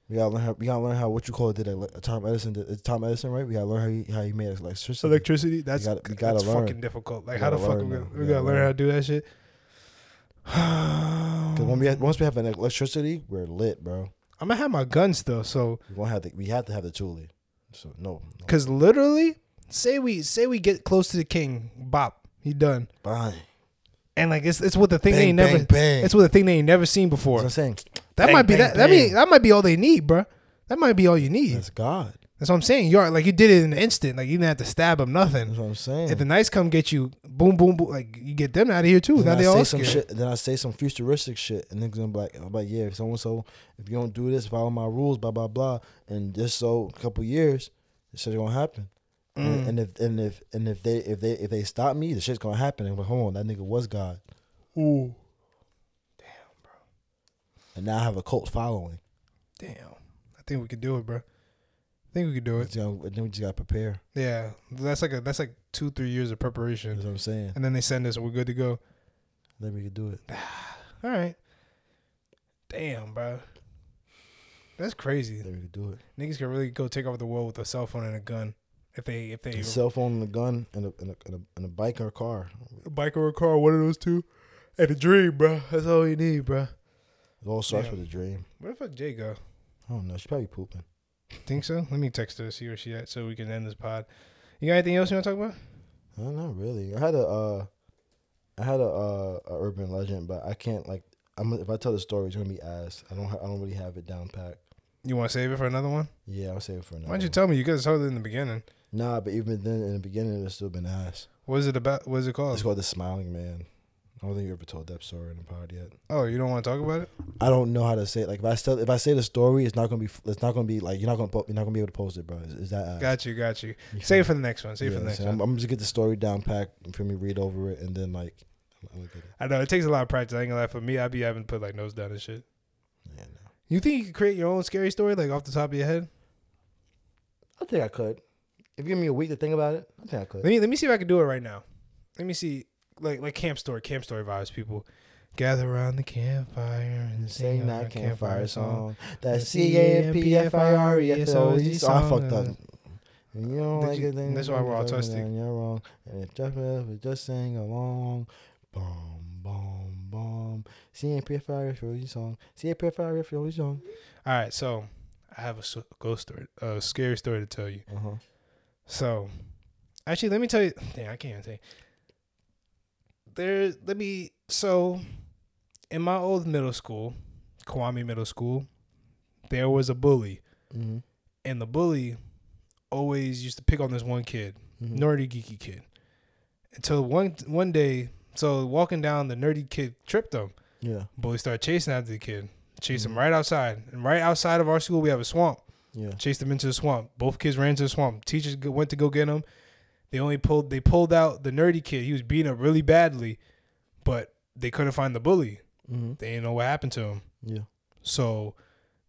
We gotta learn how we gotta learn how what you call it did ele- Tom Edison did it's Tom Edison right? We gotta learn how he how he made electricity.
electricity. That's
gotta- you gotta
that's
learn.
fucking difficult. Like
You
how the
gotta
fuck
learn,
we,
man.
gonna- we
You
gotta
gotta
learn
learn.
how to do that shit.
Cause when we ha- once we have an electricity, we're lit, bro.
I'm gonna have my guns though, so
We gonna have to we have to have the Thule. So no, no.
because literally, say we say we get close to the king, bop, he done,
bang,
and like it's it's what the thing they
bang,
ain't never
bang, bang.
it's what the thing they ain't never seen
That's what
before.
I'm saying.
That
bang,
might be
bang,
that that mean
bang.
that might be all they need, bruh. That might be all you need.
That's God.
That's what I'm saying. You're like you did it in an instant. Like you didn't have to stab him nothing.
That's what I'm saying.
If the knights come get you, boom, boom, boom. Like you get them out of here too.
then
now
I
they
say
all
some
scared.
shit. Then I say some futuristic shit, and niggas gonna be like, I'm like, yeah, if so and so, if you don't do this, follow my rules, blah blah blah, and just so a couple years, this shit's gonna happen.
Mm.
And, and if and if and if they if they if they stop me, the shit's gonna happen. And I'm like, hold on, that nigga was God,
Ooh,
and now I have a cult following.
damn. I think we could do it, bruh. I think we could do it.
It's gonna- and then we just gotta prepare.
Yeah, that's like a that's like two three years of
That's
preparation,
what I'm saying.
and then they send us, and we're good to go.
Then we can do it.
All right, damn, bro, that's crazy.
Then we can do it.
Niggas can really go take over the world with a cell phone and a gun if they if they
A cell phone and a gun and a, and a, and a, and a bike or a car.
a bike or a car, one of those two, and a dream, bro. That's all you need, bro.
It all starts
Yeah.
with a dream.
Where the fuck Jay go?
I don't know. She's probably pooping.
Think so? Let me text her see where she at so we can end this pod. You got anything else you want to talk about?
I don't know really. I had a uh, I had a, uh, a urban legend, but I can't like. I'm if I tell the story, it's gonna be ass. I don't ha- I don't really have it down pat.
You want to save it for another one?
Yeah, I'll save it for another.
Why don't you
one.
tell me? You guys told it in the beginning.
nah, but even then, in the beginning, it's still been ass.
What is it about? What is it called?
It's called the Smiling Man. I don't think you ever told that story in the pod yet.
Oh, you don't want to talk about it?
I don't know how to say it. Like if I tell, if I say the story, it's not gonna be. f- It's not gonna be like you're not gonna. po- You're not gonna be able to post it, bro. Is, that ass?
Got you, got you.
You
Save
feel
it for the next one. Save it for the
Yeah,
next
so
one.
I'm, I'm just get the story down packed for me, read over it, and then like, I look at it.
I know it takes a lot of practice. I ain't gonna lie. For me, I'd be having to put like nose down and shit.
Yeah, no.
You think you could create your own scary story like off the top of your head?
I think I could. If you give me a week to think about it, I think I could.
Let me let me see if I can do it right now. Let me see, like like camp story, camp story vibes. People gather around the campfire and
Sing
sing
that campfire song. That
The
C A M P F I R E S O E
CAMPFIRESOE
song. I fucked up.
song.
And you don't
Did
like
you-
it, then
that's
you
why we're
fucking
autistic.
And you're wrong. And if just, if just sing along. Boom, boom, boom. C A P F I R E S O E song. C A P F I R E S O E song.
All right, so I have a s- ghost story, a scary story to tell you.
Uh huh.
So, actually, let me tell you. Damn, I can't even say. There, let me. So, in my old middle school, Kwame Middle School, there was a bully,
Mm-hmm.
and the bully always used to pick on this one kid,
Mm-hmm. Mm.
nerdy geeky kid. Until one one day, so walking down, the nerdy kid tripped him.
Yeah,
Bully started chasing after the kid, chased him right outside, and right outside of our school, we have a swamp
yeah.
chased them into the swamp. Both kids ran to the swamp. Teachers go- went to go get them. They only pulled. They pulled out the nerdy kid. He was beaten up really badly. but they couldn't find the bully.
Mhm.
They didn't know what happened to him.
Yeah.
So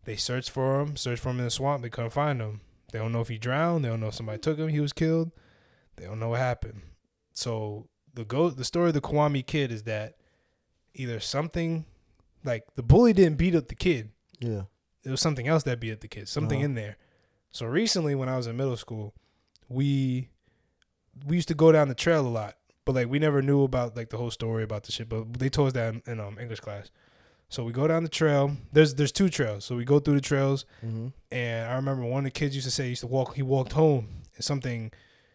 they searched for him, searched for him in the swamp. They couldn't find him. They don't know if he drowned. They don't know if somebody took him. He was killed. They don't know what happened. So the go the story of the Kwame kid is that either something like the bully didn't beat up the kid.
Yeah.
It was something else that beat up the kid. Something
Uh-huh.
in there. So recently, when I was in middle school, we we used to go down the trail a lot, but like we never knew about like the whole story about the shit. But they told us that in, in um, English class. So we go down the trail. There's there's two trails. So we go through the trails,
Mm-hmm.
and I remember one of the kids used to say he used to walk. He walked home, and something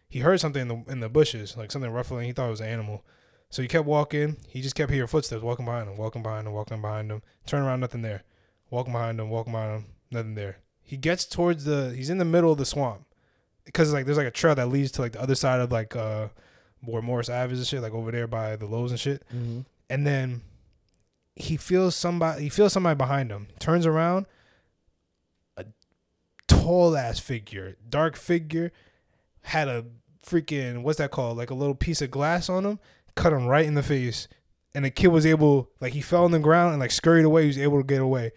he heard something in the in the bushes, like something ruffling. He thought it was an animal, so he kept walking. He just kept hearing footsteps walking behind him, walking behind him, walking behind him. Turn around, nothing there. Walking behind him, walking behind him, nothing there. He gets towards the. He's in the middle of the swamp, because like there's like a trail that leads to like the other side of like uh where Morris Ave is and shit, like over there by the Lowe's and shit
Mm-hmm.
and then he feels somebody he feels somebody behind him turns around a tall ass figure dark figure had a freaking what's that called like a little piece of glass on him cut him right in the face and the kid was able like he fell on the ground and like scurried away he was able to get away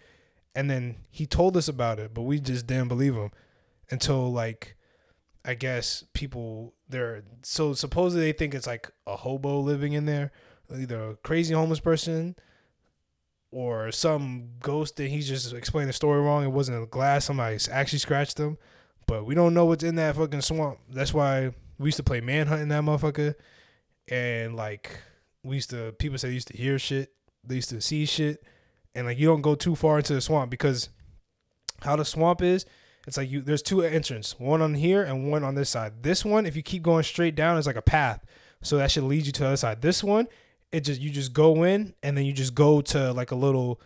and then he told us about it but we just didn't believe him until like i guess people they're so supposedly they think it's like a hobo living in there either a crazy homeless person or some ghost that he's just explained the story wrong. It wasn't a glass. Somebody s- actually scratched them. But we don't know what's in that fucking swamp. That's why we used to play manhunt in that motherfucker. And like we used to, people say they used to hear shit. They used to see shit. And like you don't go too far into the swamp because how the swamp is, it's like you there's two entrance, one on here and one on this side. This one, if you keep going straight down, it's like a path. So that should lead you to the other side. This one, it just you just go in and then you just go to like a little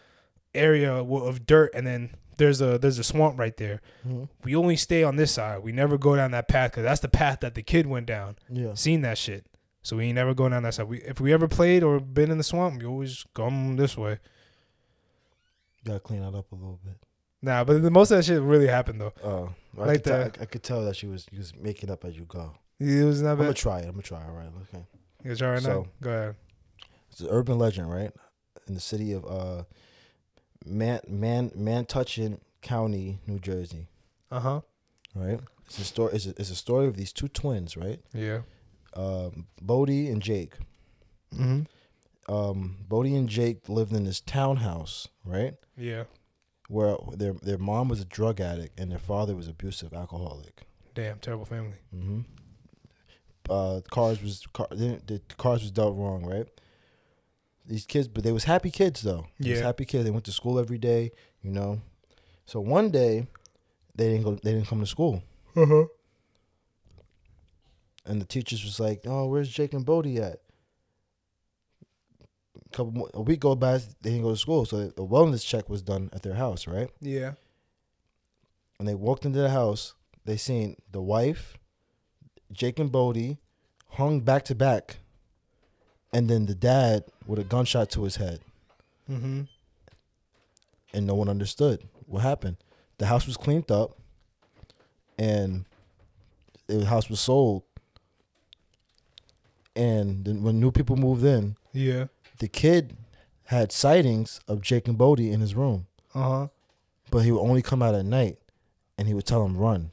area wo- of dirt and then there's a there's a swamp right there.
Mhm.
We only stay on this side. We never go down that path because that's the path that the kid went down.
Yeah.
Seen that shit. So we ain't never going down that side. We, if we ever played or been in the swamp, we always come this way.
Gotta clean that up a little bit.
Nah, but the, most of that shit really happened though.
Oh, I,
Like
could tell,
that.
I, I could tell that she was you was making up as you go.
It was not
I'm gonna
bad.
try it. I'm gonna try. it, All right, okay.
It's all right now.
So-
Go ahead.
It's an urban legend, right? In the city of uh, Man Man Mantucket County, New Jersey,
Uh huh.
right? It's a story. It's a, it's a story of these two twins, right?
Yeah.
Um, Bodie and Jake.
Mm-hmm.
Um, Bodie and Jake lived in this townhouse, right?
Yeah.
Where their their mom was a drug addict and their father was abusive alcoholic.
Damn, terrible family.
Mm-hmm. Uh, cars was car, the, the cars was dealt wrong, right? These kids, but they was happy kids though. They was
Yeah.
happy kids. They went to school every day, you know. So one day, they didn't go. They didn't come to school,
Uh huh.
and the teachers was like, "Oh, where's Jake and Bodie at?" Couple more, a week go by, they didn't go to school. So a wellness check was done at their house, right?
Yeah.
When they walked into the house, they seen the wife, Jake and Bodie, hung back to back, and then the dad with a gunshot to his head,
Mm-hmm.
and no one understood what happened. The house was cleaned up, and the house was sold. And then when new people moved in,
Yeah.
the kid had sightings of Jake and Bodie in his room,
Uh huh.
but he would only come out at night, and he would tell him run,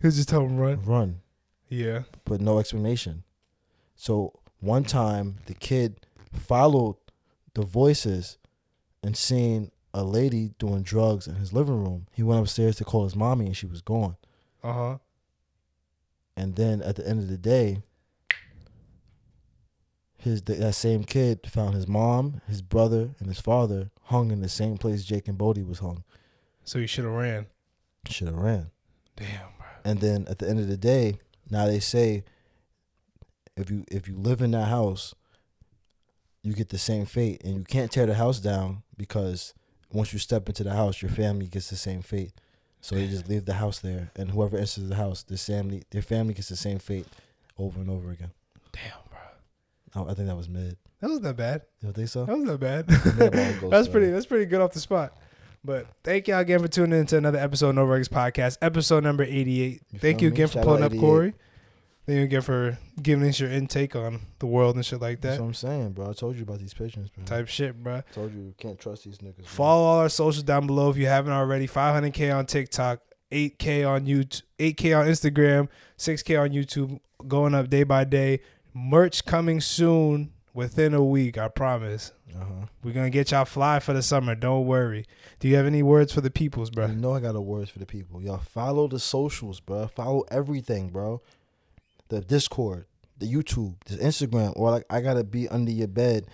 He was just telling him run.
run.
Yeah.
but no explanation. So one time the kid followed the voices and seen a lady doing drugs in his living room. He went upstairs to call his mommy and she was gone.
Uh huh.
And then at the end of the day, his that same kid found his mom, his brother, and his father hung in the same place Jake and Bodie was hung.
So he should have ran.
Should have ran.
Damn, bro.
And then at the end of the day, now they say if you if you live in that house, you get the same fate and you can't tear the house down because once you step into the house, your family gets the same fate. So they just leave the house there and whoever enters the house, the family their family gets the same fate over and over again.
Damn, bro.
I, I think that was mid.
That was not bad.
You don't think so?
That was not bad.
Mid ball goes
that's
to-
pretty. That's pretty good off the spot. But thank y'all again for tuning in to another episode of No Regs Podcast, episode number eighty-eight.
You
thank
feel
you
me?
again for
Shout
pulling
out
up,
88.
Corey. Then you get for giving us your intake on the world and shit like
That's
that
what I'm saying, bro. I told you about these pigeons, bro.
type shit, bruh.
I told you you can't trust these niggas. bro.
Follow all our socials down below if you haven't already. 500k on TikTok, 8k on YouTube, 8k on Instagram, 6k on YouTube, going up day by day. Merch coming soon within a week, I promise.
Uh-huh.
We're gonna get y'all fly for the summer. Don't worry. Do you have any words for the peoples,
You
bruh?
know I got a words for the people. Y'all follow the socials, bro. Follow everything, bro. The Discord, the YouTube, the Instagram, or like I gotta be under your bed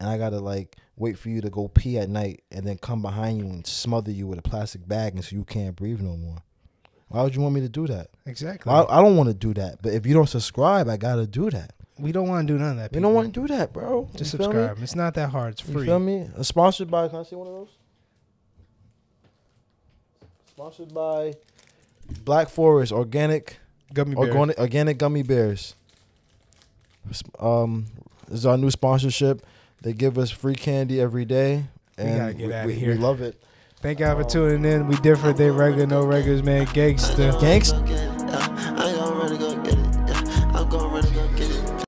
and I gotta like wait for you to go pee at night and then come behind you and smother you with a plastic bag and so you can't breathe no more. Why would you want me to do that?
Exactly.
Well, I, I don't want to do that. But if you don't subscribe, I gotta do that.
we don't want to do none of that.
You
People.
don't want to do that, bro.
Just
You feel me?
subscribe. It's not that hard. It's free.
You feel me? Uh, sponsored by. Can I see one of those? Sponsored by Black Forest Organic
Gummy bear.
Organic Organic Gummy Bears. S- Um, this is our new sponsorship. They give us free candy every day,
We
and
gotta get outta
we,
here.
we love it.
Thank y'all for tuning in. We different. They regular, no regulars, man. Gangster.
Gangsta.